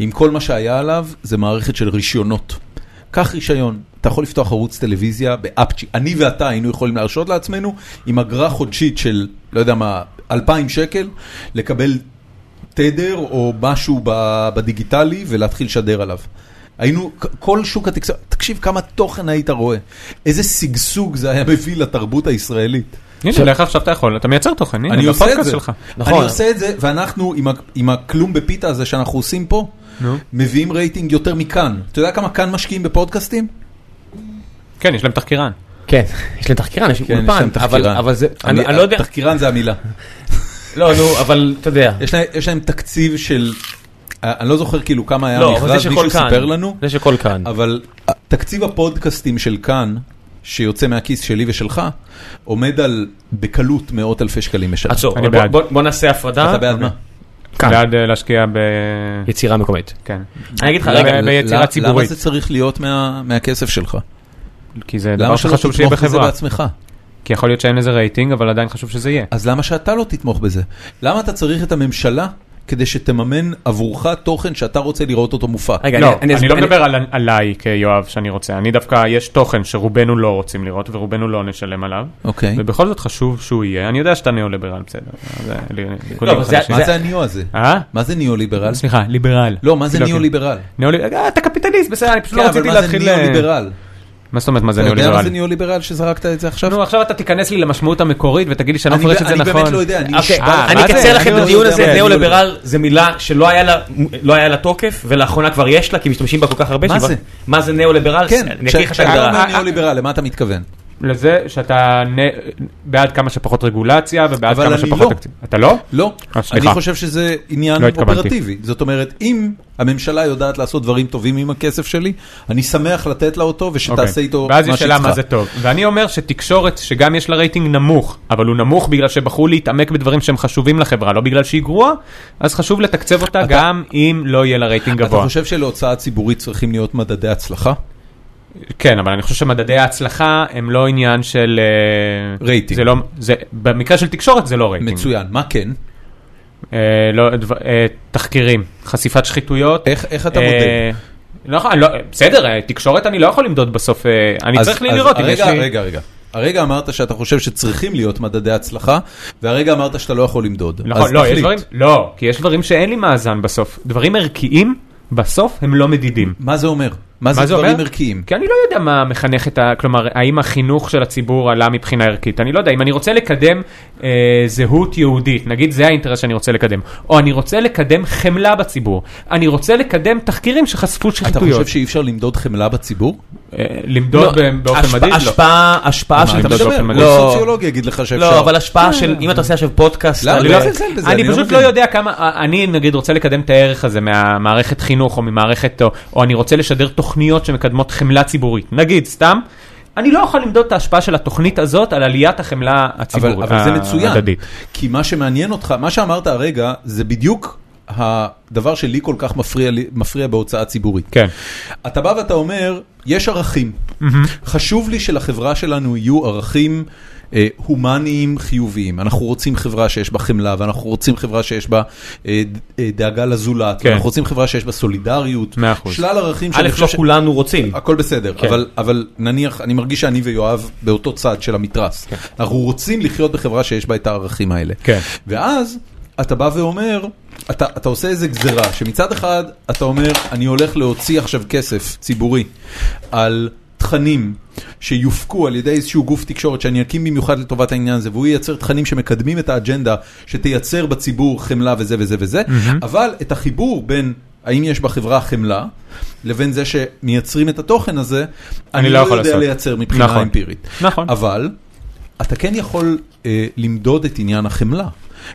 S1: אם כל מה שהיה עליו זה מערכת של רישיונות. קח רישיון, אתה יכול לפתוח ערוץ טלוויזיה באפצ'י. אני ואתה היינו יכולים להרשות לעצמנו עם אגרה חודשית של, לא יודע מה, 2,000 שקל, לקבל תדר או משהו ב- בדיגיטלי ולהתחיל לשדר עליו. היינו, כ- כל שוק התקשורת, תקשיב כמה תוכן היית רואה, איזה שגשוג זה היה מביא לתרבות הישראלית.
S3: הנה, לך עכשיו אתה יכול, אתה מייצר תוכן, הנה,
S1: אני עושה את
S3: בפודקאסט
S1: זה,
S3: שלך.
S1: נכון.
S2: נכון.
S1: אני עושה את זה, ואנחנו עם, ה- עם הכלום בפיתה הזה שאנחנו עושים פה,
S3: נו.
S1: מביאים רייטינג יותר מכאן. אתה יודע כמה כאן משקיעים בפודקאסטים?
S3: כן, יש להם תחקירן.
S2: כן, יש להם תחקירן, יש
S1: כן,
S2: להם
S1: יש להם
S2: אולפן, אבל-
S1: תחקירן.
S2: אבל זה, אני
S1: המילה-
S2: אני לא יודע,
S1: תחקירן זה המילה.
S2: לא, נו, אבל אתה יודע,
S1: יש להם, יש להם תקציב של, אה, אני לא זוכר כאילו כמה היה
S2: לא, אבל זה
S1: המכרז,
S2: של
S1: מישהו
S2: כל כאן,
S1: סיפר לנו,
S2: זה של כל כאן,
S1: אבל תקציב הפודקאסטים של כאן, שיוצא מהכיס שלי ושלך, עומד על בקלות מאות אלפי שקלים בשנה.
S2: עצור,
S3: אני
S2: אבל בוא-
S3: בעד.
S2: בוא- בוא נעשה הפרדה,
S1: אתה
S3: אה?
S1: בעד מה?
S2: כאן.
S3: בעד אה, להשקיע ב...
S2: יצירה מקומית,
S3: כן.
S2: אני אגיד לך,
S3: רגע,
S2: רגע,
S1: אה, למה-
S3: ביצירה
S1: למה-
S3: ציבורית.
S1: למה זה צריך להיות מה- מהכסף שלך?
S3: כי זה דבר
S1: למה שלא
S3: שחשוב שיהיה
S1: תתמוך בזה
S3: בחברה.
S1: בעצמך?
S3: כי יכול להיות שאין לזה רייטינג, אבל עדיין חשוב שזה יהיה.
S1: אז למה שאתה לא תתמוך בזה? למה אתה צריך את הממשלה כדי שתממן עבורך תוכן שאתה רוצה לראות אותו מופק?
S2: רגע,
S3: לא,
S2: אני- אני
S3: אני
S2: אסביר-
S3: לא
S2: אני-
S3: מדבר על- עליי כיואב שאני רוצה, אני דווקא, יש תוכן שרובנו לא רוצים לראות ורובנו לא נשלם עליו,
S1: אוקיי.
S3: ובכל זאת חשוב שהוא יהיה, אני יודע שאתה ניאו-ליברל, בסדר. אז, אה, לי- ליכודים
S2: אבל זה-
S3: חדשים.
S1: מה לא, זה הניאו הזה?
S3: אה?
S1: מה זה ניאו-ליברל?
S3: סליחה, ליברל.
S1: לא, מה זה
S3: כאילו,
S1: ניאו-ליברל?
S3: ניאו-ליברל? אה, אתה קפיטליסט, בסדר, אני פשוט
S1: כן,
S3: לא
S1: אבל
S3: רציתי
S1: מה זה
S3: להתחיל... ל-
S1: ניאו-ליברל?
S3: מה זאת אומרת מה זה לא,
S1: אתה יודע מה זה
S3: ניאו-ליברלי?
S1: ניאו-ליברל שזרקת את זה עכשיו?
S3: נו, עכשיו אתה תיכנס לי למשמעות המקורית ותגיד לי שאני לא
S1: אני
S3: מפרש
S1: ב-
S3: את זה
S1: אני
S3: נכון.
S1: באמת לא יודע, אני
S2: אוקיי,
S1: נשבע.
S3: אה,
S2: אני
S3: מה זה?
S2: אקצר לכם
S3: אני
S2: את
S3: לא
S2: הדיון
S1: יודע
S2: הזה,
S1: מה זה
S2: ניאו-ליברל זה מילה שלא היה לה- לא היה לה תוקף, ולאחרונה כבר יש לה, כי משתמשים בה כל כך הרבה.
S1: מה
S2: שכבר-
S1: זה?
S2: מה זה ניאו-ליברל?
S1: כן,
S2: אני אקריא לך את
S1: כשאתה אומר
S2: ההגדרה.
S1: ניאו-ליברל, למה אתה מתכוון?
S3: לזה שאתה נ- בעד כמה שפחות רגולציה ובעד
S1: אבל
S3: כמה
S1: אני
S3: שפחות
S1: לא.
S3: תקציב. אתה לא?
S1: לא,
S3: אה, סליחה.
S1: אני חושב שזה עניין
S3: לא התכוונתי.
S1: אופרטיבי. זאת אומרת, אם הממשלה יודעת לעשות דברים טובים עם הכסף שלי, אני שמח לתת לה אותו ושתעשה
S3: אוקיי.
S1: איתו מה
S3: ואז יש
S1: שהיא
S3: שאלה
S1: צריכה.
S3: מה זה טוב. ואני אומר שתקשורת שגם יש לה רייטינג נמוך, אבל הוא נמוך בגלל שבחרו להתעמק בדברים שהם חשובים לחברה, לא בגלל שהיא גרועה, אז חשוב לתקצב אותה גם אם לא יהיה לה רייטינג
S1: אתה
S3: גבוה. אוקיי.
S1: חושב שלהוצאה ציבורית צריכים להיות מדדי הצלחה?
S3: כן, אבל אני חושב שמדדי ההצלחה הם לא עניין של... אה,
S1: רייטינג.
S3: זה לא, זה, במקרה של תקשורת זה לא רייטינג.
S1: מצוין, מה כן?
S3: אה, לא, דבר, אה, תחקירים, חשיפת שחיתויות.
S1: איך- איך אתה
S3: אה,
S1: מודד?
S3: לא, יכול- אני לא, בסדר, אה, תקשורת אני לא יכול למדוד בסוף, אה, אני צריך לי לראות אם יש
S1: הרגע,
S3: לי...
S1: רגע, רגע. הרגע אמרת שאתה חושב שצריכים להיות מדדי הצלחה, והרגע אמרת שאתה לא יכול למדוד. אז
S3: נכון, לא, יש
S1: תחליט.
S3: דברים, לא, כי יש דברים שאין לי מאזן בסוף. דברים ערכיים, בסוף הם לא מדידים.
S1: מה זה אומר? מה זה
S3: מה זה אומר?
S1: דברים ערכיים?
S3: כי אני לא יודע מה מחנך את ה... כלומר, האם החינוך של הציבור עלה מבחינה ערכית? אני לא יודע. אם אני רוצה לקדם אה, זהות יהודית, נגיד זה האינטרס שאני רוצה לקדם, או אני רוצה לקדם חמלה בציבור, אני רוצה לקדם תחקירים שחשפו
S1: אתה
S3: שחיתויות.
S1: חושב שאי אפשר למדוד חמלה בציבור?
S3: אה, למדוד ב- באופן
S2: השפעה-
S3: מדיד? לא.
S2: השפעה, השפעה של...
S1: מה,
S3: אתה מדבר?
S1: מדבר?
S3: מדהים.
S1: כל
S2: לא.
S1: סוציולוג יגיד לך שאפשר.
S2: לא, אבל השפעה של... אם אתה עושה עכשיו פודקאסט...
S1: אה. למה?
S2: על-
S1: לא,
S3: לא,
S1: זה- זה- זה,
S3: אני
S1: אני לא
S3: פשוט
S1: מבין.
S3: לא יודע כמה, אני נגיד רוצה לקדם את הערך הזה מהמערכת חינוך או ממערכת, או- או אני רוצה לשדר תוכניות שמקדמות חמלה ציבורית, נגיד סתם. אני לא יכול למדוד את ההשפעה של התוכנית הזאת על עליית החמלה
S1: אבל,
S3: הציבורית.
S1: אבל זה מצוין,
S3: ההדדית.
S1: כי מה שמעניין אותך, מה שאמרת הרגע, זה בדיוק הדבר שלי כל כך מפריע, לי- מפריע בהוצאה ציבורית.
S3: כן.
S1: אתה בא ואתה אומר, יש ערכים. חשוב לי שלחברה שלנו יהיו ערכים אה, הומניים חיוביים. אנחנו רוצים חברה שיש בה חמלה, ואנחנו רוצים חברה שיש בה אה, ד- אה, דאגה לזולת,
S3: כן.
S1: ואנחנו רוצים חברה שיש בה סולידריות.
S3: מאה אחוז.
S1: שלל ערכים
S2: א',
S1: שאני חושב
S2: לא
S1: ש-
S2: כולנו רוצים.
S1: הכל בסדר, כן. אבל, אבל נניח, אני מרגיש שאני ויואב באותו צד של המתרס. כן. אנחנו רוצים לחיות בחברה שיש בה את הערכים האלה.
S3: כן.
S1: ואז אתה בא ואומר, אתה, אתה עושה איזה גזרה, שמצד אחד אתה אומר, אני הולך להוציא עכשיו כסף ציבורי על תכנים שיופקו על ידי איזשהו גוף תקשורת שאני אקים במיוחד לטובת העניין הזה, והוא ייצר תכנים שמקדמים את האג'נדה שתייצר בציבור חמלה וזה וזה וזה, mm-hmm. אבל את החיבור בין... האם יש בחברה חמלה, לבין זה שמייצרים את התוכן הזה, אני,
S3: לא
S1: לא,
S3: יכול
S1: יודע
S3: לעשות.
S1: לייצר מבחינה
S3: נכון.
S1: אמפירית.
S3: נכון.
S1: אבל אתה כן יכול אה, למדוד את עניין החמלה,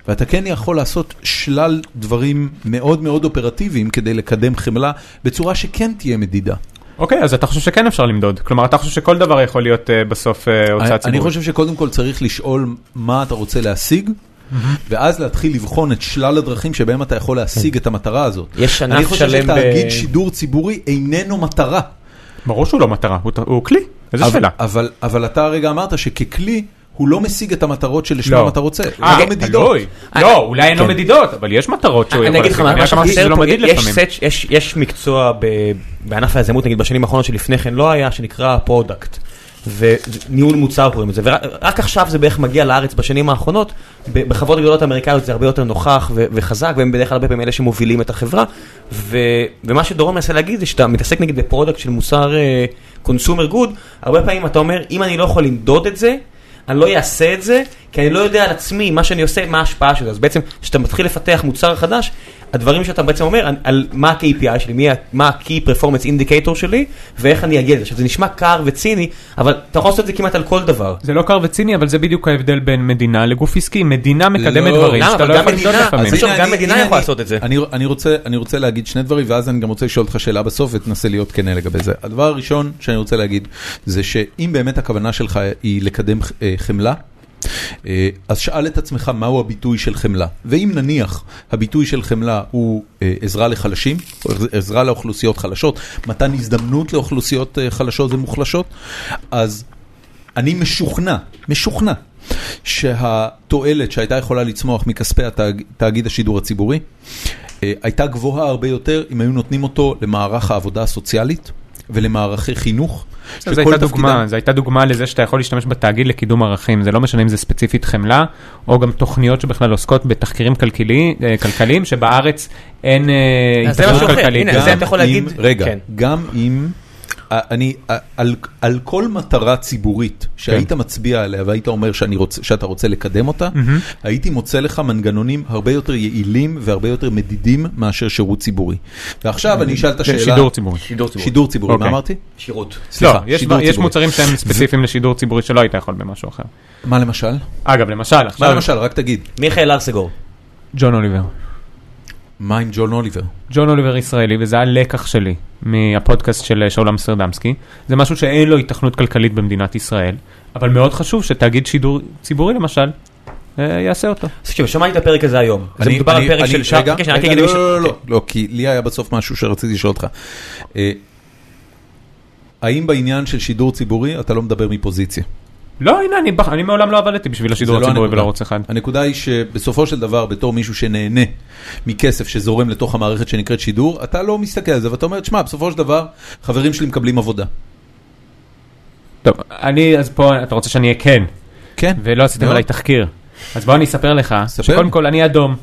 S1: ואתה כן יכול לעשות שלל דברים מאוד מאוד אופרטיביים כדי לקדם חמלה בצורה שכן תהיה מדידה.
S3: אוקיי, אז אתה חושב שכן אפשר למדוד. כלומר, אתה חושב שכל דבר יכול להיות אה, בסוף אה,
S1: אני
S3: הוצאה
S1: אני
S3: ציבורית.
S1: חושב שקודם כל צריך לשאול מה אתה רוצה להשיג. ואז להתחיל לבחון את שלל הדרכים שבהם אתה יכול להשיג את המטרה הזאת.
S2: כן. יש ענף
S1: אני חושב
S2: שלם ב-
S1: שתאגיד שידור ציבורי איננו מטרה.
S3: ברור שהוא לא מטרה, הוא ת- הוא כלי. איזה
S1: אבל-
S3: שאלה.
S1: אבל, אבל אתה הרגע אמרת שככלי הוא לא משיג את המטרות שלשמם
S3: לא.
S1: אתה רוצה.
S3: אה,
S1: הוא לא מדידות.
S3: תלוי. לא, אולי אין לו מדידות, אבל יש מטרות שהוא
S2: כן.
S3: יכול
S2: אני אגיד לך מה
S3: אבל
S2: מה
S3: יש משהו שזה
S2: שחסר
S3: לא
S2: פה,
S3: מדיד
S2: יש
S3: לפעמים.
S2: סט- יש- יש מקצוע ב- בענף היזמות נגיד בשנים האחרונות שלפני כן לא היה שנקרא פרודקט. וניהול מוצר קוראים לזה, ורק עכשיו זה בערך מגיע לארץ בשנים האחרונות, ב- בחברות גדולות אמריקאיות זה הרבה יותר נוכח ו- וחזק, והם בדרך כלל הרבה פעמים אלה שמובילים את החברה, ו- ומה שדורון מנסה להגיד זה שאתה מתעסק נגיד בפרודקט של מוצר קונסומר גוד, הרבה פעמים אתה אומר, אם אני לא יכול למדוד את זה, אני לא אעשה את זה, כי אני לא יודע על עצמי מה שאני עושה, מה ההשפעה של זה. אז בעצם, כשאתה מתחיל לפתח מוצר חדש, הדברים שאתה בעצם אומר, על, על מה ה-KPI שלי, מי ה- מה ה-Key Performance Indicator שלי, ואיך אני אגיע לזה. עכשיו, זה נשמע קר וציני, אבל אתה יכול לעשות את זה כמעט על כל דבר.
S3: זה לא קר וציני, אבל זה בדיוק ההבדל בין מדינה לגוף עסקי. מדינה מקדמת
S1: לא,
S3: דברים
S2: למה?
S3: שאתה
S2: אבל
S3: לא
S2: גם
S3: יכול למדוד
S2: מדינה-
S3: לפעמים.
S2: אז תחשוב,
S1: הנה,
S2: גם
S1: אני-
S2: מדינה
S1: הנה,
S2: יכולה
S1: אני-
S2: לעשות את זה.
S1: אני, אני, רוצה, אני רוצה להגיד שני דברים, ואז אני גם רוצה לשאול אותך שאלה בסוף, ותנסה להיות כנה לגבי זה. הדבר הראשון שאני רוצה להגיד, זה שאם באמת הכוונה שלך היא לקדם אה, חמלה, אה, אז שאל את עצמך מהו הביטוי של חמלה. ואם נניח הביטוי של חמלה הוא אה, עזרה לחלשים, או עז- עזרה לאוכלוסיות חלשות, מתן הזדמנות לאוכלוסיות אה, חלשות ומוחלשות, אז אני משוכנע, משוכנע, שהתועלת שהייתה יכולה לצמוח מכספי התאג- תאגיד השידור הציבורי, אה, הייתה גבוהה הרבה יותר אם היו נותנים אותו למערך העבודה הסוציאלית ולמערכי חינוך.
S3: זו הייתה דוגמה, זו הייתה דוגמה לזה שאתה יכול להשתמש בתאגיד לקידום ערכים, זה לא משנה אם זה ספציפית חמלה, או גם תוכניות שבכלל עוסקות בתחקירים כלכלי- אה, כלכליים, שבארץ אין אה,
S2: אז זה משהו
S3: התערבות
S2: אחר,
S3: כלכלית.
S2: הנה,
S3: גם-
S2: זה אתה יכול
S1: אם-
S2: להגיד-
S1: רגע,
S2: כן.
S1: גם אם אני, על, על כל מטרה ציבורית שהיית מצביע עליה והיית אומר שאני רוצ, שאתה רוצה לקדם אותה, הייתי מוצא לך מנגנונים הרבה יותר יעילים והרבה יותר מדידים מאשר שירות ציבורי. ועכשיו אני אשאל את
S3: זה
S1: השאלה...
S3: כן, שידור ציבורי.
S2: שידור ציבורי.
S1: שידור ציבורי, מה
S3: אוקיי.
S1: אמרתי?
S2: שירות.
S1: סליחה,
S3: לא, יש-
S1: שידור
S3: יש
S1: ציבורי.
S3: מוצרים שהם ספציפיים לשידור ציבורי שלא היית יכול במשהו אחר.
S1: מה למשל?
S3: אגב, למשל,
S1: מה
S3: עכשיו
S1: למשל? רק תגיד,
S2: מיכאל ארסגור.
S3: ג'ון אוליבר.
S1: מה עם ג'ון אוליבר?
S3: ג'ון אוליבר ישראלי, וזה היה לקח שלי מהפודקאסט של אה, שאול אמסרדמסקי. זה משהו שאין לו התכנות כלכלית במדינת ישראל, אבל מאוד חשוב שתאגיד שידור ציבורי למשל, אה, יעשה אותו.
S2: תקשיב, שמעתי את הפרק הזה היום. זה
S1: אני-
S2: מדובר על
S1: אני-
S2: פרק
S1: אני-
S2: של שעה.
S1: רגע,
S2: כן, שאני רק
S1: רגע, לא,
S2: אגיד למי ש-
S1: לא, לא, לא, לא, כי לי היה בסוף משהו שרציתי לשאול אותך. אה, האם בעניין של שידור ציבורי אתה לא מדבר מפוזיציה?
S3: לא, הנה, אני בח- אני מעולם לא עבדתי בשביל השידור
S1: זה לא
S3: הציבורי
S1: הנקודה.
S3: ולערוץ אחד.
S1: הנקודה היא שבסופו של דבר, בתור מישהו שנהנה מכסף שזורם לתוך המערכת שנקראת שידור, אתה לא מסתכל על זה ואתה אומר, תשמע, בסופו של דבר, חברים שלי מקבלים עבודה.
S3: טוב, אני, אז פה, אתה רוצה שאני אהיה כן,
S1: כן,
S3: ולא עשיתם
S1: מאוד.
S3: עליי תחקיר. אז בוא אני אספר לך,
S1: ספר.
S3: שקודם כל אני אדום.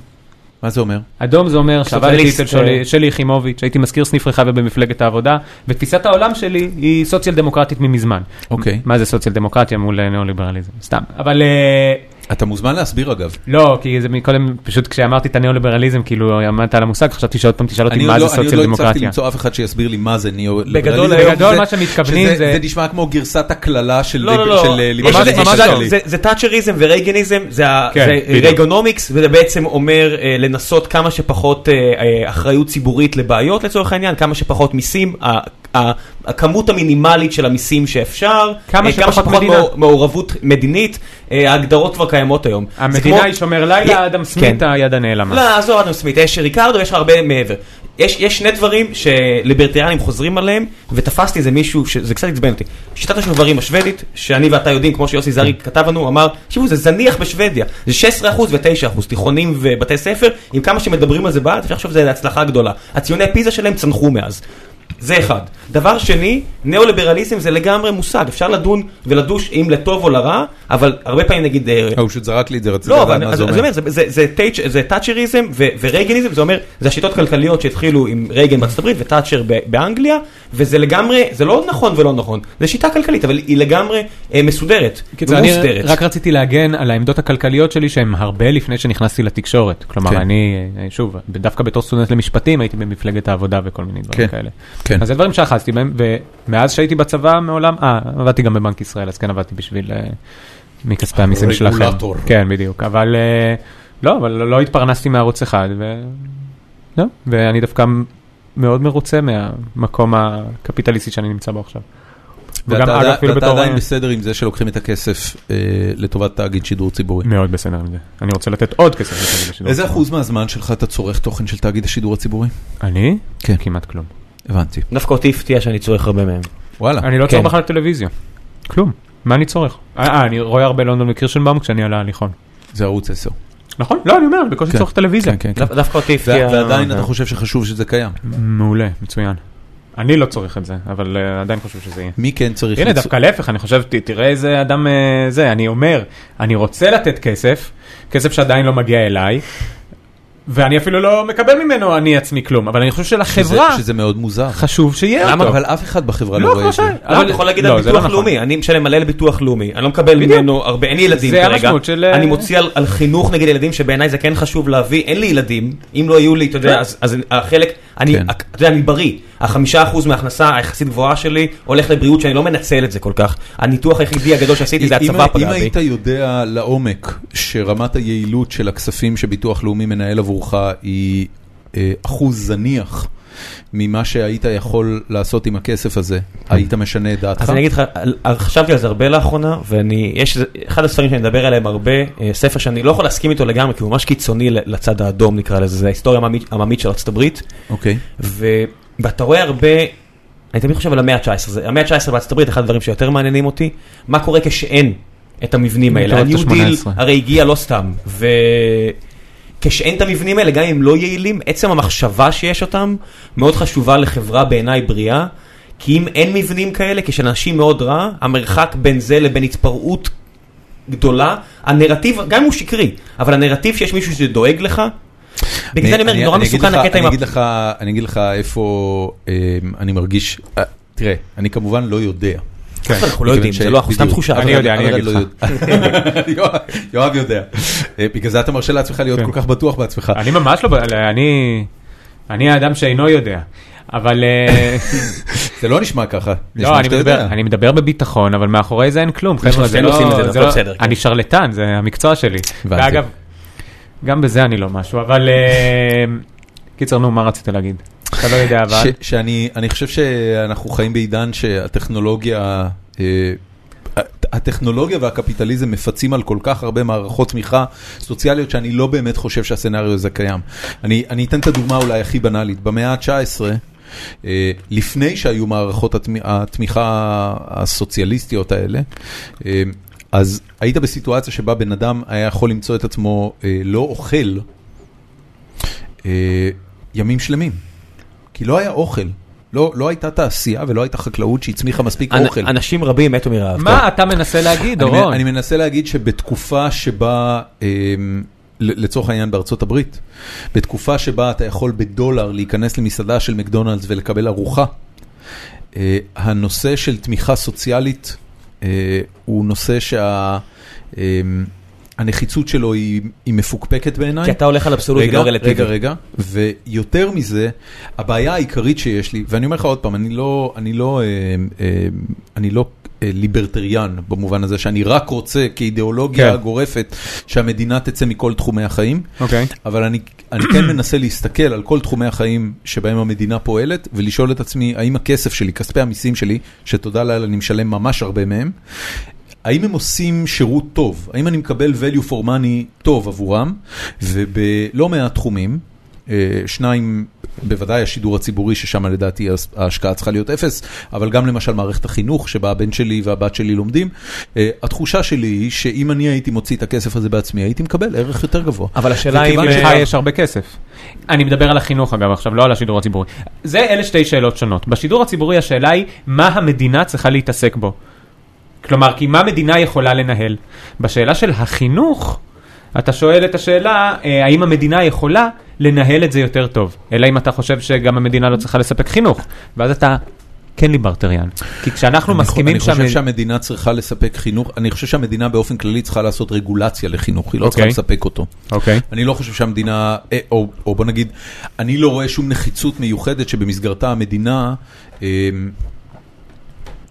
S1: מה זה אומר?
S3: אדום זה אומר שעבדתי
S2: סוציאליסט,
S3: אצל שלי-
S2: אה.
S3: שלי יחימוביץ', הייתי מזכיר סניף רחבה במפלגת העבודה, ותפיסת העולם שלי היא סוציאל דמוקרטית ממזמן.
S1: אוקיי.
S3: מה זה סוציאל דמוקרטיה מול אה, ניאו-ליברליזם? סתם. אבל אה,
S1: אתה מוזמן להסביר אגב.
S3: לא, כי זה מקודם, פשוט כשאמרתי את הניאו-ליברליזם, כאילו עמדת על המושג, חשבתי שעוד פעם תשאל אותי
S1: אני
S3: מה
S1: עוד
S3: זה
S1: לא- אני עוד
S3: סוציאל
S1: לא הצלחתי
S3: דמוקרטיה.
S1: למצוא אף אחד שיסביר לי מה זה
S2: בגדול,
S1: ניאו-ליברליזם.
S3: בגדול, מה שמתכוונים זה-
S1: זה נשמע כמו גרסת הקללה של
S2: לא, לא, לא.
S1: של, אה,
S2: יש
S1: ליברליזם
S2: לזה-
S3: ממש
S2: יש לזה-
S3: לא.
S2: זה- זה תאצ'ריזם ורייגניזם, זה ה-
S3: כן,
S2: זה
S3: בדיוק.
S2: רייגונומיקס, וזה בעצם אומר אה, לנסות כמה שפחות אה, אה, אחריות ציבורית לבעיות לצורך העניין, כמה שפחות מיסים, ה- ה- הכמות המינימלית של המיסים שאפשר,
S3: כמה
S2: אה,
S3: שפחות מדינה.
S2: מעור- מעורבות מדינית, אה, ההגדרות כבר קיימות היום. זה
S3: המדינה
S2: כמו-
S3: היא שומר לילה, אדם סמית
S2: כן.
S3: היד הנעלמה.
S2: לא, עזוב אדם סמית, יש ריקרדו, יש לך הרבה מעבר. יש, יש שני דברים שליברטריאנים חוזרים עליהם, ותפסתי איזה מישהו, ש- זה קצת עצבן אותי. שיטת השוברים השוודית, שאני ואתה יודעים, כמו שיוסי זרי כתב לנו, הוא אמר, תקשיבו, זה זניח בשוודיה, זה 16% ו-9%, תיכונים ובתי ספר, עם כמה שמדברים על זה בארץ, אפשר לחשוב שזה הצלחה גדולה. הציוני פיזה שלהם צנחו מאז. זה אחד. דבר שני, ניאו-ליברליזם זה לגמרי מושג, אפשר לדון ולדוש אם לטוב או לרע, אבל הרבה פעמים נגיד... אה,
S1: אה, הוא פשוט זרק לי את זה, רציתי
S2: לא,
S1: לדעת
S2: אבל
S1: מה
S2: אז-
S1: זה
S2: אז אני
S1: אומר.
S2: אומר, זה- זה- זה טאצ'- זה תאצ'ריזם ו- ורייגניזם, זה אומר, זה השיטות הכלכליות שהתחילו עם רייגן בארצות הברית ותאצ'ר ב- באנגליה, וזה לגמרי, זה לא נכון ולא נכון, זה שיטה כלכלית, אבל היא לגמרי אה, מסודרת,
S3: קיצור, אני
S2: ומוסדרת.
S3: רק רציתי להגן על העמדות הכלכליות שלי שהן הרבה לפני שנכנסתי לתקשורת. כלומר,
S1: כן.
S3: אני, אה, שוב, דווקא בתור סטודנט למשפטים הייתי במפלגת העבודה וכל מיני דברים
S1: כן.
S3: כאלה.
S1: כן.
S3: אז זה דברים שאחזתי בהם, ומאז שהייתי בצבא מעולם, אה, עבדתי גם בבנק ישראל, אז כן עבדתי בשביל, אה, מכספי המיסים שלכם.
S1: רגולטור.
S3: כן, בדיוק. אבל, אה, לא, אבל לא התפרנסתי מערוץ אחד, ו... לא, ואני דווקא מאוד מרוצה מהמקום הקפיטליסטי שאני נמצא בו עכשיו. וגם,
S1: ואתה
S3: אגב,
S1: עדיין-
S3: אפילו
S1: ואתה
S3: בתור- אה,
S1: עדיין בסדר עם זה שלוקחים את הכסף אה, לטובת תאגיד שידור ציבורי.
S3: מאוד בסדר עם זה. אני רוצה לתת עוד כסף לתאגיד השידור.
S1: איזה אחוז מהזמן שלך אתה צורך תוכן של תאגיד השידור הציבורי?
S3: אני?
S1: כן.
S3: כמעט כלום.
S1: הבנתי.
S2: דווקא אותי הפתיע שאני צורך הרבה מהם.
S1: וואלה.
S3: אני לא
S2: כן.
S3: צורך בכלל טלוויזיה. כלום. מה אני צורך? אה, אה, אני רואה הרבה לונדון וקירשנבאום כשאני על ההליכון.
S1: זה ערוץ 10.
S3: נכון? לא, אני אומר, אני בקושי
S1: כן.
S3: צורך טלוויזיה.
S1: כן, כן, כן.
S2: דו- דווקא אותי הפתיע...
S1: ועדיין אתה חושב שחשוב שזה קיים.
S3: מעולה, מצוין. אני לא צורך את זה, אבל אה, עדיין חשוב שזה יהיה.
S1: מי כן צריך...
S3: הנה,
S1: ליצור-
S3: דווקא להפך, אני חושב, ת- תראה איזה אדם אה, זה, אני אומר, אני רוצה לתת כסף, כסף שעדיין לא מגיע אליי, ואני אפילו לא מקבל ממנו אני עצמי כלום, אבל אני חושב
S1: שזה-
S3: שלחברה
S1: שזה מאוד מוזר.
S3: חשוב שיהיה
S1: למה?
S3: אותו.
S1: אבל אף אחד בחברה
S3: לא,
S1: לא רואה את זה.
S3: כמו ש-
S2: למה אתה יכול להגיד על
S3: לא, זה לא
S2: ביטוח
S3: נכון.
S2: לאומי, אני משלם מלא לביטוח לאומי, אני לא מקבל
S3: בדיוק.
S2: ממנו הרבה, אין לי ילדים
S3: זה
S2: כרגע,
S3: המשמעות של- אה,
S2: אני מוציא על- על חינוך נגד ילדים שבעיניי זה כן חשוב להביא, אין לי ילדים, אם לא יהיו לי, אתה
S3: כן.
S2: יודע, אז- אז החלק, אני
S1: כן.
S2: אתה יודע, אני בריא, החמישה אחוז מההכנסה היחסית גבוהה שלי הולך לבריאות שאני לא מנצל את זה כל כך, הניתוח היחידי הגדול שעשיתי זה
S1: אם-
S2: הצבא
S1: אם
S2: פגע בי,
S1: היית יודע לעומק שרמת היעילות של הכספים שביטוח לאומי מנהל עבורך היא אה, אחוז זניח ממה שהיית יכול לעשות עם הכסף הזה, היית משנה את דעתך?
S3: נכון.
S2: אז אני אגיד לך, על- על- חשבתי על זה הרבה לאחרונה, ואני, יש איזה- אחד הספרים שאני מדבר עליהם הרבה, אה, ספר שאני לא יכול להסכים איתו לגמרי, כי הוא ממש קיצוני ל- לצד האדום נקרא לזה, זה ההיסטוריה העממית- העממית של ארצות הברית.
S1: אוקיי.
S2: ו... ואתה רואה הרבה, אני תמיד חושב על המאה ה-19, זה- המאה ה-19 בארצות הברית, אחד הדברים שיותר מעניינים אותי, מה קורה כשאין את המבנים האלה,
S3: מטורף
S2: הניו
S3: את ה-
S2: דיל
S3: 18.
S2: הרי הגיע לא סתם, וכשאין את המבנים האלה, גם אם לא יעילים, עצם המחשבה שיש אותם מאוד חשובה לחברה בעיניי בריאה. כי אם אין מבנים כאלה, כשלאנשים מאוד רע, המרחק בין זה לבין התפרעות גדולה, הנרטיב, גם אם הוא שקרי, אבל הנרטיב שיש מישהו שדואג לך, בגלל זה אני אומר, נורא
S1: אגיד
S2: מסוכן
S1: לך-
S2: הקטע עם
S1: אני אגיד לך- אני אגיד לך איפה אמ, אני מרגיש, אה, תראה, אני כמובן לא יודע.
S2: אבל אנחנו לא יודעים, זה לא, אנחנו סתם
S1: בדיוק.
S2: תחושה.
S1: אבל-
S3: אני יודע,
S1: אבל
S3: אני
S1: לא
S3: אגיד
S1: יודע. יואב- יואב יודע. אה, בגלל זה אתה מרשה לעצמך
S2: כן.
S1: להיות כל כך בטוח בעצמך.
S3: אני ממש לא, ב- אני, אני האדם שאינו יודע. אבל אה,
S1: זה לא נשמע ככה. נשמע
S3: לא, אני
S1: שאתה
S3: מדבר,
S1: יודע.
S3: אני מדבר בביטחון, אבל מאחורי זה אין כלום, חבר'ה, זה
S2: שנינו
S3: לא,
S2: עושים את זה,
S3: זה
S2: הכל
S3: לא,
S2: בסדר, כן.
S3: אני שרלטן, זה המקצוע שלי.
S1: הבנתי.
S3: ואגב, גם בזה אני לא משהו, אבל אה, קיצר, נו, מה רצית להגיד? אתה לא יודע, אבל...
S1: ש- שאני אני חושב שאנחנו חיים בעידן שהטכנולוגיה, אה, הט- הטכנולוגיה והקפיטליזם מפצים על כל כך הרבה מערכות תמיכה סוציאליות שאני לא באמת חושב שהסצנריו הזה קיים. אני, אני אתן את הדוגמה אולי הכי בנאלית, במאה ה-19, אה, לפני שהיו מערכות התמ- התמיכה הסוציאליסטיות האלה, אה, אז היית בסיטואציה שבה בן אדם היה יכול למצוא את עצמו אה, לא אוכל אה, ימים שלמים. כי לא היה אוכל. לא, לא הייתה תעשייה ולא הייתה חקלאות שהצמיחה מספיק
S2: אנ-
S1: אוכל.
S2: אנשים רבים מתו מרעב.
S3: מה אתה מנסה להגיד,
S1: אני,
S3: דורון?
S1: אני מנסה להגיד שבתקופה שבה, אמ, ל- לצורך העניין בארצות הברית, בתקופה שבה אתה יכול בדולר להיכנס למסעדה של מקדונלדס ולקבל ארוחה, אה, הנושא של תמיכה סוציאלית אה, הוא נושא שה... אמ, הנחיצות שלו היא, היא מפוקפקת בעיניי.
S2: כן. כי אתה הולך על אבסולוטי,
S1: רגע,
S2: לא
S1: רגע,
S2: רלטיבי.
S1: רגע, ויותר מזה, הבעיה העיקרית שיש לי, ואני אומר לך עוד פעם, אני לא, אני לא, אה, אה, אני לא אה, ליברטריאן במובן הזה שאני רק רוצה כאידיאולוגיה
S3: כן.
S1: גורפת שהמדינה תצא מכל תחומי החיים,
S3: אוקיי.
S1: אבל אני, אני כן מנסה להסתכל על כל תחומי החיים שבהם המדינה פועלת, ולשאול את עצמי, האם הכסף שלי, כספי המיסים שלי, שתודה לאל אני משלם ממש הרבה מהם, האם הם עושים שירות טוב? האם אני מקבל value for money טוב עבורם? ובלא מעט תחומים, אה, שניים, בוודאי השידור הציבורי, ששם לדעתי ההס- ההשקעה צריכה להיות אפס, אבל גם למשל מערכת החינוך, שבה הבן שלי והבת שלי לומדים, אה, התחושה שלי היא שאם אני הייתי מוציא את הכסף הזה בעצמי, הייתי מקבל ערך יותר גבוה.
S2: אבל השאלה אם...
S3: מכיוון שלך
S2: אה,
S3: יש הרבה כסף. אני מדבר על החינוך אגב עכשיו, לא על השידור הציבורי. זה אלה שתי שאלות שונות. בשידור הציבורי השאלה היא, מה המדינה צריכה להתעסק בו? כלומר, כי מה מדינה יכולה לנהל? בשאלה של החינוך, אתה שואל את השאלה, אה, האם המדינה יכולה לנהל את זה יותר טוב? אלא אם אתה חושב שגם המדינה לא צריכה לספק חינוך. ואז אתה כן ליברטריאן. כי כשאנחנו
S1: אני חו-
S3: מסכימים
S1: אני חושב
S3: שהמדינה...
S1: שהמדינה צריכה לספק חינוך, אני חושב שהמדינה באופן כללי צריכה לעשות רגולציה לחינוך, היא לא צריכה
S3: אוקיי.
S1: לספק אותו.
S3: אוקיי.
S1: אני לא חושב שהמדינה, אה, או, או בוא נגיד, אני לא רואה שום נחיצות מיוחדת שבמסגרתה המדינה אה,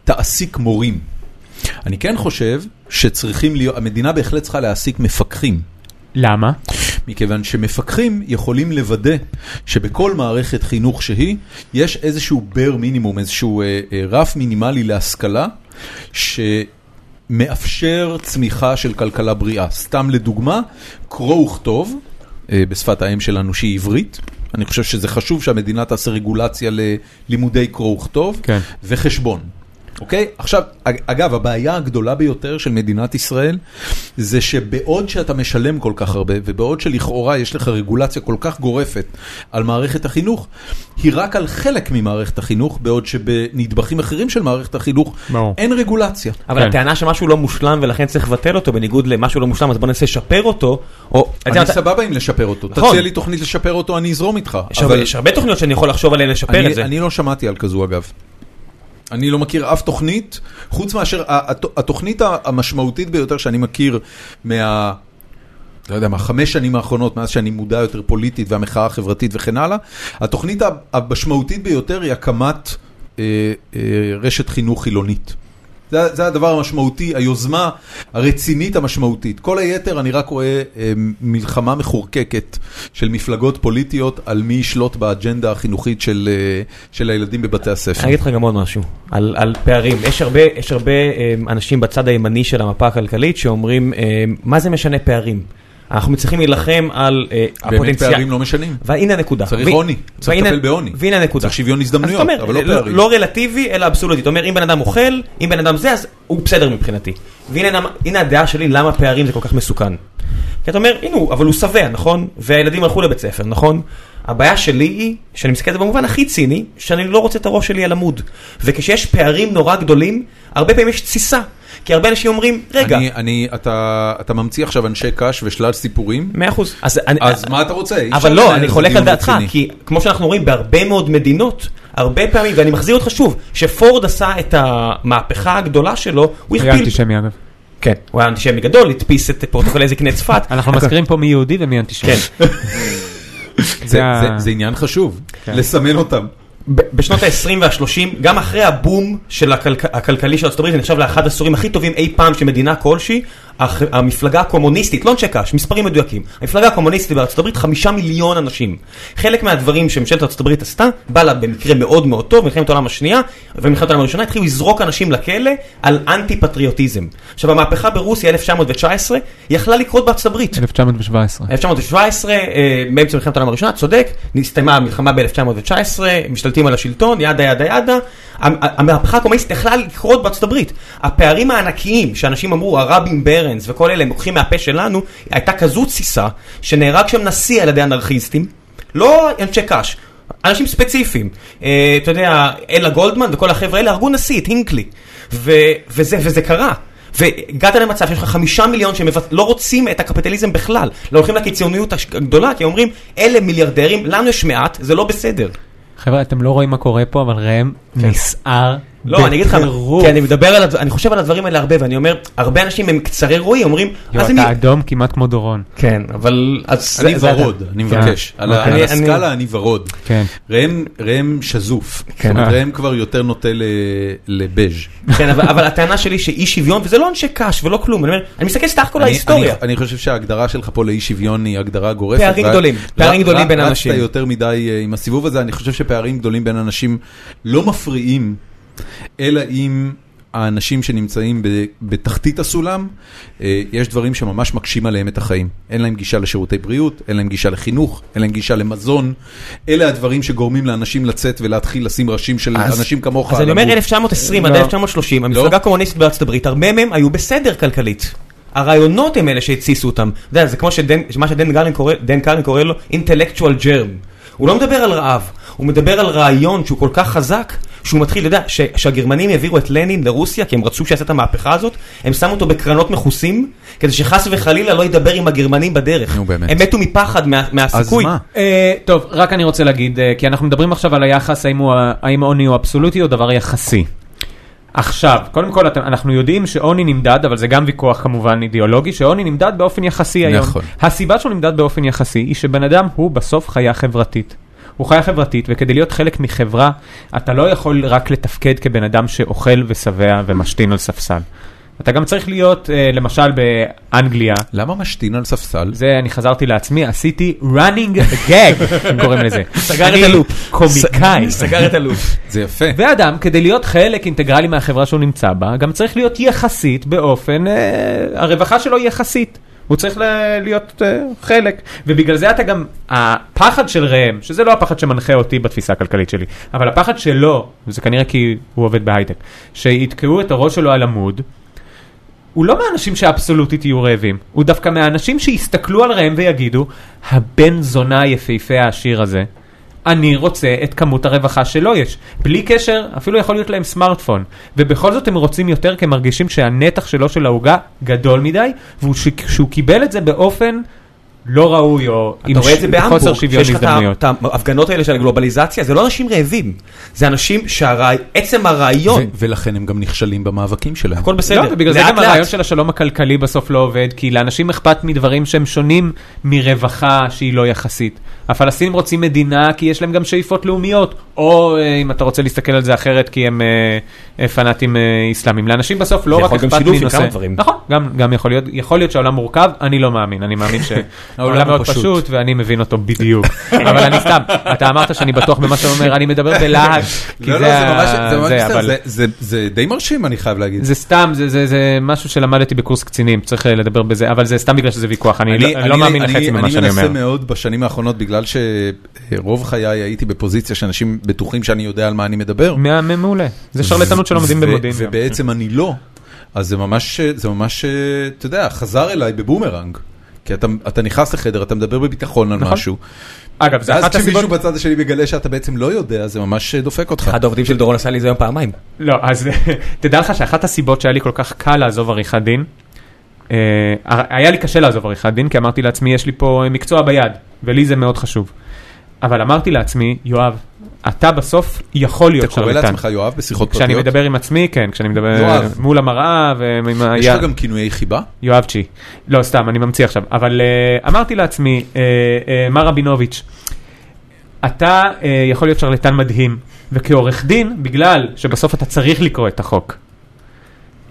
S1: תעסיק מורים. אני כן חושב שצריכים להיות, המדינה בהחלט צריכה להעסיק מפקחים.
S3: למה?
S1: מכיוון שמפקחים יכולים לוודא שבכל מערכת חינוך שהיא, יש איזשהו בר מינימום, איזשהו אה, אה, רף מינימלי להשכלה, שמאפשר צמיחה של כלכלה בריאה. סתם לדוגמה, קרוא וכתוב, אה, בשפת האם שלנו שהיא עברית. אני חושב שזה חשוב שהמדינה תעשה רגולציה ללימודי קרוא וכתוב
S3: כן.
S1: וחשבון. אוקיי? עכשיו, אג- אגב, הבעיה הגדולה ביותר של מדינת ישראל זה שבעוד שאתה משלם כל כך הרבה, ובעוד שלכאורה יש לך רגולציה כל כך גורפת על מערכת החינוך, היא רק על חלק ממערכת החינוך, בעוד שבנדבכים אחרים של מערכת החינוך
S3: ברור.
S1: אין רגולציה.
S2: אבל
S3: כן.
S2: הטענה שמשהו לא מושלם ולכן צריך לבטל אותו, בניגוד למשהו לא מושלם, אז בוא ננסה לשפר אותו, או... אתה יודע,
S1: אני
S2: אתה-
S1: סבבה אם לשפר אותו,
S2: נכון.
S1: תציע לי תוכנית לשפר אותו, אני אזרום איתך.
S2: יש הרבה- יש הרבה תוכניות שאני יכול לחשוב עליהן לשפר את
S1: אני,
S2: זה.
S1: אני לא שמעתי על כזו אגב. אני לא מכיר אף תוכנית, חוץ מאשר ה- הת- התוכנית ה- המשמעותית ביותר שאני מכיר מה... לא יודע מה, חמש שנים האחרונות, מאז שאני מודע יותר פוליטית והמחאה החברתית וכן הלאה, התוכנית ה- המשמעותית ביותר היא הקמת אה, אה, רשת חינוך חילונית. זה, זה הדבר המשמעותי, היוזמה הרצינית המשמעותית. כל היתר אני רק רואה אה, מלחמה מחורקקת של מפלגות פוליטיות על מי ישלוט באג'נדה החינוכית של, אה, של הילדים בבתי הספר.
S2: אני אגיד לך גם עוד משהו, על, על פערים. יש הרבה, יש הרבה אמ, אנשים בצד הימני של המפה הכלכלית שאומרים, אמ, מה זה משנה פערים? אנחנו צריכים להילחם על אה,
S1: באמת
S2: הפוטנציאל.
S1: פערים לא משנים.
S2: והנה הנקודה.
S1: צריך
S2: והי-
S1: עוני, צריך
S2: והנה-
S1: לטפל בעוני.
S2: והנה הנקודה.
S1: צריך שוויון הזדמנויות,
S2: אז אתה
S1: אבל לא
S2: לא
S1: פערים.
S2: לא רלטיבי, אלא אבסולוטי. אתה אומר, אם בן אדם אוכל, אם בן אדם זה, אז הוא בסדר מבחינתי. והנה למה- הנה הדעה שלי למה פערים זה כל כך מסוכן. כי אתה אומר, הנה הוא, אבל הוא שבע, נכון? והילדים הלכו לבית ספר, נכון? הבעיה שלי היא, שאני מסתכל על זה במובן הכי ציני, שאני לא רוצה את הראש שלי על עמוד. וכשיש פערים נורא גדולים, הרבה פעמים יש תסיסה. כי הרבה אנשים אומרים, רגע,
S1: אני, אני, אתה, אתה ממציא עכשיו אנשי קש ושלל סיפורים,
S2: 100%. אז אני-
S1: אז מה אתה רוצה? אי אפשר
S2: אבל לא,
S1: לנהל
S2: אני
S1: איזה
S2: חולק
S1: דיון
S2: על דעתך,
S1: רציני.
S2: כי כמו שאנחנו רואים בהרבה מאוד מדינות, הרבה פעמים, ואני מחזיר אותך שוב, שפורד עשה את המהפכה הגדולה שלו, הוא
S3: היה
S2: הכפיל...
S3: אנטישמי אגב.
S2: כן, הוא היה אנטישמי גדול, הדפיס את פורטוגל איזה קנה צפת.
S3: אנחנו
S2: הכל-
S3: מזכירים פה מי יהודי ומי אנטישמי.
S2: כן.
S1: זה,
S3: ה-
S1: זה, זה עניין חשוב,
S2: כן.
S1: לסמן אותם.
S2: ב- בשנות ה-20 וה-30, גם אחרי הבום של הכלכ... הכלכלי של ארה"ב, זה נחשב לאחד העשורים הכי טובים אי פעם של מדינה כלשהי, הח... המפלגה הקומוניסטית, לא אנשי קש, מספרים מדויקים, המפלגה הקומוניסטית בארה"ב חמישה מיליון אנשים. חלק מהדברים שממשלת ארה"ב עשתה, בא לה במקרה מאוד מאוד טוב, מלחמת העולם השנייה ומלחמת העולם הראשונה, התחילו לזרוק אנשים לכלא על אנטי פטריוטיזם. עכשיו המהפכה ברוסיה 1919, היא יכלה לקרות בארה"ב.
S3: 1917.
S2: 1917, אה, באמצע מלחמת העולם הראשונה, צודק, נסתיימה המלחמה ב-1919, משתלטים על השלטון, ידה ידה ידה. המ- המהפכה הקומוניסטית יכלה לקרות בארצות הברית. הפערים הענקיים שאנשים אמרו, הרבין ברנס וכל אלה, הם לוקחים מהפה שלנו, הייתה כזו תסיסה, שנהרג שם נשיא על ידי אנרכיסטים, לא אנשי קש. אנשים ספציפיים, אה, אתה יודע, אלה גולדמן וכל החבר'ה האלה הרגו נשיא, את הינקלי, ו- וזה, וזה קרה. והגעת למצב שיש לך חמישה מיליון שהם מבט- לא רוצים את הקפיטליזם בכלל, לא הולכים לקיצוניות הש- הגדולה, כי אומרים, אלה מיליארדרים, לנו יש מעט, זה לא בסדר.
S3: חבר'ה, אתם לא רואים מה קורה פה, אבל ראם נסער
S2: כן. לא, אני אגיד לך,
S3: בטירוף.
S2: כי אני מדבר על, הד- אני חושב על הדברים האלה הרבה, ואני אומר, הרבה אנשים הם קצרי רואי, אומרים,
S3: יו,
S2: אז
S3: כן, אתה
S2: אני...
S3: אדום כמעט כמו דורון.
S2: כן, אבל... אז
S1: אני
S2: זה- כן. אוקיי. זה-
S1: ורוד, אני מבקש. על ה-
S2: אני-
S1: על
S2: אני-
S1: הסקאלה אני ורוד.
S3: כן.
S1: ראם- ראם שזוף. זאת אומרת, ראם כבר יותר נוטה ל- לבז'.
S2: כן, אבל אבל הטענה שלי שאי שוויון, וזה לא אנשי קש ולא כלום, אני אומר, אני מסתכל סך כל
S1: אני-
S2: ההיסטוריה.
S1: אני- אני חושב שההגדרה שלך פה לאי שוויון היא הגדרה גורפת.
S2: פערים
S1: רק-
S2: גדולים, פערים
S1: רק-
S2: גדולים
S1: רק-
S2: בין אנשים.
S1: רצת יותר מדי אה, עם הסיבוב הזה, אני חושב שפערים גדולים בין אנשים לא מפריעים, אלא אם... האנשים שנמצאים ב- בתחתית הסולם, אה, יש דברים שממש מקשים עליהם את החיים. אין להם גישה לשירותי בריאות, אין להם גישה לחינוך, אין להם גישה למזון. אלה הדברים שגורמים לאנשים לצאת ולהתחיל לשים ראשים של אנשים כמוך.
S2: אז
S1: על
S2: אני אומר
S1: הגוף.
S2: 1920 עד
S3: לא.
S2: 1930, המפלגה הקומוניסטית בארצות הברית, הרבה מהם היו בסדר כלכלית. הרעיונות הם אלה שהתסיסו אותם. אתה יודע, זה כמו שדן, מה שדן קרלן קורא, דן קרלן קורא לו אינטלקטואל ג'רם. הוא לא מדבר על רעב, הוא מדבר על רעיון שהוא כל כך חזק, שהוא מתחיל, אתה יודע, ש- שהגרמנים העבירו את לנין לרוסיה כי הם רצו שיעשה את המהפכה הזאת, הם שמו אותו בקרנות מכוסים, כדי שחס וחלילה לא ידבר עם הגרמנים בדרך.
S1: נו, באמת.
S2: הם מתו מפחד מה, מהסיכוי.
S1: מה?
S3: אה, טוב, רק אני רוצה להגיד, אה, כי אנחנו מדברים עכשיו על היחס, האם הוא ה- האם העוני הוא אבסולוטי או דבר יחסי. עכשיו, קודם כל אתם- אנחנו יודעים שעוני נמדד, אבל זה גם ויכוח כמובן אידיאולוגי, שעוני נמדד באופן יחסי היום.
S1: נכון.
S3: הסיבה שהוא נמדד באופן יחסי היא שבן אדם הוא בסוף חיה חברתית. הוא חיה חברתית, וכדי להיות חלק מחברה, אתה לא יכול רק לתפקד כבן אדם שאוכל ושבע ומשתין על ספסל. אתה גם צריך להיות, אה, למשל באנגליה,
S1: למה משתין על ספסל?
S3: זה אני חזרתי לעצמי, עשיתי running gag, הם קוראים לזה.
S2: סגר את
S3: אני
S2: הלופ.
S3: קומיקאי.
S2: סגר את הלוף.
S1: זה יפה.
S3: ואדם, כדי להיות חלק אינטגרלי מהחברה שהוא נמצא בה, גם צריך להיות יחסית באופן, אה, הרווחה שלו היא יחסית. הוא צריך ל- להיות אה, חלק, ובגלל זה אתה גם, הפחד של ראם, שזה לא הפחד שמנחה אותי בתפיסה הכלכלית שלי, אבל הפחד שלו, וזה כנראה כי הוא עובד בהייטק, שיתקעו את הראש שלו על עמוד, הוא לא מהאנשים שאבסולוטית יהיו רעבים, הוא דווקא מהאנשים שיסתכלו על ראם ויגידו, הבן זונה היפהפה העשיר הזה, אני רוצה את כמות הרווחה שלו יש. בלי קשר, אפילו יכול להיות להם סמארטפון. ובכל זאת הם רוצים יותר כי הם מרגישים שהנתח שלו של העוגה גדול מדי, והוא ש- שהוא קיבל את זה באופן לא ראוי או
S2: אתה רואה את זה
S3: ש- חוסר
S2: בהמבורג,
S3: שוויון
S2: שיש לך את ה-
S3: הזדמנויות.
S2: את ההפגנות האלה של הגלובליזציה, זה לא אנשים רעבים, זה אנשים שעצם
S1: ו-
S2: הרעיון,
S1: ולכן הם גם נכשלים במאבקים שלהם.
S2: לא- הכל בסדר,
S3: לא, ובגלל זה
S2: לאט
S3: גם
S2: לאט.
S3: הרעיון של השלום הכלכלי בסוף לא עובד, כי לאנשים אכפת מדברים שהם שונים מרווחה שהיא לא יחסית. הפלסטינים רוצים מדינה כי יש להם גם שאיפות לאומיות, או אה, אם אתה רוצה להסתכל על זה אחרת, כי הם אה, אה, פנאטים אה, אסלאמים. לאנשים בסוף לא
S2: זה
S3: רק
S2: יכול להיות גם
S3: אכפת
S2: שילוב
S3: מנושא...
S2: של כמה דברים.
S3: נכון, גם, גם יכול להיות, יכול להיות שהעולם מורכב, אני לא מאמין, אני מאמין
S1: העולם
S3: שהעולם
S1: הוא
S3: מאוד
S1: פשוט.
S3: פשוט ואני מבין אותו בדיוק. אבל אני סתם, אתה אמרת שאני בטוח במה שאתה אומר, אני מדבר בלהט. כי
S1: לא, לא,
S3: זה
S1: זה
S3: ה-
S1: ממש, זה ממש
S3: זה,
S1: בסדר,
S3: אבל-
S1: זה- זה- זה די מרשים, אני חייב להגיד.
S3: זה סתם, זה, זה, זה משהו שלמדתי בקורס קצינים, צריך אה, לדבר בזה, אבל זה סתם בגלל שזה ויכוח, אני, לא, אני לא מאמין
S1: אני-
S3: לחצי ממה שאני
S1: אני
S3: אומר.
S1: מנסה מאוד בשנים האחרונות, בגלל שרוב חיי הייתי בפוזיציה שאנשים בטוחים שאני יודע על מה אני מדבר.
S3: מה- מה- מעולה, זה שרלטנות שלומדים
S1: ו-
S3: במודיעין. גם.
S1: ובעצם אני לא. אז זה ממש, זה ממש, אתה יודע, חזר אליי בבומרנג. כי אתה, אתה נכנס לחדר, אתה מדבר בביטחון על משהו,
S3: אגב, נכון. זה
S1: ואז
S3: אחת הסיבות...
S1: כשמישהו בצד השני מגלה שאתה בעצם לא יודע, זה ממש דופק אותך.
S2: אחד העובדים של דורון עשה לי את זה היום פעמיים.
S3: לא, אז תדע לך שאחת הסיבות שהיה לי כל כך קל לעזוב עריכת דין, אה, היה לי קשה לעזוב עריכת דין, כי אמרתי לעצמי, יש לי פה מקצוע ביד, ולי זה מאוד חשוב. אבל אמרתי לעצמי, יואב, אתה בסוף יכול להיות
S1: אתה קורא
S3: שרלטן.
S1: לעצמך יואב בשיחות
S3: כשאני
S1: פרטיות?
S3: מדבר עם עצמי, כן, כשאני מדבר
S1: יואב.
S3: מול המראה ועם ה...
S1: יש לך גם כינויי חיבה?
S3: יואבצ'י. לא, סתם, אני ממציא עכשיו. אבל אה, אמרתי לעצמי, אה, אה, מר רבינוביץ', אתה אה, יכול להיות שרלטן מדהים, וכעורך דין, בגלל שבסוף אתה צריך לקרוא את החוק.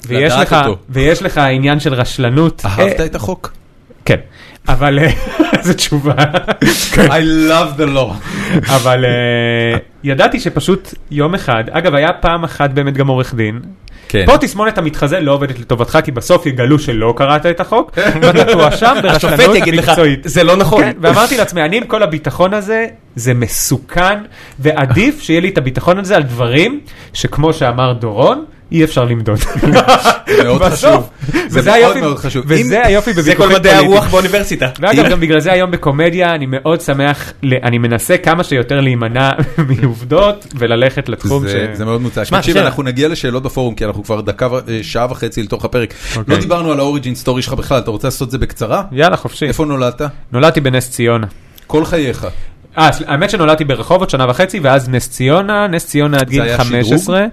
S3: ויש
S1: לדעת
S3: לך,
S1: אותו.
S3: ויש לך עניין של רשלנות.
S1: אהבת
S3: אה,
S1: את החוק?
S3: כן. אבל, אה, זו תשובה.
S1: I love the law.
S3: אבל אה, ידעתי שפשוט יום אחד, אגב, היה פעם אחת באמת גם עורך דין,
S1: כן.
S3: פה תסמונת המתחזה לא עובדת לטובתך, כי בסוף יגלו שלא קראת את החוק, ואתה תואשם
S2: השופט
S3: ברשלנות
S2: יגיד לך,
S3: מקצועית.
S2: זה לא נכון.
S3: כן, ואמרתי לעצמי, אני עם כל הביטחון הזה, זה מסוכן, ועדיף שיהיה לי את הביטחון הזה על דברים שכמו שאמר דורון, אי אפשר למדוד.
S1: מאוד
S3: בסוף.
S1: חשוב. זה
S3: וזה
S1: מאוד
S3: היופי-
S1: מאוד חשוב.
S3: וזה היופי
S2: זה כל
S3: בוויכוחים
S2: מדעי
S3: פוליטיים.
S2: הרוח באוניברסיטה.
S3: ואגב, גם בגלל זה היום בקומדיה, אני מאוד שמח, ל- אני מנסה כמה שיותר להימנע מעובדות וללכת לתחום ש...
S1: זה, זה מאוד מוצק.
S2: שמע,
S1: תקשיב,
S2: שיר.
S1: אנחנו נגיע לשאלות בפורום, כי אנחנו כבר דקה, ו- אה, שעה וחצי לתוך הפרק.
S3: אוקיי.
S1: לא דיברנו על האוריג'ין סטורי שלך בכלל, אתה רוצה לעשות את זה בקצרה?
S3: יאללה, חופשי.
S1: איפה נולדת?
S3: נולדתי בנס ציונה.
S1: כל חייך.
S3: אה, סל- האמת שנולדתי ברחובות שנה וחצי, ואז נס ציונה, נס ציונה עד גיל
S1: היה
S3: 15. אה,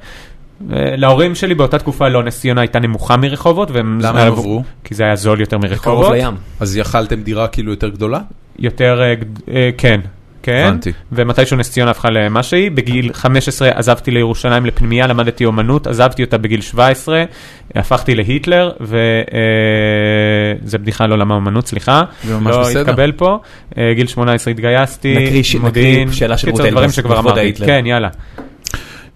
S3: להורים שלי באותה תקופה לא, נס ציונה הייתה נמוכה מרחובות, והם...
S1: למה הם עברו?
S3: כי זה היה זול יותר
S4: קרוב
S3: מרחובות.
S4: לים.
S1: אז יכלתם דירה כאילו יותר גדולה?
S3: יותר, אה, גד- אה, כן. כן,
S1: הבנתי.
S3: ומתישהו נס ציונה הפכה למה שהיא, בגיל 15 עזבתי לירושלים לפנימייה, למדתי אומנות, עזבתי אותה בגיל 17, הפכתי להיטלר, וזה בדיחה לא למה אומנות, סליחה,
S1: זה ממש
S3: לא
S1: בסדר.
S3: התקבל פה, אה, גיל 18 התגייסתי,
S4: נקריא ש-
S3: מודיעין,
S4: נקריא שאלה של
S3: קיצור,
S4: רות
S3: דברים
S4: אלבז,
S3: שכבר
S4: לכבוד
S3: אמרתי,
S4: ההיטלר.
S3: כן יאללה,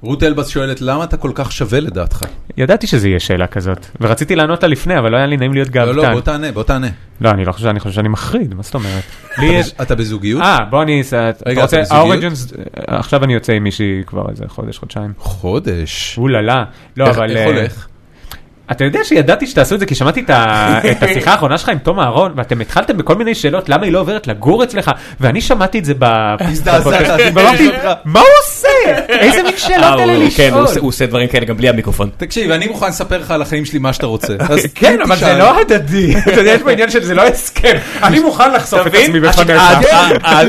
S1: רות אלבס שואלת, למה אתה כל כך שווה לדעתך?
S3: ידעתי שזה יהיה שאלה כזאת, ורציתי לענות לה לפני, אבל לא היה לי נעים להיות
S1: לא, לא,
S3: גאוותן,
S1: בוא תענה, בוא תענה.
S3: לא, אני לא חושב, אני חושב שאני מחריד, מה זאת אומרת, לי יש,
S1: אתה בזוגיות?
S3: אה, בוא אני...
S1: רגע,
S3: רגע,
S1: אתה
S3: רוצה...
S1: בזוגיות?
S3: האוריג'ינס... עכשיו אני יוצא עם מישהי כבר איזה חודש, חודשיים.
S1: חודש.
S3: אוללה. לא,
S1: איך-
S3: אבל...
S1: איך
S3: אה,
S1: הולך?
S3: אתה יודע שידעתי שתעשו את זה כי שמעתי את ה- את השיחה האחרונה שלך עם תום אהרון, ואתם התחלתם בכל מיני שאלות, למה היא לא עוברת לגור אצלך? ואני שמעתי את זה ב...
S1: הזדעזעת,
S3: ואמרתי, מה הוא עושה? איזה מין
S2: אה,
S3: שאלות
S4: הוא-
S2: לא,
S3: אלה
S4: כן, הוא
S3: לא לשאול?
S4: עושה- הוא עושה דברים כאלה גם בלי המיקרופון.
S1: תקשיב, אני מוכן לספר לך על החיים שלי מה שאתה רוצה. אז
S3: כן, אבל זה
S1: תשאל.
S3: לא הדדי. אתה יודע, יש פה עניין של זה לא הסכם. אני מוכן לחשוף את עצמי בפניך.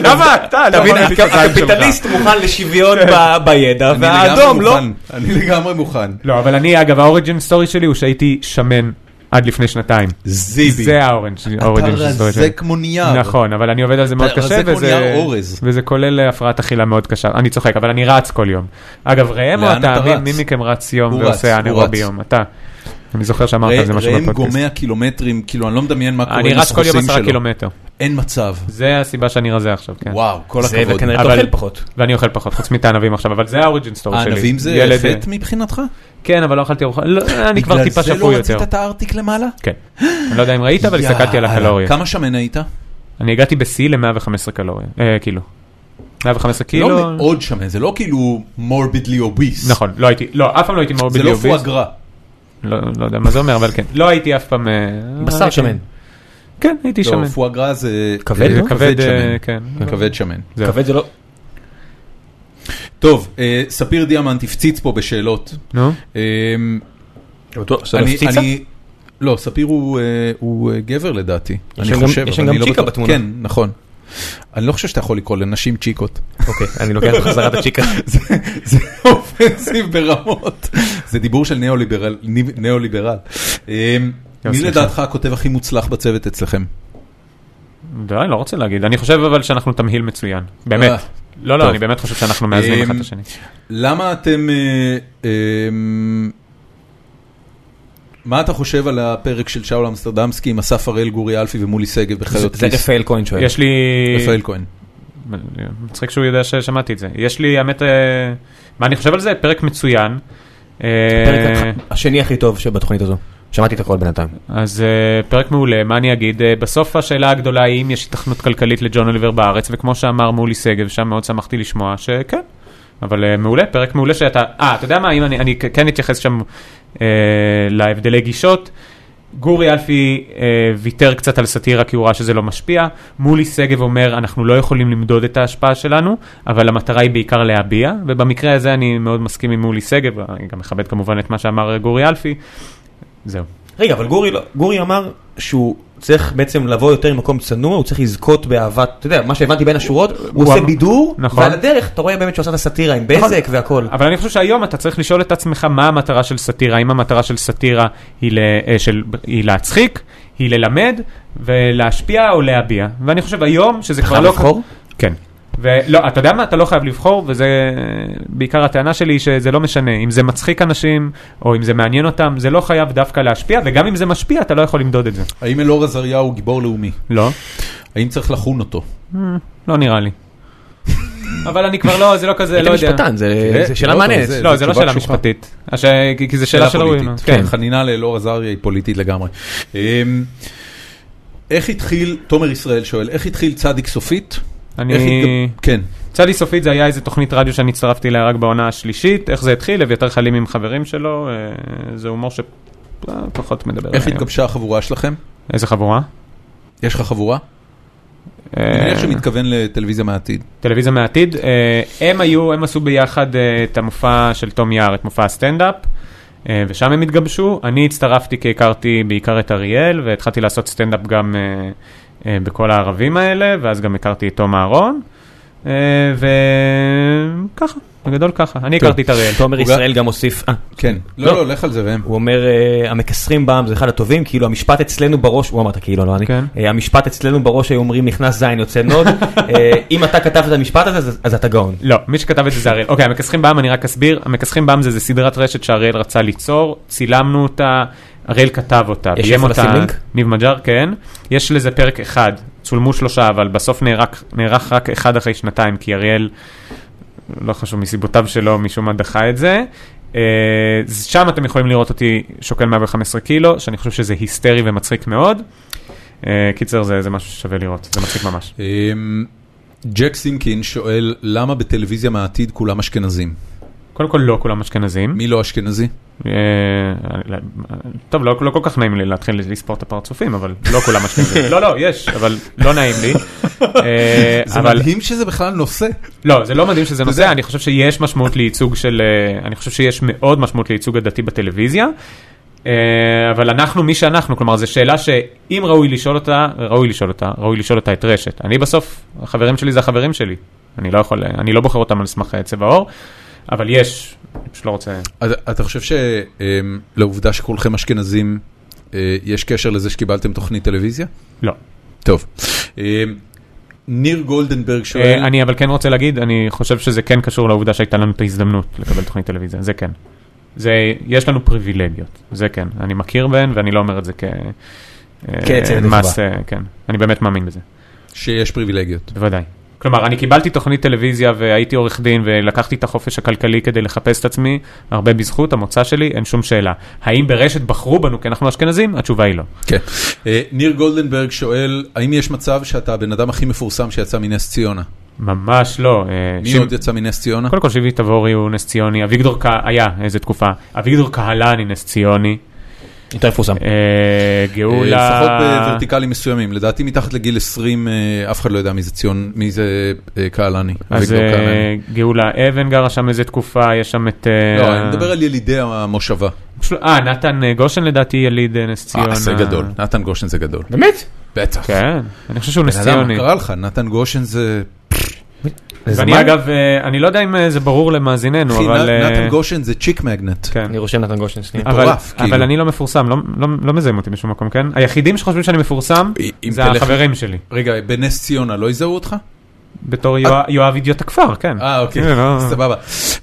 S3: למה אתה?
S2: אתה
S3: לא
S2: מבין, כן.
S3: מראה לי את הזין שלך?
S2: הקפיטליסט מוכן לשוויון ב- בידע,
S1: אני לגמרי
S2: והאדום לא.
S1: מוכן. אני לגמרי מוכן.
S3: לא, אבל אני, אגב, האוריג'ין סטורי שלי הוא שהייתי שמן עד לפני שנתיים.
S1: זיבי.
S3: זה האוריג'ין
S1: אתה
S3: האוריג'ין סטורי שלי.
S1: רזה כמו נייר.
S3: נכון, אבל אני עובד על זה מאוד
S1: אתה רזה
S3: קשה,
S1: כמו
S3: וזה,
S1: נייר אורז.
S3: וזה כולל הפרעת אכילה מאוד קשה. אני צוחק, אבל אני רץ כל יום. אגב, ראם או
S1: לאן
S3: אתה?
S1: אתה
S3: מי-
S1: רץ?
S3: מי מכם רץ יום
S1: הוא רץ,
S3: ועושה
S1: הוא
S3: אנאירובי
S1: רץ.
S3: יום? אתה. אני זוכר שאמרת על זה משהו
S1: ראם
S3: בפודקאסט.
S1: גומע קילומטרים, כאילו אני לא מדמיין מה קורה
S3: אני רץ כל יום
S1: לסחוסים
S3: עשרה
S1: שלו.
S3: קילומטר. כן.
S1: אין מצב.
S3: זה הסיבה שאני רזה עכשיו, כן.
S1: וואו, כל
S2: זה
S1: הכבוד.
S2: וכנראה
S3: אבל-
S2: תאכל פחות.
S3: ואני אוכל פחות, חוץ מתענבים עכשיו, אבל זה האוריג'ין סטורי שלי.
S1: הענבים אה, זה
S3: ילד-
S1: פט מבחינתך?
S3: כן, אבל לא אכלתי ארוחה, לא, אני כבר טיפה שפוי
S1: בגלל זה
S3: יותר.
S1: לא רצית את הארטיק למעלה?
S3: כן. אני לא יודע אם ראית, אבל הסתכלתי על
S1: יאללה.
S3: הקלוריות.
S1: כמה שמן היית? לא
S3: אני הגעתי בשיא ל-115 קלוריות, אה, קילו. 115 קילו.
S1: לא מאוד שמן, זה לא כאילו מורבידלי אוביס.
S3: נכון, לא הייתי, לא, אף פעם לא הייתי מאוד
S1: זה לא
S3: בדיוביסט.
S1: פואגרה.
S3: לא לא יודע מה זה אומר, אבל כן. לא הייתי אף פעם... אה,
S4: בשר
S3: הייתי-
S4: שמן.
S3: כן, הייתי
S1: לא,
S3: שמן.
S1: פואגרה זה
S4: כבד,
S1: אה,
S4: לא?
S3: כבד, אה,
S1: שמן.
S3: כן.
S1: כבד שמן.
S3: זהו.
S4: כבד זה לא...
S1: טוב, אה, ספיר דיאמנט הפציץ פה בשאלות.
S3: נו,
S1: אמ, אני-
S4: אני- אני-
S1: אני- לא, ספיר הוא, אה, הוא אה, גבר לדעתי. אני
S4: שם גם-
S1: חושב,
S4: יש
S1: אבל
S4: שם גם
S1: אני לא
S4: צ'יקה
S1: בטוח.
S4: בתמונה.
S1: כן, נכון. אני לא חושב שאתה יכול לקרוא לנשים צ'יקות.
S4: אוקיי, אני לוקח בחזרה את הצ'יקה.
S1: זה- זה אופנסיב ברמות. זה דיבור של ניאו-ליברל. ניב- ניאו-ליברל. אמ, מי
S3: סליחה.
S1: לדעתך הכותב הכי מוצלח בצוות אצלכם?
S3: די, לא רוצה להגיד. אני חושב אבל שאנחנו תמהיל מצוין. באמת.
S1: אה,
S3: לא,
S1: טוב. אה,
S3: לא, אני באמת חושב שאנחנו מאזנים אחד את השני.
S1: למה אתם... אה, אמ, מה אתה חושב על הפרק של שאול אמסטרדמסקי עם אסף הראל, גורי אלפי ומולי שגב בחיות
S4: זה
S1: כיס?
S4: רפאל כהן שואל.
S3: יש לי...
S1: אה, רפאל כהן.
S3: מצחיק שהוא יודע ששמעתי את זה. יש לי, האמת, אה, מה אני חושב על זה? פרק מצוין. אה,
S4: הפרק השני הכי טוב שבתוכנית הזו. שמעתי את הכל בינתיים.
S3: אז אה, פרק מעולה, מה אני אגיד? אה, בסוף השאלה הגדולה היא אם יש התכנות כלכלית לג'ון אוליבר בארץ, וכמו שאמר מולי שגב, שם מאוד שמחתי לשמוע שכן. אבל אה, מעולה, פרק מעולה שאתה... אה, אתה יודע מה, אם אני, אני כ- כן אתייחס שם אה, להבדלי גישות. גורי אלפי אה, ויתר קצת על סאטירה כי הוא ראה שזה לא משפיע. מולי שגב אומר, אנחנו לא יכולים למדוד את ההשפעה שלנו, אבל המטרה היא בעיקר להביע, ובמקרה הזה אני מאוד מסכים עם מולי שגב, אני גם מכבד כמובן את מה שאמר אה, גורי אלפי. זהו.
S2: רגע, אבל גורי לא- גורי אמר שהוא צריך בעצם לבוא יותר ממקום צנוע, הוא צריך לזכות באהבת, אתה יודע, מה שהבנתי בין השורות, הוא עושה
S3: אמר-
S2: בידור,
S3: נכון.
S2: ועל הדרך אתה רואה באמת שהוא עשה את הסאטירה עם בזק והכל.
S3: אבל לא אני חושב שהיום אתה צריך לשאול את עצמך מה המטרה של סאטירה, האם המטרה של סאטירה היא, ל, אה, של, היא להצחיק, היא ללמד ולהשפיע או להביע. ואני חושב היום שזה כבר
S2: חייב
S3: לא...
S2: לבחור?
S3: כן. ולא, אתה יודע מה? אתה לא חייב לבחור, וזה בעיקר הטענה שלי היא שזה לא משנה. אם זה מצחיק אנשים, או אם זה מעניין אותם, זה לא חייב דווקא להשפיע, וגם אם זה משפיע, אתה לא יכול למדוד את זה.
S1: האם אלאור עזריה הוא גיבור לאומי?
S3: לא.
S1: האם צריך לחון אותו?
S3: לא נראה לי. אבל אני כבר לא, זה לא כזה,
S2: היית
S3: לא יודע.
S2: משפטן, זה
S1: כן,
S2: זה שאלה
S1: לא,
S2: מעניינת.
S1: זה-
S3: לא, זה לא
S1: תשובה
S3: שאלה
S1: קשוחה.
S3: משפטית. הש- כי- כי זו שאלה של ראויים.
S1: כן, חנינה לאלאור עזריה היא פוליטית לגמרי. אמ, איך התחיל, תומר ישראל שואל, איך התחיל צדיק סופית? איך
S3: אני...
S1: התג- כן.
S3: צלי סופית זה היה איזה תוכנית רדיו שאני הצטרפתי אליה רק בעונה השלישית, איך זה התחיל, אביתר חלים עם חברים שלו, אה, זה הומור שפחות מדבר.
S1: איך
S3: עליי.
S1: התגבשה החבורה שלכם?
S3: איזה חבורה?
S1: יש לך חבורה? אני
S3: אה,
S1: מניח שמתכוון לטלוויזיה מהעתיד.
S3: טלוויזיה מהעתיד. אה, הם היו, הם עשו ביחד אה, את המופע של תום יער, את מופע הסטנדאפ, אה, ושם הם התגבשו. אני הצטרפתי כי הכרתי בעיקר את אריאל, והתחלתי לעשות סטנדאפ גם אה, אה, בכל הערבים האלה, ואז גם הכרתי את תום אהרון, אה, וככה, בגדול ככה. אני הכרתי את אריאל.
S2: תומר
S1: הוא גם-
S2: ישראל גם הוסיף, אה,
S1: כן. לא, לא, לך על זה ראם.
S2: הוא אומר, אה, המקשרים בעם זה אחד הטובים, כאילו המשפט אצלנו בראש, הוא אמר את כאילו, לא אני,
S3: כן.
S2: אה, המשפט אצלנו בראש היו אומרים נכנס זין יוצא נוד, אה, אם אתה כתבת את המשפט הזה אז- אז אתה גאון.
S3: לא, מי שכתב את זה זה אריאל. אוקיי, המכסחים בעם, אני רק אסביר. המכסחים בעם זה, זה סדרת רשת שאריאל רצה ליצור, צילמנו אותה, אריאל כתב אותה.
S2: יש
S3: ביים
S2: איפה
S3: אותה
S2: לשים לינק?
S3: ניב מג'אר, כן. יש לזה פרק אחד, צולמו שלושה, אבל בסוף נערך, נערך רק אחד אחרי שנתיים, כי אריאל, לא חשוב, מסיבותיו שלו, משום מה דחה את זה. אה, אז שם אתם יכולים לראות אותי שוקל 115 קילו, שאני חושב שזה היסטרי ומצחיק מאוד. אה, קיצר, זה, זה משהו ששווה לראות, זה מצחיק ממש.
S1: אמ, ג'ק סימקין שואל, למה בטלוויזיה מהעתיד כולם אשכנזים?
S3: קודם כל, לא כולם אשכנזים.
S1: מי לא אשכנזי?
S3: אה, לא- טוב, לא לא כל כך נעים לי להתחיל לספור את הפרצופים, אבל לא כולם אשכנזים. לא, לא, יש, אבל לא נעים לי. אה,
S1: זה
S3: אבל-
S1: מדהים שזה בכלל נושא.
S3: לא, זה לא מדהים שזה נושא,
S1: יודע-
S3: אני חושב שיש משמעות לייצוג של, אה, אני חושב שיש מאוד משמעות לייצוג הדתי בטלוויזיה, אה, אבל אנחנו מי שאנחנו, כלומר זו שאלה שאם ראוי לשאול אותה, ראוי לשאול אותה, ראוי לשאול אותה את רשת. אני בסוף, החברים שלי זה החברים שלי, אני לא יכול, אני לא בוחר אותם על סמך אה, צבע עור, אבל יש, אני פשוט לא רוצה...
S1: אתה אתה חושב שלעובדה שכולכם אשכנזים, אה, יש קשר לזה שקיבלתם תוכנית טלוויזיה?
S3: לא.
S1: טוב. אמ, ניר גולדנברג שואל,
S3: אה, אני אבל כן רוצה להגיד, אני חושב שזה כן קשור לעובדה שהייתה לנו את ההזדמנות לקבל תוכנית טלוויזיה, זה כן. זה, יש לנו פריבילגיות, זה כן. אני מכיר בהן ואני לא אומר את זה כ... אה,
S2: כצעד
S3: מס, אה, כן, אני באמת מאמין בזה,
S1: שיש פריבילגיות.
S3: בוודאי. כלומר, אני קיבלתי תוכנית טלוויזיה והייתי עורך דין ולקחתי את החופש הכלכלי כדי לחפש את עצמי, הרבה בזכות המוצא שלי, אין שום שאלה. האם ברשת בחרו בנו כי אנחנו אשכנזים? התשובה היא לא.
S1: כן. אה, ניר גולדנברג שואל, האם יש מצב שאתה הבן אדם הכי מפורסם שיצא מנס ציונה?
S3: ממש לא. אה,
S1: מי
S3: שום-
S1: עוד יצא מנס ציונה?
S3: קודם כל שיבי תבורי הוא נס ציוני, אביגדור ק... היה איזה תקופה, אביגדור קהלני נס ציוני,
S2: יותר מפורסם.
S3: אה,
S1: אה,
S3: גאולה...
S1: לפחות בוורטיקלים מסוימים, לדעתי מתחת לגיל 20 אה, אף אחד לא יודע מי זה ציון, מי זה אה, קהלני,
S3: אז
S1: אביגדור
S3: אה,
S1: קהלני.
S3: גאולה אבן גרה שם איזה תקופה, יש שם את... אה,
S1: לא, אני מדבר על ילידי המושבה.
S3: פשוט- אה, נתן אה, גושן לדעתי יליד אה, נס ציונה.
S1: אה, זה גדול, נתן גושן זה גדול.
S2: באמת?
S1: בטח.
S3: כן, אני חושב שהוא נס
S1: אתה יודע מה
S3: ציוני.
S1: קרה לך? נתן גושן זה...
S3: ואני אגב, אה, אני לא יודע אם אה, זה ברור למאזיננו,
S1: אחי,
S3: אבל...
S1: נ-
S3: אה,
S1: נתן גושן זה צ'יק מגנט.
S3: כן.
S2: אני רושם נתן גושן שנייה.
S3: אבל,
S1: מטורף, כאילו.
S3: אבל אני לא מפורסם, לא, לא, לא מזהים אותי בשום מקום, כן? היחידים שחושבים שאני מפורסם,
S1: אם
S3: זה
S1: תלך-
S3: החברים שלי.
S1: רגע, בנס ציונה לא יזהו אותך?
S3: בתור יואב- יואב אידיוט הכפר, כן.
S1: אה, אוקיי,
S3: כן, לא- אה.
S1: סבבה.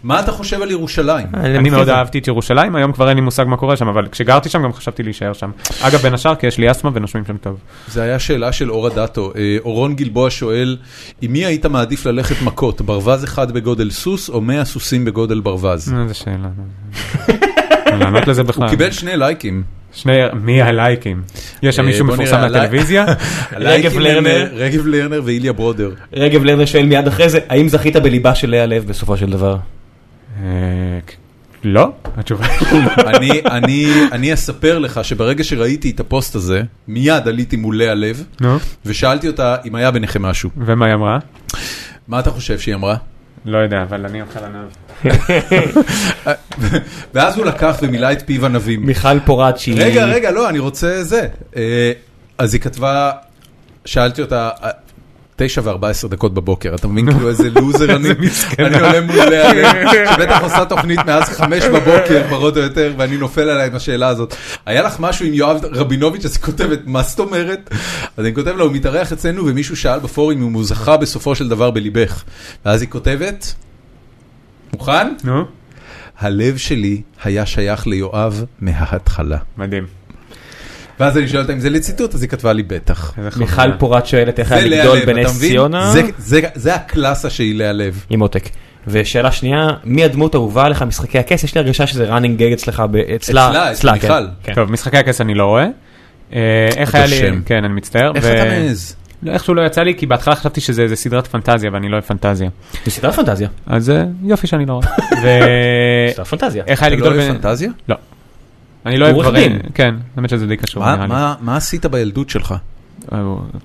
S1: מה אתה חושב על ירושלים?
S3: אני מאוד אהבתי את ירושלים, היום כבר אין לי מושג מה קורה שם, אבל כשגרתי שם גם חשבתי להישאר שם. אגב, בין השאר, כי יש לי אסתמה ונושמים שם טוב.
S1: זה היה שאלה של אור אדטו. אה, אורון גלבוע שואל, עם מי היית מעדיף ללכת מכות, ברווז אחד בגודל סוס או 100 סוסים בגודל ברווז?
S3: אה, איזה שאלה. אני לא, לענות לזה בכלל.
S1: הוא קיבל שני לייקים.
S3: שני, מי הלייקים? יש שם
S1: אה,
S3: מישהו
S1: בוא נראה,
S3: מפורסם
S1: הלייק-
S3: בטלוויזיה?
S1: הלייקים הם,
S2: לרנר.
S1: אה, רגב לרנר ואיליה ברודר.
S2: רגב לרנר שואל מיד אחרי זה, האם זכית בליבה של לאה לב בסופו של דבר?
S3: אה, כ- לא, התשובה היא לא.
S1: אני- אני- אני אספר לך שברגע שראיתי את הפוסט הזה, מיד עליתי מול לאה לב,
S3: נו,
S1: ושאלתי אותה אם היה ביניכם משהו.
S3: ומה היא אמרה?
S1: מה אתה חושב שהיא אמרה?
S3: לא יודע, אבל אני אוכל ענב.
S1: ואז הוא לקח ומילא את פיו ענבים.
S2: מיכל פורט שהיא...
S1: רגע, רגע, לא, אני רוצה זה. אה, אז היא כתבה, שאלתי אותה, אה, תשע וארבע עשרה דקות בבוקר, אתה מבין כאילו איזה לוזר אני, אני עולה מוליה, שבטח עושה תוכנית מאז חמש בבוקר, פחות או יותר, ואני נופל עליה עם השאלה הזאת. היה לך משהו עם יואב רבינוביץ', אז היא כותבת, מה זאת אומרת? אז אני כותב לה, הוא מתארח אצלנו, ומישהו שאל בפורום אם הוא זכה בסופו של דבר בליבך. ואז היא כותבת, מוכן?
S3: נו,
S1: הלב שלי היה שייך ליואב מההתחלה.
S3: מדהים.
S1: ואז אני שואל אותה אם זה לציטוט, אז היא כתבה לי בטח.
S4: מיכל פורת שואלת איך
S1: זה
S4: היה
S1: לאה
S4: לגדול
S1: לב, אתה
S4: בנס
S1: מבין?
S4: ציונה.
S1: זה- זה- זה הקלאסה שהיא לאה לב.
S4: עם עותק. ושאלה שנייה, מי הדמות האהובה עליך משחקי הכס? יש לי הרגשה שזה running gag אצלך, ב-
S1: אצלה,
S4: אצלה,
S1: אצל
S4: כן.
S1: מיכל.
S4: כן.
S3: טוב, משחקי הכס אני לא רואה. אה, איך
S1: אתה
S3: היה לי,
S1: שם.
S3: כן, אני מצטער.
S1: איך
S3: ו-
S1: אתה מעז?
S3: לא, איכשהו לא יצא לי, כי בהתחלה חשבתי שזה איזה סדרת פנטזיה, ואני לא אוהב פנטזיה.
S4: זה סדרת פנטזיה.
S3: אז אה, יופי שאני לא רואה. ו-
S4: סדרת פנטזיה.
S3: איך היה
S1: אתה
S3: לי
S1: לא
S3: גדול
S1: אוהב
S3: בין...
S1: פנטזיה?
S3: אני לא אוהב
S4: הוא עורך
S3: דברים.
S4: דין.
S3: כן, האמת שזה די קשור.
S1: מה-
S3: נראה לי.
S1: מה- מה עשית בילדות שלך?
S3: אה,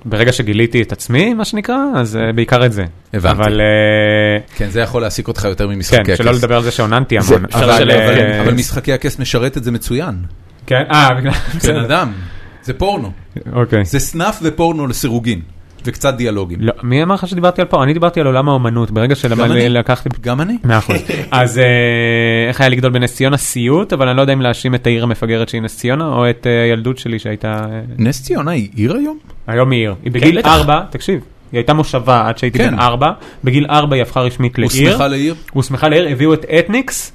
S3: ברגע שגיליתי את עצמי, מה שנקרא, אז אה, בעיקר את זה.
S1: הבנתי.
S3: אבל... אה,
S1: כן, זה יכול להעסיק אותך יותר ממשחקי הכס.
S3: כן, שלא לדבר על זה שעוננתי המון.
S1: אבל-
S4: אפשר לשלב,
S3: אה,
S1: אבל- אבל משחקי הכס משרת את זה מצוין.
S3: כן, אה, בגלל-
S1: בן
S3: בסדר.
S1: אדם, זה פורנו.
S3: אוקיי.
S1: זה סנאף ופורנו לסירוגין. וקצת דיאלוגים.
S3: לא, מי אמר לך שדיברתי על פה? אני דיברתי על עולם האומנות, ברגע
S1: אני.
S3: שלקחתי...
S1: גם אני.
S3: מאה אחוז. אז אה, איך היה לי גדול בנס ציונה? סיוט, אבל אני לא יודע אם להאשים את העיר המפגרת שהיא נס ציונה, או את אה, הילדות שלי שהייתה... אה,
S1: נס ציונה היא עיר היום?
S3: היום היא עיר. היא בגיל
S4: כן, בטח.
S3: ארבע, תקשיב, היא הייתה מושבה עד שהייתי
S1: כן.
S3: בן ארבע, בגיל ארבע היא הפכה רשמית לעיר.
S1: הוסמכה לעיר?
S3: הוסמכה לעיר, הביאו את אתניקס,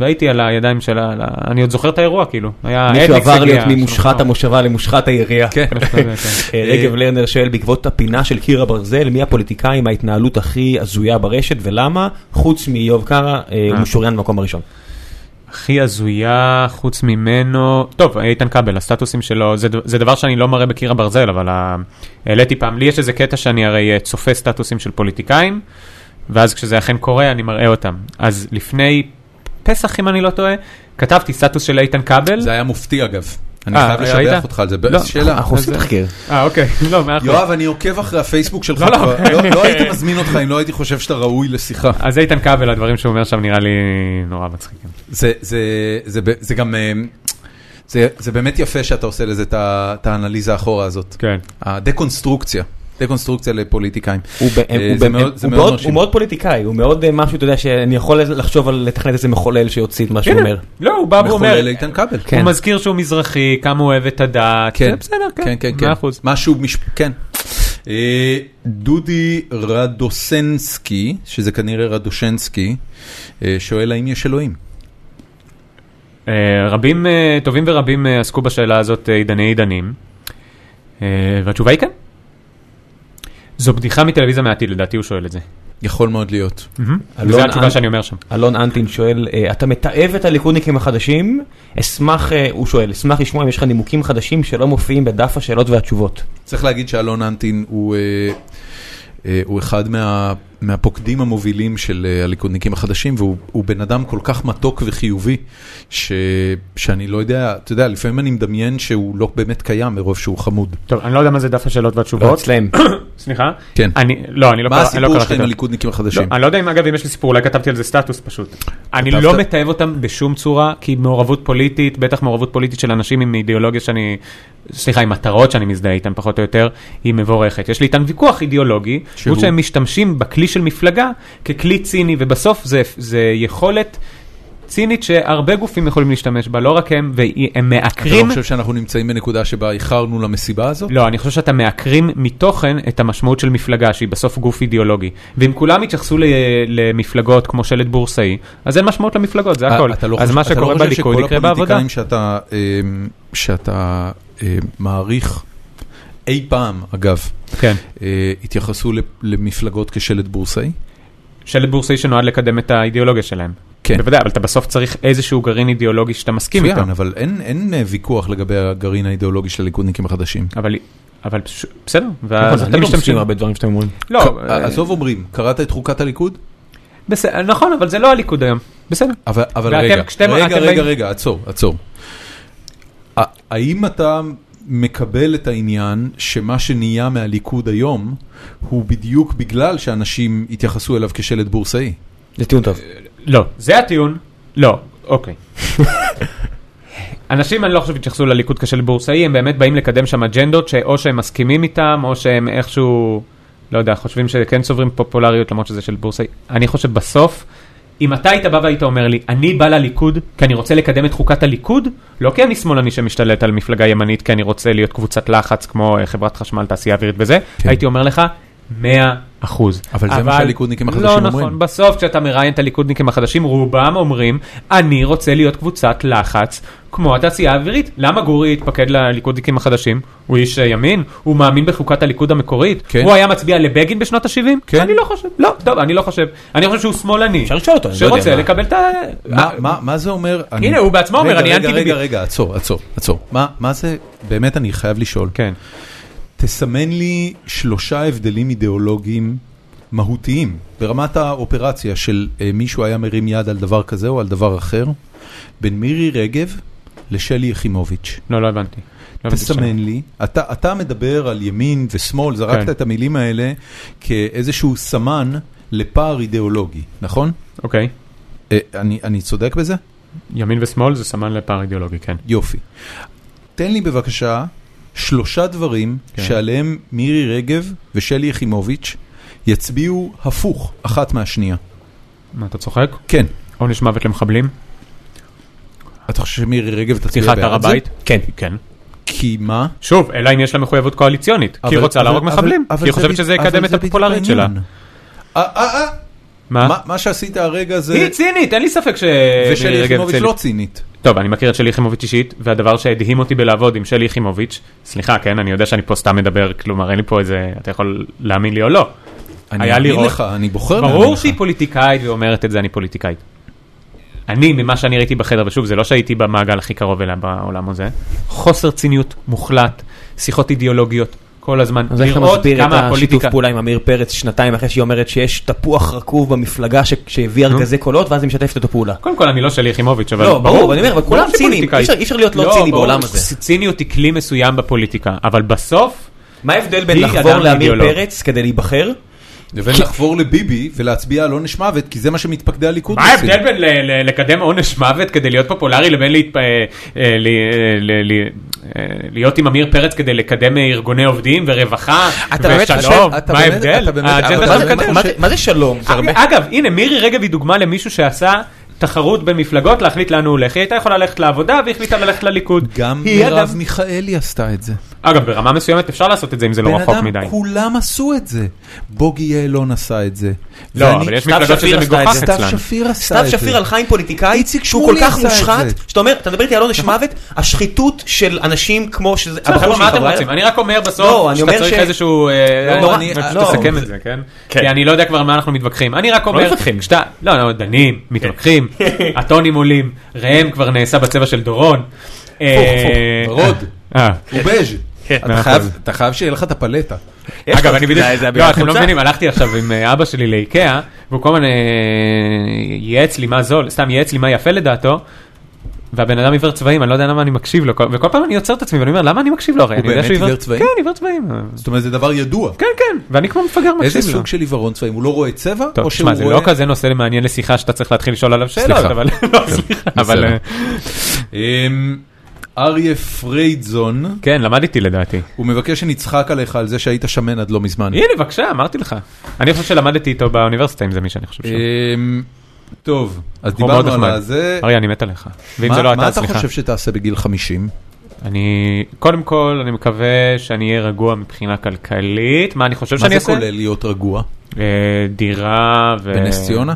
S3: והייתי על הידיים שלה, על ה- אני עוד זוכר את האירוע כאילו. היה
S4: מישהו
S3: אתניקס
S4: עבר
S3: הגיע,
S4: להיות ממושחת
S3: שלום.
S4: המושבה למושחת העירייה.
S1: כן.
S3: משהו כזה, אה. כן.
S4: אה, רגב לרנר שואל בעקבות הפינה של קיר הברזל, מי הפוליטיקאי עם ההתנהלות הכי הזויה ברשת ולמה? חוץ מאיוב קרא, אה, הוא משוריין במקום הראשון.
S3: הכי הזויה חוץ ממנו, טוב איתן כבל הסטטוסים שלו זה, ד- זה דבר שאני לא מראה בקיר הברזל אבל ה- העליתי פעם לי יש איזה קטע שאני הרי אה, צופה סטטוסים של פוליטיקאים ואז כשזה אכן קורה אני מראה אותם אז לפני פסח אם אני לא טועה כתבתי סטטוס של איתן כבל.
S1: זה היה מופתי אגב. אני
S3: אה,
S1: חייב
S3: ראית?
S1: לשבח אותך על זה.
S3: לא,
S1: שאלה.
S4: אנחנו עושים תחקיר.
S3: אה אוקיי לא מאה אחוז.
S1: יואב, אני עוקב אחרי הפייסבוק שלך.
S3: לא, לא.
S1: כבר. לא
S4: אה,
S1: לא הייתי מזמין אותך אם לא הייתי חושב שאתה ראוי לשיחה.
S3: אז איתן כבל הדברים שהוא אומר שם נראה לי נורא מצחיקים.
S1: זה, זה, זה, ב- זה גם, אה, זה, זה באמת יפה שאתה עושה לזה את ה- את האנליזה האחורה הזאת.
S3: כן.
S1: הדקונסטרוקציה, דקונסטרוקציה לפוליטיקאים.
S4: הוא ב-
S1: אה,
S4: הוא
S1: זה
S4: ב-
S1: מאוד- זה
S4: הוא
S1: מאוד
S4: מאוד-
S1: מרשים.
S4: הוא מאוד פוליטיקאי, הוא מאוד אה, משהו, אתה יודע, שאני יכול לחשוב על לתכנת איזה מחולל שיוציא את מה שהוא אומר.
S3: לא הוא בא
S1: מחולל
S3: ואומר.
S1: איתן כבל.
S4: כן.
S3: הוא מזכיר שהוא מזרחי, כמה הוא אוהב את הדת, זה בסדר, כן,
S1: כן, כן, כן.
S3: מאה אחוז.
S1: משהו, מש... כן. אה, דודי רדוסנסקי, שזה כנראה רדושנסקי, אה, שואל האם יש אלוהים.
S3: אה, רבים, אה, טובים ורבים אה, עסקו בשאלה הזאת אה, עידני עידנים, אה, והתשובה היא כן. זו בדיחה מטלוויזיה מהעתיד, לדעתי הוא שואל את זה.
S1: יכול מאוד להיות.
S3: וזו
S4: אלון
S3: התשובה
S4: אנ-
S3: שאני אומר שם.
S4: אלון אנטין שואל, אה, אתה מתעב את הליכודניקים החדשים? אשמח, אה, הוא שואל, אשמח לשמוע אם יש לך נימוקים חדשים שלא מופיעים בדף השאלות והתשובות.
S1: צריך להגיד שאלון אנטין הוא, אה, אה, הוא אחד מה, מהפוקדים המובילים של אה, הליכודניקים החדשים, והוא הוא בן אדם כל כך מתוק וחיובי, ש, שאני לא יודע, אתה יודע, לפעמים אני מדמיין שהוא לא באמת קיים מרוב שהוא חמוד.
S3: טוב, אני לא יודע מה זה דף השאלות
S4: לא
S3: והתשובות.
S4: אצלם.
S3: סליחה.
S1: כן.
S3: אני, לא, אני לא
S1: מה
S3: קרא- אני לא
S1: הסיפור שלך
S3: קראתי את
S1: עם
S3: זה.
S1: הליכודניקים
S3: לא,
S1: החדשים?
S3: אני לא יודע אם אגב אם יש לי סיפור, אולי כתבתי על זה סטטוס פשוט. אני
S1: כתבת?
S3: לא מתעב אותם בשום צורה, כי מעורבות פוליטית, בטח מעורבות פוליטית של אנשים עם אידיאולוגיה שאני, סליחה, עם מטרות שאני מזדהה איתן פחות או יותר, היא מבורכת. יש לי איתן ויכוח אידיאולוגי,
S1: שהוא?
S3: שהוא שהם משתמשים בכלי של מפלגה ככלי ציני, ובסוף זה, זה יכולת צינית שהרבה גופים יכולים להשתמש בה, לא רק הם, והם
S1: אתה לא
S3: מעקרים.
S1: חושב שאנחנו נמצאים בנקודה שבה איחרנו למסיבה הזאת?
S3: לא, אני חושב שאתה מעקרים מתוכן את המשמעות של מפלגה, שהיא בסוף גוף אידיאולוגי. ואם כולם יתייחסו ל- למפלגות כמו שלט בורסאי, אז אין משמעות למפלגות, זה הכל.
S1: אתה לא
S3: אז
S1: חושב-
S3: מה
S1: אתה לא
S3: שקורה
S1: חושב
S3: בליכוד
S1: שכל
S3: יקרה בעבודה.
S1: הפוליטיקאים שאתה, אמ, שאתה אמ, מעריך אי פעם, אגב,
S3: כן.
S1: אה, התייחסו לפ- למפלגות כשלט בורסאי?
S3: שלט בורסאי שנועד לקדם את האידיאולוגיה שלהם.
S1: כן.
S3: בוודאי, אבל אתה בסוף צריך איזשהו גרעין אידיאולוגי שאתה מסכים איתו.
S1: מצוין, אבל אין, אין אה, ויכוח לגבי הגרעין האידיאולוגי של הליכודניקים החדשים.
S3: אבל, אבל פש- בסדר,
S4: נכון,
S3: ואז
S1: לא
S4: אתם
S3: אתם משתמשים.
S4: משתמשים הרבה דברים שאתם אומרים.
S3: לא,
S1: ק-
S3: אה,
S1: עזוב אומרים, קראת את חוקת הליכוד?
S3: בסדר, נכון, אבל זה לא הליכוד היום. בסדר.
S1: אבל, אבל
S3: ואתם,
S1: רגע,
S3: כשאתם- אתם
S1: רגע, רגע,
S3: באים-
S1: רגע, עצור, עצור. ה- האם אתה מקבל את העניין שמה שנהיה מהליכוד היום, הוא בדיוק בגלל שאנשים התייחסו אליו כשלט בורסאי?
S4: זה טיעון טוב.
S3: לא, זה הטיעון. לא, אוקיי. אנשים, אני לא חושב שהתייחסו לליכוד כשל בורסאי, הם באמת באים לקדם שם אג'נדות שאו שהם מסכימים איתם, או שהם איכשהו, לא יודע, חושבים שכן צוברים פופולריות למרות שזה של בורסאי. אני חושב בסוף, אם אתה היית בא והיית אומר לי, אני בא לליכוד כי אני רוצה לקדם את חוקת הליכוד, לא כי אני שמאלני שמשתלט על מפלגה ימנית, כי אני רוצה להיות קבוצת לחץ כמו אה, חברת חשמל, תעשייה אווירית וזה,
S1: כן.
S3: הייתי אומר לך, 100 אחוז.
S1: אבל זה מה שהליכודניקים החדשים
S3: לא
S1: אומרים.
S3: נכון, בסוף כשאתה מראיין את הליכודניקים החדשים, רובם אומרים, אני רוצה להיות קבוצת לחץ כמו התעשייה האווירית. למה גורי התפקד לליכודניקים החדשים? הוא איש אה, ימין? הוא מאמין בחוקת הליכוד המקורית?
S1: כן.
S3: הוא היה מצביע לבגין בשנות ה-70?
S1: כן.
S3: אני לא חושב. לא, טוב, אני לא חושב. אני חושב שהוא שמאלני.
S2: אפשר לשאול אותו, אני לא יודע
S3: שרוצה
S2: מה.
S3: לקבל את ה... אה,
S1: מה- מה- מה זה אומר? אני-
S3: הנה, הוא בעצמו אומר,
S1: רגע,
S3: אני
S1: רגע,
S3: אנטי
S1: רגע,
S3: ביבי.
S1: רגע, עצור, עצור, עצור. מה- מה זה, באמת אני חייב לשאול.
S3: כן.
S1: תסמן לי שלושה הבדלים אידיאולוגיים מהותיים ברמת האופרציה של אה, מישהו היה מרים יד על דבר כזה או על דבר אחר, בין מירי רגב לשלי יחימוביץ'.
S3: לא, לא הבנתי. לא הבנתי שאלה.
S1: תסמן לי, אתה, אתה מדבר על ימין ושמאל, זרקת
S3: כן.
S1: את המילים האלה כאיזשהו סמן לפער אידיאולוגי, נכון?
S3: אוקיי.
S1: אה, אני, אני צודק בזה?
S3: ימין ושמאל זה סמן לפער אידיאולוגי, כן.
S1: יופי. תן לי בבקשה שלושה דברים כן. שעליהם מירי רגב ושלי יחימוביץ' יצביעו הפוך אחת מהשנייה.
S3: מה, אתה צוחק?
S1: כן.
S3: עונש מוות למחבלים?
S1: אתה חושב שמירי רגב תצביע בעד
S3: פתיחת
S1: זה?
S3: הר הבית?
S2: כן.
S3: כן.
S1: כי מה?
S3: שוב, אלא אם יש לה מחויבות קואליציונית, כי היא
S1: אבל-
S3: רוצה
S1: אבל-
S3: להרוג
S1: אבל-
S3: מחבלים,
S1: אבל
S3: כי היא
S1: זה
S3: חושבת
S1: בד-
S3: שזה
S1: אבל
S3: יקדם את
S1: זה בדיוק
S3: הפופולריות שלה.
S1: העניין. אה, אה, אה, מה-
S3: מה?
S1: מה שעשית הרגע זה...
S3: היא צינית, אין לי ספק ש... מירי
S1: ושלי
S3: רגב
S1: יחימוביץ'
S3: צינית.
S1: לא צינית.
S3: טוב, אני מכיר את שלי יחימוביץ' אישית, והדבר שהדהים אותי בלעבוד עם שלי יחימוביץ', סליחה, כן, אני יודע שאני פה סתם מדבר, כלומר אין לי פה איזה, אתה יכול להאמין לי או לא.
S1: אני
S3: היה לי
S1: מאמין
S3: רוב.
S1: לך, אני בוחר להאמין
S3: ברור
S1: לך.
S3: שהיא פוליטיקאית ואומרת את זה, אני פוליטיקאית. אני, ממה שאני ראיתי בחדר, ושוב, זה לא שהייתי במעגל הכי קרוב אליה בעולם הזה, חוסר ציניות מוחלט, שיחות אידיאולוגיות, כל הזמן,
S4: אז איך אתה
S3: לראות
S4: מסביר את
S3: כמה
S4: השיתוף
S3: הפוליטיקה...
S4: פעולה עם עמיר פרץ שנתיים אחרי שהיא אומרת שיש תפוח רקוב במפלגה ש- שהביא ארגזי קולות ואז היא משתפת אותו פעולה.
S3: קודם כל אני לא שלי יחימוביץ', אבל
S4: לא, ברור, אבל אני אומר, אבל כולם
S3: ברור
S4: ציניים,
S3: שפוליטיקאי.
S4: אי אפשר- אי אפשר להיות לא
S3: ברור,
S4: ציני בעולם הזה.
S3: ציניות היא כלי מסוים בפוליטיקה, אבל בסוף,
S4: מה ההבדל בין
S3: היא
S4: לחבור
S3: אדם
S4: לעמיר
S3: אידיאולוג.
S4: פרץ כדי להיבחר?
S1: לבין לחבור לביבי ולהצביע על עונש מוות, כי זה מה שמתפקדי הליכוד
S3: מה
S1: עושים.
S3: ההבדל בין ל- ל- לקדם עונש מוות כדי להיות פופולרי לבין להתפ- אה, אה, ל- אה, ל- ל- אה, להיות עם עמיר פרץ כדי לקדם אה, ארגוני עובדים ורווחה
S1: אתה באמת
S3: ושלום?
S1: חושב- אתה
S3: מה
S1: באמת-
S3: ההבדל?
S1: אתה באמת-
S2: אה,
S3: האג'נדה
S1: אבל
S3: שאתה
S4: מה זה-
S3: מקדם.
S4: מה זה- מה זה שלום? זה הרבה-
S3: אגב, הנה מירי רגב היא דוגמה למישהו שעשה תחרות בין מפלגות להחליט לאן הוא הולך. היא הייתה יכולה ללכת לעבודה והחליטה ללכת לליכוד.
S1: גם
S3: היא, אגב-
S1: מרב מיכאלי עשתה את זה.
S3: אגב, ברמה מסוימת אפשר לעשות את זה אם זה לא
S1: בן
S3: רחוק
S1: אדם,
S3: מדי.
S1: כולם עשו את זה. בוגי יעלון עשה את זה.
S3: לא,
S1: ואני-
S3: אבל יש
S4: סתיו
S3: מפלגות
S4: שפיר
S3: שזה
S4: עשתה את
S3: מגוחך
S4: זה.
S1: סתיו
S3: אצלן.
S1: שפיר עשה את
S4: סתיו
S1: זה.
S4: שפיר הלכה עם פוליטיקאי
S1: איציק
S4: שהוא כל
S1: שמולי
S4: כך
S1: עשה את
S4: מושחת,
S1: זה.
S4: שאתה אומר, אתה מדבר איתי על עונש מוות, השחיתות של אנשים כמו שזה...
S2: לא
S3: בסדר,
S4: הבחור שלי
S3: מה אתם
S4: חברה-
S3: רוצים? אני רק אומר
S4: לא,
S3: בסוף
S4: אני
S3: שאתה
S4: אומר
S3: צריך
S4: ש-
S3: איזשהו...
S4: לא,
S3: לא,
S4: אני-
S3: אני...
S4: לא,
S3: שתסכם את זה, כן? כי אני לא יודע כבר על מה אנחנו מתווכחים. אני רק אומר...
S4: מתווכחים. כן.
S3: כשאתה... לא, לא, דנים, מתווכחים, הטונים עולים, ראם כבר נעשה בצבע של דורון. אה,
S1: הפוך, ורוד.
S3: אה,
S1: הוא בז'. אתה
S3: כן, מאה
S1: חייב-
S3: אחוז.
S1: אתה חייב שיהיה לך את הפלטה.
S3: אגב, אני בדיוק,
S4: זה
S3: לא,
S4: הבעיה
S3: אתם לא
S4: חולצה.
S3: מבינים, הלכתי עכשיו עם אה, אבא שלי לאיקאה, והוא כל הזמן אה, ייעץ לי מה זול, סתם ייעץ לי מה יפה לדעתו. והבן אדם עיוור צבעים, אני לא יודע למה אני מקשיב לו, כל- וכל פעם אני עוצר את עצמי ואני אומר, למה אני מקשיב לו? הרי
S1: הוא
S3: אני יודע
S1: באמת
S3: שהוא
S1: עיוור צבעים?
S3: כן, עיוור צבעים.
S1: זאת אומרת, זה דבר ידוע.
S3: כן, כן, ואני כמו מפגר
S1: איזה
S3: מקשיב לו.
S1: סוג של עיוורון צבעים? הוא לא רואה צבע?
S3: טוב,
S1: או
S3: תשמע,
S1: שהוא
S3: זה
S1: רואה-
S3: לא כזה נושא מעניין לשיחה שאתה צריך להתחיל לשאול עליו שאלות,
S1: סליחה. כן,
S3: אבל לא, סליחה. אבל
S1: בסדר.
S3: אה,
S1: אמ, אריה פריידזון,
S3: כן, למדתי לדעתי.
S1: הוא מבקש שנצחק עליך על זה שהיית שמן עד לא מזמן.
S3: הנה, בבקשה, אמרתי לך. אני חושב שלמדתי איתו באוניברסיטה, אם זה מי שאני חושב שהוא.
S1: אמ, טוב, אז
S3: הוא מאוד
S1: דיברנו על
S3: נחמד.
S1: הזה.
S3: אריה, אני מת עליך. ואם זה
S1: אה, מה-
S3: לא
S1: מה
S3: אתה,
S1: אתה
S3: סליחה.
S1: חושב שתעשה בגיל 50?
S3: אני, קודם כל, אני מקווה שאני אהיה רגוע מבחינה כלכלית. מה אני חושב
S1: מה
S3: שאני
S1: זה
S3: אעשה?
S1: כולל להיות רגוע?
S3: אה, דירה ו...
S1: בנס ציונה?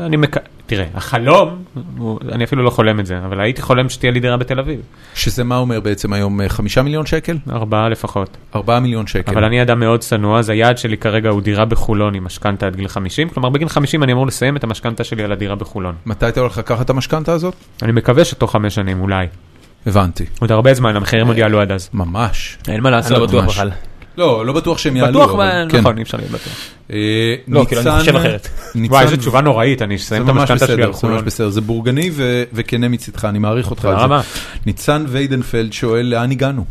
S3: אני מק... תראה, החלום, הוא- אני אפילו לא חולם את זה, אבל הייתי חולם שתהיה לי דירה בתל אביב.
S1: שזה מה אומר בעצם היום? אה, חמישה מיליון שקל?
S3: ארבעה לפחות.
S1: ארבעה מיליון שקל.
S3: אבל אני אדם מאוד צנוע, אז היעד שלי כרגע הוא דירה בחולון עם משכנתה עד גיל 50. כלומר, בגיל 50 אני אמור לסיים את המשכנתה שלי על הדירה בחולון.
S1: מתי אתה הולך לקחת את המשכנתה הזאת?
S3: אני מקווה שתוך חמש שנים, אולי.
S1: הבנתי.
S3: עוד הרבה זמן, המחירים עוד יעלו עד אז.
S1: ממש.
S4: אין מה לעשות,
S1: אני לא
S4: לא בטוח
S1: ממש.
S4: בכלל.
S1: לא, לא בטוח שהם יעלו.
S3: בטוח,
S1: אבל
S3: מה-
S1: כן.
S3: נכון, אי אפשר להיות בטוח.
S1: אה,
S4: לא, כאילו, אני
S1: ניצן-
S4: חושב אחרת.
S1: ניצן-
S3: וואי, איזו תשובה נוראית, אני אסיים את
S1: זה ממש
S3: המשכנתה שלי על
S1: בסדר, זה ממש
S3: חולון.
S1: בסדר, זה בורגני ו- וכנה מצדך, אני מעריך אותך
S3: תודה
S1: על
S3: רבה.
S1: זה. ניצן ויידנפלד שואל, לאן הגענו?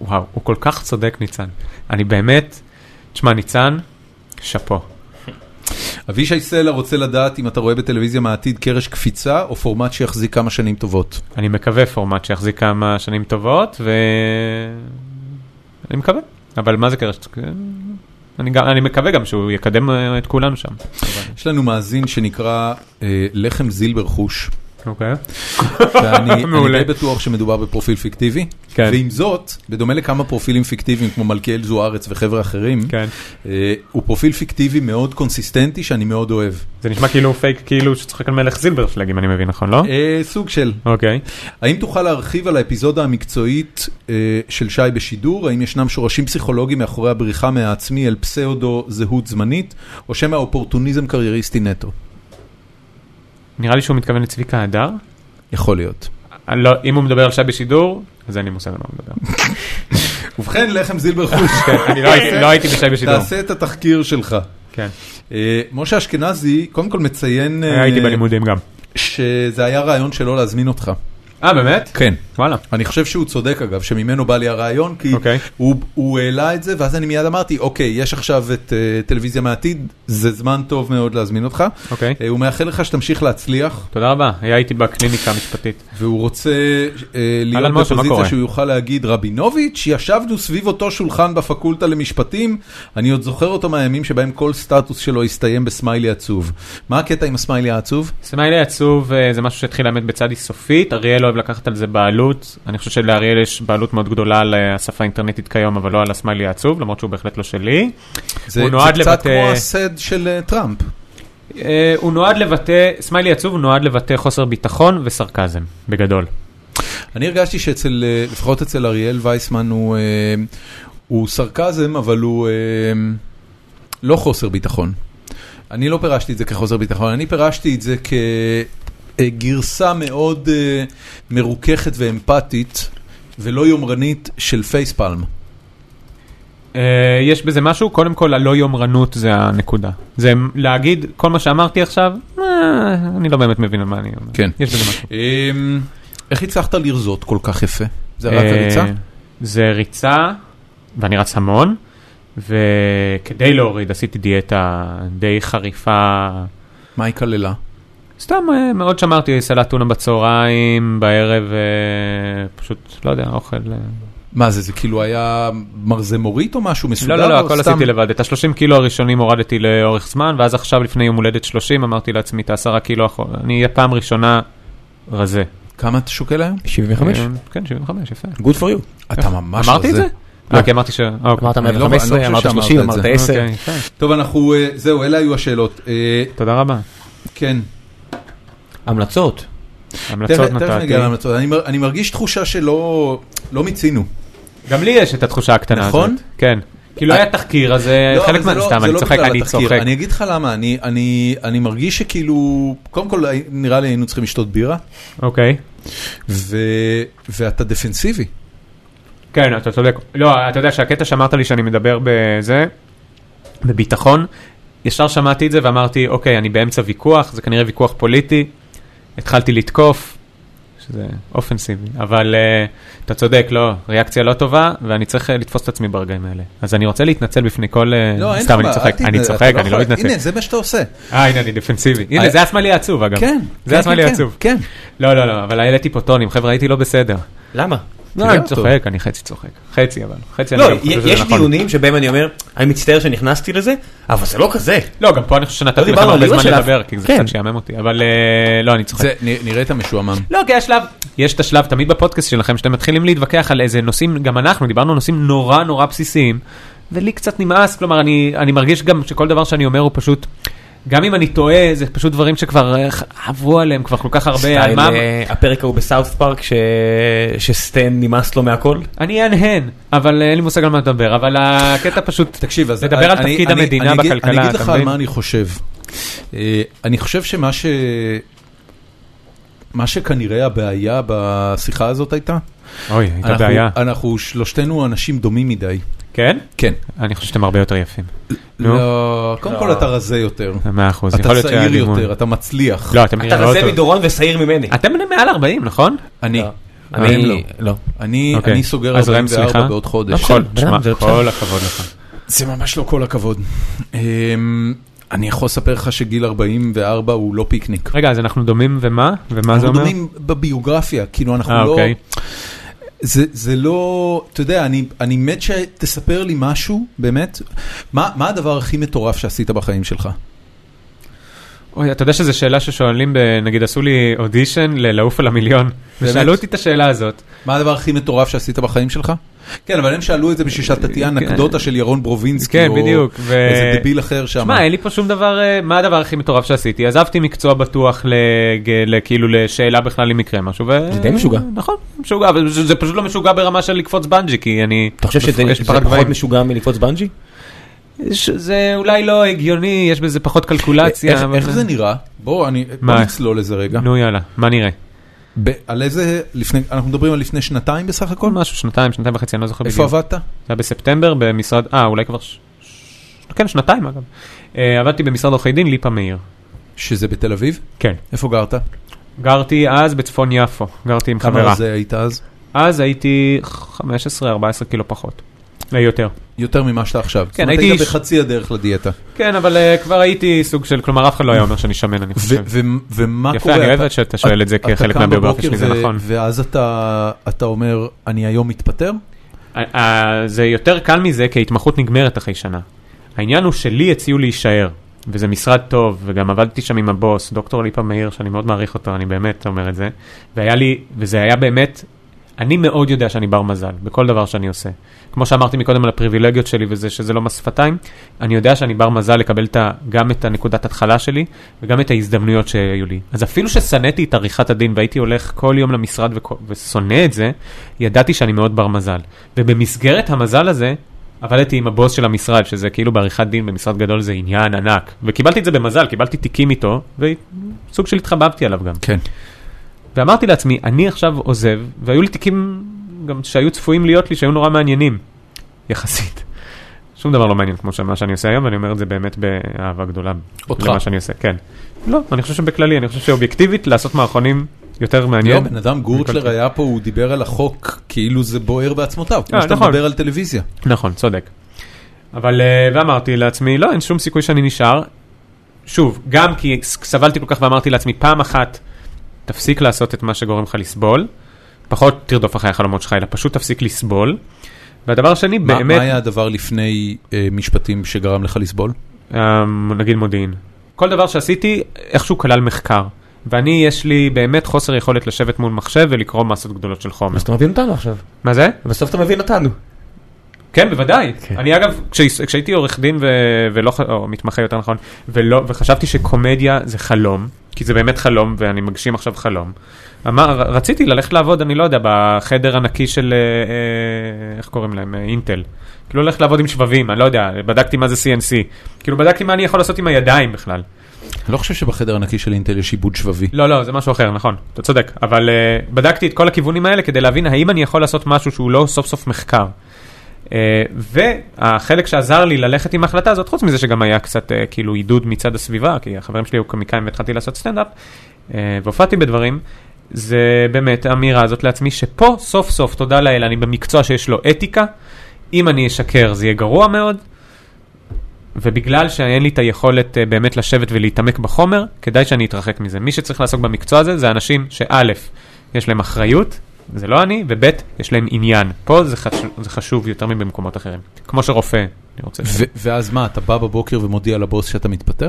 S3: וואו, הוא כל כך צודק, ניצן. אני באמת, תשמע, ניצן, שאפו.
S1: אבישי סלע רוצה לדעת אם אתה רואה בטלוויזיה מהעתיד קרש קפיצה או פורמט שיחזיק כמה שנים טובות.
S3: אני מקווה פורמט שיחזיק כמה שנים טובות, ו... אני מקווה. אבל מה זה קרש? אני, גם, אני מקווה גם שהוא יקדם אה, את כולנו שם.
S1: יש לנו מאזין שנקרא אה, לחם זיל ברכוש,
S3: אוקיי.
S1: שאני אני
S3: מעולה.
S1: די בטוח שמדובר בפרופיל פיקטיבי,
S3: כן.
S1: ועם זאת, בדומה לכמה פרופילים פיקטיביים כמו מלכיאל זוארץ וחבר'ה אחרים,
S3: כן.
S1: אה, הוא פרופיל פיקטיבי מאוד קונסיסטנטי שאני מאוד אוהב.
S3: זה נשמע כאילו פייק, כאילו שצוחק על מלך זילברפלג, אם אני מבין נכון, לא?
S1: אה, סוג של.
S3: אוקיי.
S1: האם תוכל להרחיב על האפיזודה המקצועית אה, של שי בשידור? האם ישנם שורשים פסיכולוגיים מאחורי הבריחה מהעצמי אל פסאודו זהות זמנית, או שמא אופורטוניזם קרייריסטי נטו?
S3: נראה לי שהוא מתכוון לצביקה הדר.
S1: יכול להיות.
S3: אה, לא, אם הוא מדבר על שעה בשידור, אז אין לי מושג על מה הוא מדבר.
S1: ובכן, לחם זיל ברכוש,
S3: כן, אני לא הייתי- לא הייתי בשעה בשידור.
S1: תעשה את התחקיר שלך.
S3: כן.
S1: אה, משה אשכנזי, קודם כל מציין אה,
S3: הייתי בלימודים גם.
S1: שזה היה רעיון שלא להזמין אותך.
S3: אה, באמת?
S1: כן.
S3: וואלה.
S1: אני חושב שהוא צודק אגב, שממנו בא לי הרעיון, כי
S3: אוקיי.
S1: הוא, הוא העלה את זה, ואז אני מיד אמרתי, אוקיי, יש עכשיו את uh, טלוויזיה מהעתיד, זה זמן טוב מאוד להזמין אותך.
S3: אוקיי.
S1: אה, הוא מאחל לך שתמשיך להצליח,
S3: תודה רבה, היה איתי בקליניקה המשפטית.
S1: והוא רוצה uh, להיות
S3: אהלן, משה, מה
S1: בפוזיציה
S3: קורה?
S1: שהוא יוכל להגיד, רבינוביץ', ישבנו סביב אותו שולחן בפקולטה למשפטים, אני עוד זוכר אותו מהימים שבהם כל סטטוס שלו הסתיים בסמיילי עצוב. מה הקטע עם הסמיילי העצוב?
S3: סמיילי עצוב אה, זה משהו שהתחיל לאמת בצדי סופית, אריאל אוהב לקחת על זה בעלות, אני חושב שלאריאל יש בעלות מאוד גדולה על אה, השפה האינטרנטית כיום, אבל לא על הסמיילי העצוב, למרות שהוא בהחלט לא שלי.
S1: זה,
S3: הוא
S1: זה
S3: נועד
S1: קצת
S3: לבטא-
S1: כמו הסד של אה, טראמפ.
S3: אה, הוא נועד לבטא, סמיילי עצוב הוא נועד לבטא חוסר ביטחון וסרקזם, בגדול.
S1: אני הרגשתי שאצל, אה, לפחות אצל אריאל וייסמן הוא, אה, הוא סרקזם, אבל הוא אה, לא חוסר ביטחון. אני לא פירשתי את זה כחוסר ביטחון, אני פירשתי את זה כגרסה מאוד אה, מרוככת ואמפתית ולא יומרנית של פייספלם.
S3: אה, יש בזה משהו, קודם כל הלא יומרנות זה הנקודה. זה להגיד כל מה שאמרתי עכשיו, אה, אני לא באמת מבין על מה אני אומר.
S1: כן.
S3: יש בזה משהו.
S1: אה, איך הצלחת לרזות כל כך יפה? זה רק הריצה?
S3: אה, זה ריצה, ואני רץ המון, וכדי להוריד עשיתי דיאטה די חריפה.
S1: מה היא כללה?
S3: סתם אה, מאוד שמרתי סלט טונה בצהריים, בערב אה, פשוט, לא יודע, אוכל. אה,
S1: מה זה, זה כאילו היה מרזמורית או משהו מסודר?
S3: לא, לא, לא,
S1: או
S3: הכל
S1: סתם-
S3: עשיתי לבד. את ה-30 קילו הראשונים הורדתי לאורך זמן, ואז עכשיו לפני יום הולדת 30 אמרתי לעצמי את ה-10 קילו האחרון. אני אהיה פעם ראשונה רזה.
S1: כמה אתה שוקל היום?
S5: 75?
S3: אה, כן, 75, יפה.
S5: Good for you.
S1: אתה ממש
S3: אמרתי את
S1: רזה.
S3: זה? אה, כי אמרתי ש... אה, אוקיי.
S5: אמרת
S1: אני לא- אני
S5: 115,
S1: לא
S5: אמרת
S1: חושב שאמרת
S5: 30,
S1: את
S5: אמרת
S1: זה.
S5: 10.
S3: אוקיי, יפה.
S1: טוב, אנחנו, אה, זהו, אלה היו השאלות. אה,
S3: תודה רבה.
S1: כן,
S2: המלצות.
S1: תכף
S3: המלצות
S1: תכף נגיע
S3: נתתי.
S1: להמלצות. אני מר- אני מרגיש תחושה שלא לא מיצינו.
S3: אה, גם לי יש את התחושה הקטנה הזאת.
S1: נכון?
S3: כן. כי לא היה תחקיר, אז אה,
S1: לא,
S3: חלק
S1: אבל זה
S3: מה...
S1: לא-
S3: סתם,
S1: זה
S3: אני
S1: לא
S3: צוחק,
S1: בגלל
S3: אני
S1: התחקיר.
S3: צוחק.
S1: אני אגיד לך למה, אני- אני אני מרגיש שכאילו, קודם כל הי- נראה לי היינו צריכים לשתות בירה,
S3: אוקיי.
S1: ו- ואתה דפנסיבי.
S3: אה, כן, אתה צודק. לא, אתה יודע שהקטע שאמרת לי שאני מדבר בזה, בביטחון, ישר שמעתי את זה ואמרתי, אוקיי, אני באמצע ויכוח, זה כנראה ויכוח פוליטי. התחלתי לתקוף, שזה אופנסיבי, אבל אה, אתה צודק, לא, ריאקציה לא טובה, ואני צריך אה, לתפוס את עצמי ברגעים האלה. אז אני רוצה להתנצל בפני כל... אה,
S1: לא, אין לך
S3: סתם,
S1: מה,
S3: אני
S1: אל
S3: צוחק,
S1: תתנ-
S3: אני
S1: אתה
S3: צוחק, אני לא
S1: יכול-
S3: מתנצל.
S1: הנה, זה מה שאתה עושה.
S3: אה, הנה, אני דפנסיבי.
S1: אה,
S3: הנה, זה השמאלי העצוב, אגב.
S1: כן.
S3: זה
S1: כן,
S3: השמאלי
S1: כן,
S3: העצוב.
S1: כן.
S3: לא, לא, לא, אבל העליתי פה טונים, חבר'ה, הייתי לא בסדר.
S2: למה?
S3: לא, אני
S1: אותו.
S3: צוחק, אני חצי צוחק. חצי אבל. חצי
S2: לא,
S3: אני גם חושב שזה
S2: יש
S3: נכון.
S2: דיונים שבהם אני אומר, אני מצטער שנכנסתי לזה, אבל זה לא כזה.
S3: לא, גם פה אני חושב שנתתי
S2: לא
S3: לכם
S2: דיברנו על
S3: הרבה
S2: אימא
S3: זמן
S2: שלך.
S3: לדבר, כי זה
S2: כן.
S3: קצת שיאמם אותי, אבל אה, לא, אני צוחק.
S1: זה, נ- נראית משועמם.
S3: לא, כי השלב, יש את השלב תמיד בפודקאסט שלכם, שאתם מתחילים להתווכח על איזה נושאים, גם אנחנו דיברנו על נושאים נורא נורא בסיסיים, ולי קצת נמאס, כלומר, אני, אני מרגיש גם שכל דבר שאני אומר הוא פשוט, גם אם אני טועה, זה פשוט דברים שכבר אה, עברו עליהם כבר כל כך הרבה, על
S2: סטייל,
S3: מה...
S2: אה, הפרק ההוא בסאוף פארק ש- שסטן נמאס לו מהכל.
S3: אני אנהן, אבל אה, אין לי מושג על מה לדבר, אבל הקטע פשוט,
S1: תקשיב, אז...
S3: לדבר על תפקיד המדינה
S1: אני אגיד-
S3: בכלכלה,
S1: אני אגיד
S3: אתה
S1: לך על
S3: מבין?
S1: מה אני חושב. אה, אני חושב שמה ש... מה שכנראה הבעיה בשיחה הזאת הייתה,
S3: אוי, הייתה
S1: אנחנו- אה,
S3: בעיה.
S1: אנחנו שלושתנו אנשים דומים מדי.
S3: כן?
S1: כן.
S3: אני חושב שאתם הרבה יותר יפים. נו.
S1: לא, קודם כל אתה רזה יותר,
S3: מאה אחוז,
S1: אתה
S3: יכול להיות שהיה
S1: צעיר
S3: לי מול.
S1: יותר, אתה מצליח.
S3: לא, אתם
S2: אתה
S3: נראים מאוד
S2: רזה
S3: טוב.
S2: מדורון ושעיר ממני.
S3: אתם בני מעל 40, נכון?
S1: אני,
S2: לא.
S1: הם לא.
S2: לא.
S1: אני
S3: אוקיי.
S1: אני סוגר
S3: אז ראם,
S1: 44
S3: סליחה. לא
S1: בעוד חודש.
S3: נכון, כל,
S2: בסדר,
S3: תשמע,
S2: זה בסדר.
S3: כל הכבוד לך.
S1: זה ממש לא כל הכבוד. אמ, אני יכול לספר לך שגיל 44 הוא לא פיקניק.
S3: רגע, אז אנחנו דומים ומה? ומה זה
S1: אנחנו
S3: אומר?
S1: דומים בביוגרפיה, כאילו אנחנו
S3: אה,
S1: לא...
S3: אוקיי.
S1: זה, זה לא, אתה יודע, אני, אני מת שתספר לי משהו, באמת, מה, מה הדבר הכי מטורף שעשית בחיים שלך?
S3: אוי, אתה יודע שזו שאלה ששואלים, ב... נגיד עשו לי אודישן ל- לעוף על המיליון. ושאלו אותי את השאלה הזאת.
S1: מה הדבר הכי מטורף שעשית בחיים שלך? כן, אבל הם שאלו את זה בשביל שאתה תהיה אנקדוטה של ירון ברובינסקי,
S3: אה, כן,
S1: או
S3: בדיוק, ו-
S1: איזה דביל אחר שם.
S3: שמע, אין לי פה שום דבר, אה, מה הדבר הכי מטורף שעשיתי? עזבתי מקצוע בטוח לג- ל- כאילו לשאלה בכלל אם יקרה משהו. ו-
S2: זה די משוגע.
S3: נכון, משוגע, אבל זה זה פשוט לא משוגע ברמה של לקפוץ בנג'י, כי אני...
S2: אתה חושב שזה
S3: יש לי
S2: זה
S3: פחד
S2: פחות
S3: גבהים.
S2: משוגע מלקפוץ בנג'י?
S3: ש- זה אולי לא הגיוני, יש בזה פחות קלקולציה.
S1: איך,
S3: אבל-
S1: איך זה נראה? בוא, אני, בוא
S3: מה?
S1: נצלול לזה רגע.
S3: נו יאללה, מה נראה?
S1: ב, על איזה, לפני, אנחנו מדברים על לפני שנתיים בסך הכל?
S3: כל משהו, שנתיים, שנתיים וחצי, אני לא זוכר בדיוק.
S1: איפה עבדת?
S3: זה היה בספטמבר במשרד, אה, אולי כבר... ש- ש- כן, שנתיים אגב. אה, עבדתי במשרד עורכי דין, ליפה מאיר.
S1: שזה בתל אביב?
S3: כן.
S1: איפה גרת?
S3: גרתי אז בצפון יפו, גרתי עם
S1: כמה
S3: חברה.
S1: זה היית אז?
S3: אז הייתי 15-14 קילו פחות. אה, יותר.
S1: יותר ממה שאתה עכשיו. כן,
S3: הייתי
S1: זאת אומרת, היית
S3: איש-
S1: בחצי הדרך לדיאטה.
S3: כן, אבל אה, כבר הייתי סוג של, כלומר, אף אחד לא היה אומר שאני שמן, אני
S1: ו-
S3: חושב.
S1: ו- ומה
S3: יפה,
S1: קורה?
S3: אני אוהב
S1: אתה-
S3: שאתה שואל את זה
S1: אתה
S3: כחלק
S1: קם
S3: מהביוגרפיה שלי,
S1: בבוקר
S3: זה
S1: ו-
S3: נכון.
S1: ואז אתה אתה אומר, אני היום מתפטר?
S3: אה, אה, זה יותר קל מזה, כי ההתמחות נגמרת אחרי שנה. העניין הוא שלי הציעו להישאר, וזה משרד טוב, וגם עבדתי שם עם הבוס, דוקטור ליפה מאיר, שאני מאוד מעריך אותו, אני באמת אומר את זה, והיה לי, וזה היה באמת, אני מאוד יודע שאני בר מזל, בכל דבר שאני עושה. כמו שאמרתי מקודם על הפריבילגיות שלי וזה, שזה לא מס שפתיים, אני יודע שאני בר מזל לקבל את ה, גם את הנקודת התחלה שלי, וגם את ההזדמנויות שהיו לי. אז אפילו ששנאתי את עריכת הדין והייתי הולך כל יום למשרד וכו- ושונא את זה, ידעתי שאני מאוד בר מזל. ובמסגרת המזל הזה, עבדתי עם הבוס של המשרד, שזה כאילו בעריכת דין במשרד גדול זה עניין ענק. וקיבלתי את זה במזל, קיבלתי תיקים איתו, וסוג של התחבבתי עליו גם.
S1: כן.
S3: ואמרתי לעצמי, אני עכשיו עוזב, והיו לי תיקים גם שהיו צפויים להיות לי, שהיו נורא מעניינים, יחסית. שום דבר לא מעניין כמו ש- מה שאני עושה היום, ואני אומר את זה באמת באהבה גדולה.
S1: אותך.
S3: למה שאני עושה, כן. לא, אני חושב שבכללי, אני חושב שאובייקטיבית לעשות מערכונים יותר
S1: לא,
S3: מעניין.
S1: בן אדם גורצ'לר
S3: מכל-
S1: היה פה, הוא דיבר על החוק כאילו זה בוער בעצמותיו, כמו
S3: אה,
S1: שאתה
S3: נכון.
S1: מדבר על טלוויזיה.
S3: נכון, צודק. אבל, אה, ואמרתי לעצמי, לא, אין שום סיכוי שאני נשאר. שוב, גם כי ס- סבלתי כל כך ואמרתי לעצמי, פעם אחת, תפסיק לעשות את מה שגורם לך לסבול, פחות תרדוף אחרי החלומות שלך, אלא פשוט תפסיק לסבול. והדבר השני,
S1: מה-
S3: באמת,
S1: מה היה הדבר לפני אה, משפטים שגרם לך לסבול?
S3: אמ, נגיד מודיעין. כל דבר שעשיתי, איכשהו כלל מחקר. ואני, יש לי באמת חוסר יכולת לשבת מול מחשב ולקרוא מסות גדולות של חומר.
S2: אז אתה מבין אותנו עכשיו.
S3: מה זה?
S2: בסוף אתה מבין אותנו.
S3: כן, בוודאי.
S2: כן.
S3: כן. אני אגב, כש, כשהייתי עורך דין ו, ולא, ח- או מתמחה יותר נכון, ולא, וחשבתי שקומדיה זה חלום, כי זה באמת חלום ואני מגשים עכשיו חלום, אמר, ר- רציתי ללכת לעבוד, אני לא יודע, בחדר הנקי של, אה, אה, איך קוראים להם, אה, אינטל. כאילו ללכת לעבוד עם שבבים, אני לא יודע, בדקתי מה זה CNC. כאילו בדקתי מה אני יכול לעשות עם הידיים בכלל.
S1: אני לא חושב שבחדר הנקי של אינטל יש עיבוד שבבי.
S3: לא, לא, זה משהו אחר, נכון, אתה צודק. אבל uh, בדקתי את כל הכיוונים האלה כדי להבין האם אני יכול לעשות משהו שהוא לא סוף סוף מחקר. Uh, והחלק שעזר לי ללכת עם ההחלטה הזאת, חוץ מזה שגם היה קצת uh, כאילו עידוד מצד הסביבה, כי החברים שלי היו קומיקאים והתחלתי לעשות סטנדאפ, uh, והופעתי בדברים, זה באמת האמירה הזאת לעצמי שפה סוף סוף, תודה לאל, אני במקצוע שיש לו אתיקה, אם אני אשקר זה יהיה גרוע מאוד, ובגלל שאין לי את היכולת אה, באמת לשבת ולהתעמק בחומר, כדאי שאני אתרחק מזה. מי שצריך לעסוק במקצוע הזה זה אנשים שא', יש להם אחריות, זה לא אני, וב', יש להם עניין. פה זה חשוב, זה חשוב יותר מבמקומות אחרים. כמו שרופא, אני רוצה... ש...
S1: ו- ואז מה, אתה בא בבוקר ומודיע לבוס שאתה מתפטר?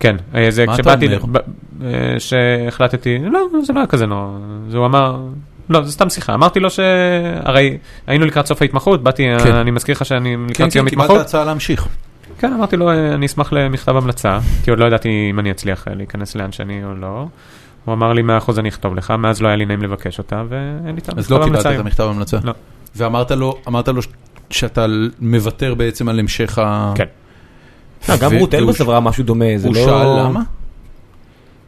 S3: כן, אה, זה
S1: מה אתה
S3: כשבאתי,
S1: אומר?
S3: ב- אה, שהחלטתי, לא, זה לא היה כזה נורא, זה הוא אמר, לא, זה סתם שיחה. אמרתי לו שהרי היינו לקראת סוף ההתמחות, באתי,
S1: כן.
S3: אני מזכיר לך שאני
S1: כן,
S3: לקראת סיום
S1: כן, קיבלת
S3: התמחות.
S1: הצעה להמשיך.
S3: כן, אמרתי לו, "אה, אני אשמח למכתב המלצה, כי עוד לא ידעתי אם אני אצליח אה, להיכנס לאן שאני או לא. הוא אמר לי, מאה אחוז אני אכתוב לך, מאז לא היה לי נעים לבקש אותה, ואין לי את
S1: אז לא
S3: המכתב
S1: קיבלת
S3: המלצה
S1: את
S3: היום.
S1: המכתב המלצה.
S3: לא.
S1: ואמרת לו, אמרת לו ש- שאתה מוותר בעצם על המשך ה...
S3: כן.
S2: לא, גם
S1: ו-
S2: רות
S1: והוא
S2: אלבס
S1: ש-
S2: עברה משהו דומה, זה
S1: הוא
S2: לא...
S1: שאל למה?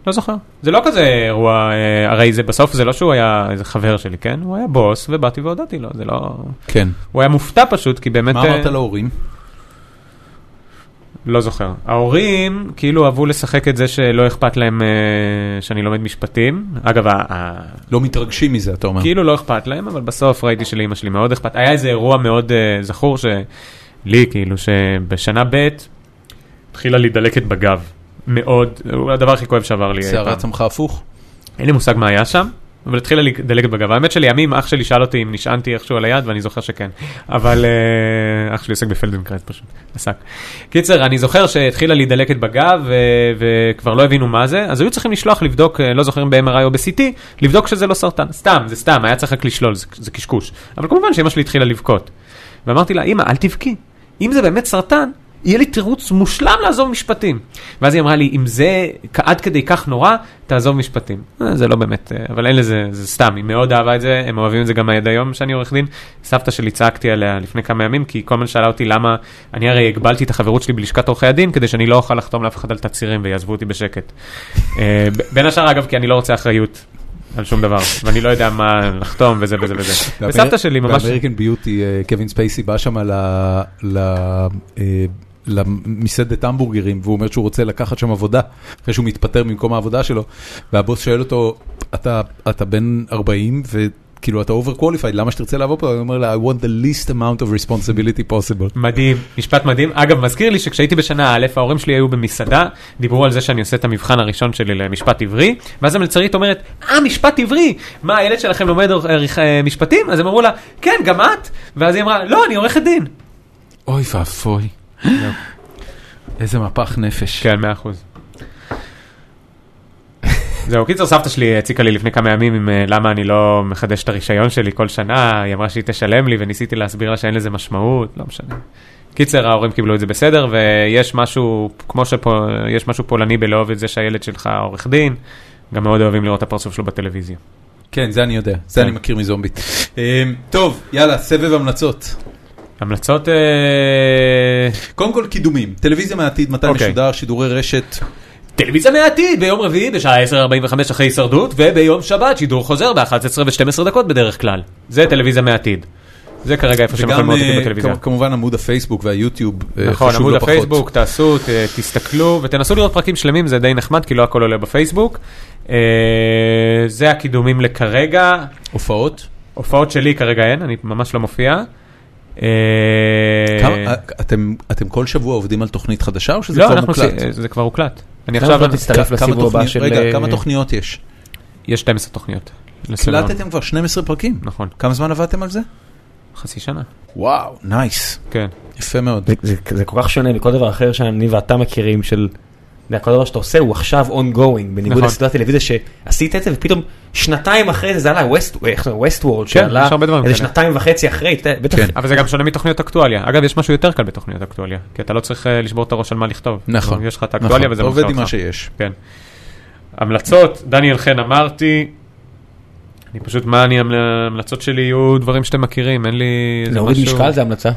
S3: לא זוכר. זה לא כזה אירוע, אה, הרי זה בסוף, זה לא שהוא היה איזה חבר שלי, כן? הוא היה בוס, ובאתי והודעתי לו, זה לא...
S1: כן.
S3: הוא היה מופתע פשוט, כי באמת...
S1: מה
S3: אה,
S1: אמרת להורים?
S3: לא זוכר. ההורים כאילו אהבו לשחק את זה שלא אכפת להם אה, שאני לומד משפטים. אגב, ה- ה-
S1: לא מתרגשים מזה, אתה אומר.
S3: כאילו לא אכפת להם, אבל בסוף ראיתי שלאימא שלי מאוד אכפת. היה איזה אירוע מאוד אה, זכור שלי, כאילו, שבשנה ב' התחילה לי דלקת בגב. מאוד, הוא הדבר הכי כואב שעבר לי. אי
S1: שערה
S3: פעם.
S1: צמחה הפוך?
S3: אין לי מושג מה היה שם, אבל התחילה לי דלקת בגב. האמת שלימים אח שלי שאל אותי אם נשענתי איכשהו על היד, ואני זוכר שכן. אבל אה, אח שלי עוסק בפלדנקרייט פשוט, עסק. קיצר, אני זוכר שהתחילה לי דלקת בגב, ו- וכבר לא הבינו מה זה, אז היו צריכים לשלוח לבדוק, אה, לא זוכר אם ב-MRI או ב-CT, לבדוק שזה לא סרטן. סתם, זה סתם, היה צריך רק לשלול, זה, זה קשקוש. אבל כמובן שאמא שלי התחילה לבכות. ואמרתי לה, אמא, אל תבכי. אם זה באמת סרטן, יהיה לי תירוץ מושלם לעזוב משפטים. ואז היא אמרה לי, אם זה כ- עד כדי כך נורא, תעזוב משפטים. אה, זה לא באמת, אה, אבל אין לזה, זה סתם, היא מאוד אהבה את זה, הם אוהבים את זה גם עד היום שאני עורך דין. סבתא שלי צעקתי עליה לפני כמה ימים, כי היא כל הזמן שאלה אותי למה, אני הרי הגבלתי את החברות שלי בלשכת עורכי הדין, כדי שאני לא אוכל לחתום לאף אחד על תצהירים ויעזבו אותי בשקט. אה, ב- בין השאר, אגב, כי אני לא רוצה אחריות. על שום דבר, ואני לא יודע מה לחתום וזה וזה וזה. וסבתא שלי ממש...
S1: באמריקן ביוטי, אה, קווין ספייסי בא שם ל- ל- אה, למסעדת המבורגרים, והוא אומר שהוא רוצה לקחת שם עבודה, אחרי שהוא מתפטר ממקום העבודה שלו, והבוס שואל אותו, "אתה- אתה בן 40 וכאילו אתה over qualified, למה שתרצה לעבוד פה? הוא אומר לה, I want the least amount of responsibility possible.
S3: מדהים, משפט מדהים. אגב, מזכיר לי שכשהייתי בשנה א', ההורים שלי היו במסעדה, דיברו על זה שאני עושה את המבחן הראשון שלי למשפט עברי, ואז המלצרית אומרת, אה, משפט עברי, מה, הילד שלכם לומד עור- עריך- אה, משפטים? אז הם אמרו לה, כן, גם את? ואז היא אמרה, לא, אני עורכת דין.
S1: אוי ואבוי. איזה מפח נפש.
S3: כן, מאה אחוז. זהו, קיצר, סבתא שלי הציקה לי לפני כמה ימים עם אה, למה אני לא מחדש את הרישיון שלי כל שנה, היא אמרה שהיא תשלם לי וניסיתי להסביר לה שאין לזה משמעות, לא משנה. קיצר, ההורים קיבלו את זה בסדר, ויש משהו, כמו שיש משהו פולני בלאהוב את זה שהילד שלך עורך דין, גם מאוד אוהבים לראות את הפרצוף שלו בטלוויזיה.
S1: כן, זה אני יודע, זה אני מכיר מזומבית. אמ, טוב, יאללה, סבב המלצות.
S3: המלצות... אה,
S1: קודם כל קידומים, טלוויזיה מהעתיד, מתי
S3: אוקיי.
S1: משודר, שידורי רשת.
S4: טלוויזיה מהעתיד ביום רביעי בשעה 10:45 אחרי הישרדות וביום שבת שידור חוזר ב-11 ו-12 דקות בדרך כלל.
S3: זה טלוויזיה מעתיד. זה כרגע איפה שהם יכולים
S1: וגם
S3: לראות אותי
S1: אה,
S3: בטלוויזיה.
S1: כמ- כמובן עמוד הפייסבוק והיוטיוב אה,
S3: נכון,
S1: חשוב
S3: עמוד
S1: לא פחות.
S3: הפייסבוק, תעשו, ת- תסתכלו ותנסו לראות פרקים שלמים, זה די נחמד, כי לא הכל עולה בפייסבוק. אה, זה הקידומים לכרגע.
S1: הופעות.
S3: הופעות שלי כרגע אין, אני ממש לא מופיע. אה,
S1: כמה- אה, אתם- אתם כל שבוע עובדים על תוכנית חדשה או שזה
S3: לא,
S1: כבר
S3: אנחנו
S1: מוקלט?
S3: עושים- אה, זה כבר הוקלט. אני
S4: כמה
S3: עכשיו,
S4: הופעות עשית? תצטרף
S1: כ- כמה
S4: לסיבוב הבא
S1: תוכניות-
S4: של-
S1: רגע,
S3: אה,
S1: כמה תוכניות אה, יש?
S3: יש 12 תוכניות. לסלון.
S1: קלטתם כבר 12 פרקים.
S3: נכון,
S1: כמה זמן עבדתם על זה?
S3: חצי שנה,
S1: וואו, נייס.
S3: כן.
S1: יפה מאוד.
S4: זה, זה, זה כל כך שונה מכל דבר אחר שאני ואתה מכירים של... אתה יודע, כל דבר שאתה עושה הוא עכשיו ongoing, בניגוד
S3: נכון.
S4: לסדרת טלוויזיה שעשית את זה ופתאום שנתיים אחרי זה זה עלה ווסט וורד שעלה
S3: כן, יש הרבה דברים
S4: איזה
S3: כאלה.
S4: שנתיים וחצי אחרי, אתה יודע, בטח
S1: כן.
S3: אבל זה גם שונה מתוכניות אקטואליה. אגב, יש משהו יותר קל בתוכניות אקטואליה, כי אתה לא צריך אה, לשבור את הראש על מה לכתוב.
S1: נכון.
S3: יש לך את
S1: נכון,
S3: האקטואליה וזה מופיע
S1: עובד עם
S3: אותך.
S1: מה שיש.
S3: כן. המלצות, דניאל חן אמרתי. אני פשוט, מה אני, המל- ההמלצות שלי יהיו דברים שאתם מכירים, אין לי איזה
S4: להוריד
S3: משהו-
S4: משקל זה המלצה.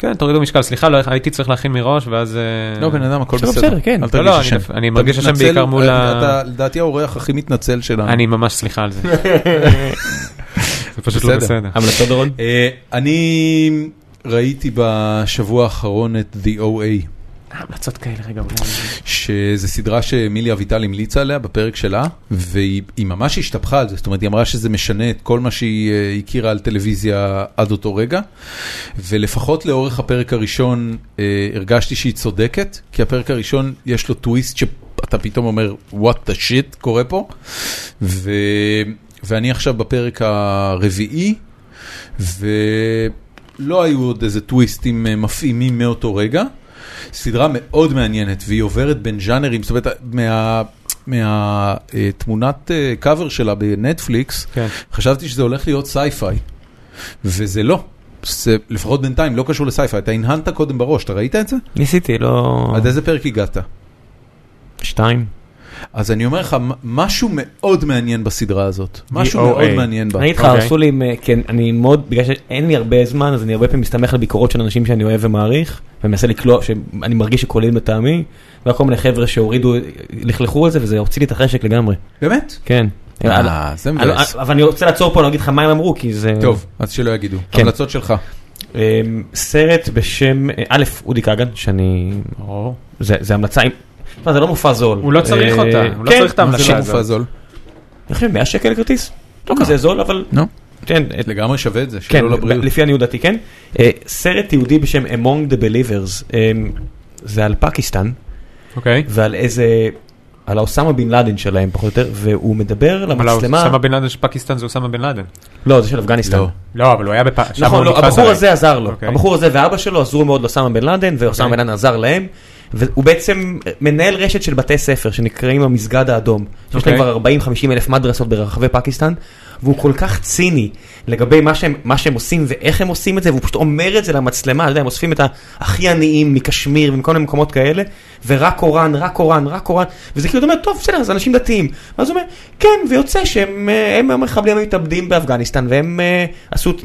S3: כן, תורידו משקל, סליחה, לא, הייתי צריך להכין מראש, ואז... אה,
S1: לא, בן אדם, הכל
S4: בסדר,
S1: בסדר.
S4: בסדר, כן.
S1: אל
S3: לא,
S1: תרגיש
S3: לא, אני
S1: אשם.
S3: דווקא- אני
S1: אתה
S3: מרגיש אשם
S1: מתנצל,
S3: בעיקר מול ה-
S1: אתה לדעתי האורח הכי מתנצל שלנו.
S3: אני ממש סליחה על זה. זה פשוט לא
S1: בסדר.
S3: בסדר.
S4: המלצות דורון?
S1: אה, אני ראיתי בשבוע האחרון את The OA.
S3: המלצות כאלה, רגע, אולי...
S1: שזו סדרה שמילי אביטל המליצה עליה בפרק שלה, והיא היא ממש השתפכה על זה, זאת אומרת, היא אמרה שזה משנה את כל מה שהיא אה, הכירה על טלוויזיה עד אותו רגע, ולפחות לאורך הפרק הראשון אה, הרגשתי שהיא צודקת, כי הפרק הראשון יש לו טוויסט שאתה פתאום אומר, what the shit קורה פה, ו... ואני עכשיו בפרק הרביעי, ולא היו עוד איזה טוויסטים אה, מפעימים מאותו רגע. סדרה מאוד מעניינת, והיא עוברת בין ז'אנרים, זאת אומרת, מה... אה, מהתמונת קאבר שלה בנטפליקס,
S3: כן.
S1: חשבתי שזה הולך להיות סייפיי, וזה לא. זה לפחות בינתיים לא קשור לסייפיי, אתה הנהנת קודם בראש, אתה ראית את זה?
S4: ניסיתי, לא...
S2: אה.
S1: עד איזה פרק הגעת?
S4: שתיים.
S1: אז אני אומר לך, מ- משהו מאוד מעניין בסדרה הזאת, משהו
S3: DOA.
S1: מאוד מעניין בה.
S4: אני איתך,
S3: אוקיי.
S4: הרסו לי, עם, אה, כן, אני מאוד, בגלל שאין לי הרבה זמן, אז אני הרבה פעמים מסתמך על ביקורות של אנשים שאני אוהב ומעריך, ומנסה לקלוע, שאני מרגיש שקולעים לטעמי, וכל מיני חבר'ה שהורידו, לכלכו על זה, וזה הוציא לי את החשק לגמרי.
S1: באמת?
S4: כן.
S1: אה, זה
S4: אבל-
S1: מבאס.
S4: אבל אני רוצה לעצור פה, אני אגיד לך מה הם אמרו, כי זה...
S1: טוב,
S3: אה.
S1: אז שלא יגידו.
S4: כן.
S1: המלצות שלך.
S3: לא,
S4: אה, סרט בשם, אה, א', אודי כגן, שאני...
S3: ברור.
S4: זה זה המלצה, עם- תשמע, זה לא מופע זול.
S3: הוא לא צריך
S4: אה,
S3: אותה, הוא לא
S4: כן,
S3: צריך את
S4: מה זה
S3: ההמלצה
S4: לא-
S1: מה זה מופע זול?
S4: אני חושב 100 שקל לכרטיס, לא כזה זול, אבל...
S1: נו.
S4: כן,
S1: לגמרי שווה את זה,
S4: כן,
S1: שלא לא לבריאות.
S4: ב- לפי עניות דעתי כן. אה, סרט יהודי בשם Among the Believers, אה, זה על פקיסטן,
S3: אוקיי.
S2: ועל איזה... על האוסמה בן לאדן שלהם פחות או יותר, והוא מדבר
S3: אבל
S2: למצלמה...
S3: אוסמה בן לאדן של פקיסטן זה אוסמה בן לאדן.
S2: לא, זה של אפגניסטן.
S1: לא. אה,
S3: לא, אבל הוא היה בפ... שם
S2: נכון,
S3: הוא
S2: לא,
S3: נתפס
S2: הבחור
S3: עליי.
S2: הזה עזר לו.
S3: אוקיי.
S2: הבחור הזה ואבא שלו עזרו מאוד לאוסמה בן לאדן,
S1: אוקיי.
S2: ואוסמה בן לאדן עזר להם. והוא בעצם מנהל רשת של בתי ספר שנקראים המסגד האדום. יש להם
S3: אוקיי.
S2: כבר 40-50 אלף מדרסות ברחבי פקיסטן, והוא כל כך ציני לגבי מה שהם, מה שהם עושים ואיך הם עושים את זה, והוא פשוט אומר את זה למצלמה, אתה יודע, הם אוספים את הכי עניים מקשמיר ומכל מיני מקומות כאלה, ורק קוראן, רק קוראן, רק קוראן, וזה כאילו, אתה אומר, טוב, בסדר, זה אנשים דתיים. ואז הוא אומר, כן, ויוצא שהם אה, הם המחבלים המתאבדים באפגניסטן, והם אה, עשו את 9-11,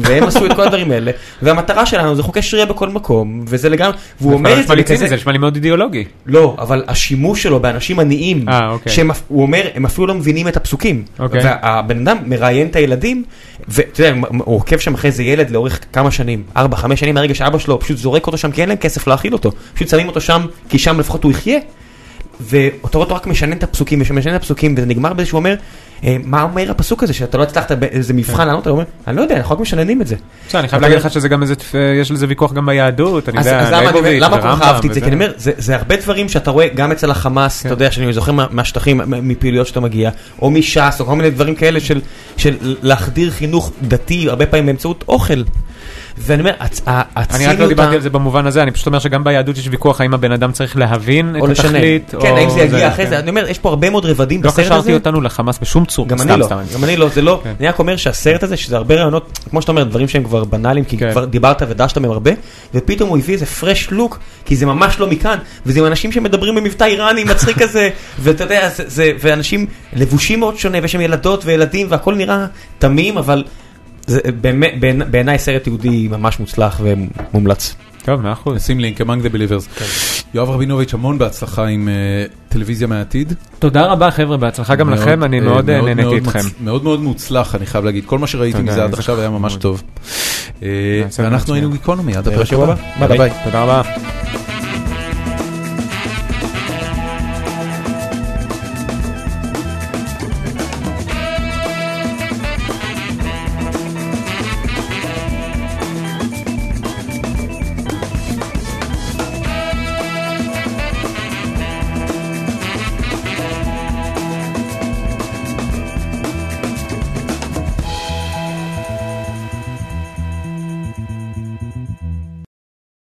S2: והם עשו את כל הדברים האלה, והמטרה שלנו זה חוקי שריעה בכל מקום, וזה לגמרי, והוא אומר את
S3: נשמע
S2: זה
S3: לי ציני,
S2: בכזה...
S3: זה נשמע לי מאוד אידיאולוגי.
S2: לא, אבל השימוש שלו באנשים עניים,
S3: אה, אוקיי.
S2: שהם, אפ- הוא אומר, הם אפילו לא מבינים את הפסוקים.
S3: אוקיי.
S2: והבן אדם מראיין את הילדים, ואתה יודע, הוא עוקב שם אחרי איזה ילד לאורך כמה שנים, 4-5 שנים מהרגע שאבא שלו פשוט זורק אותו שם, כי אין להם כסף להאכיל אותו. פשוט שמים אותו שם, כי שם לפחות הוא יחיה. ואותו אותו רק משנן את הפסוקים, משנן את הפסוקים, וזה נגמר בזה שהוא אומר, "אה, מה אומר הפסוק הזה, שאתה לא הצלחת באיזה מבחן לענות, אתה אומר, אני לא יודע, אנחנו רק משננים את זה.
S3: בסדר, אני חייב להגיד לך שזה גם איזה, תפ- יש לזה ויכוח גם ביהדות, אני
S2: אז,
S3: יודע,
S2: אז למה, אני אומר,
S3: לייבוביץ'
S2: למה כל כך
S3: ורמב"ם
S2: אהבתי את זה? כי
S3: וזה. כן.
S2: אני אומר, זה, זה הרבה דברים שאתה רואה גם אצל החמאס, אתה יודע, שאני זוכר מה- מהשטחים, מה- מפעילויות שאתה מגיע, או מש"ס, או כל מיני דברים כאלה של, של להחדיר חינוך דתי, הרבה פעמים באמצעות אוכל. ואני אומר, הצ- ה-
S3: אני רק
S2: הציניות...
S3: לא דיברתי
S2: ה-
S3: על זה במובן הזה, אני פשוט אומר שגם ביהדות יש ויכוח האם הבן אדם צריך להבין
S2: או
S3: את
S2: לשנן.
S3: התכלית,
S2: כן,
S3: או
S2: האם זה יגיע אחרי
S3: כן.
S2: זה, אני אומר, יש פה הרבה מאוד רבדים
S3: לא
S2: בסרט הזה.
S3: קשרתי אותנו לחמאס בשום צור,
S2: גם
S3: סתם,
S2: אני לא,
S3: סתם,
S2: גם אני לא, זה לא,
S3: כן.
S2: אני רק אומר שהסרט הזה, שזה הרבה רעיונות, כמו שאתה אומר, דברים שהם כבר בנאליים, כי
S3: כן.
S2: כבר דיברת ודשת מהם הרבה, ופתאום הוא הביא איזה פרש לוק, כי זה ממש לא מכאן, וזה עם אנשים שמדברים במבטא איראני מצחיק כזה, ואתה יודע, זה- זה, ואנשים לבושים מאוד שונה, ויש שם ילדות וילדים, והכל נראה תמים, אבל זה באמת, בעיני- בעיניי סרט יהודי ממש מוצלח ומומלץ.
S3: טוב, מאה אחוז.
S1: נשים לינק, among the
S3: כן.
S1: believers. יואב רבינוביץ', המון בהצלחה עם אה, טלוויזיה מהעתיד.
S3: תודה רבה חבר'ה, בהצלחה גם
S1: מאוד,
S3: לכם, אני
S1: אה,
S3: מאוד אה, נהניתי
S1: מאוד
S3: איתכם.
S1: מוצ- מאוד מאוד מוצלח, אני חייב להגיד. כל מה שראיתי
S3: תודה,
S1: מזה עד
S3: אני
S1: עכשיו היה ממש טוב. אה,
S3: נעשה את זה אה,
S1: ואנחנו
S3: מצוין.
S1: היינו גיקונומי, עד
S2: נראה
S1: הפרק
S2: שבוע
S1: הבא.
S2: הבא.
S1: יאללה,
S2: ביי.
S1: ביי.
S3: תודה רבה.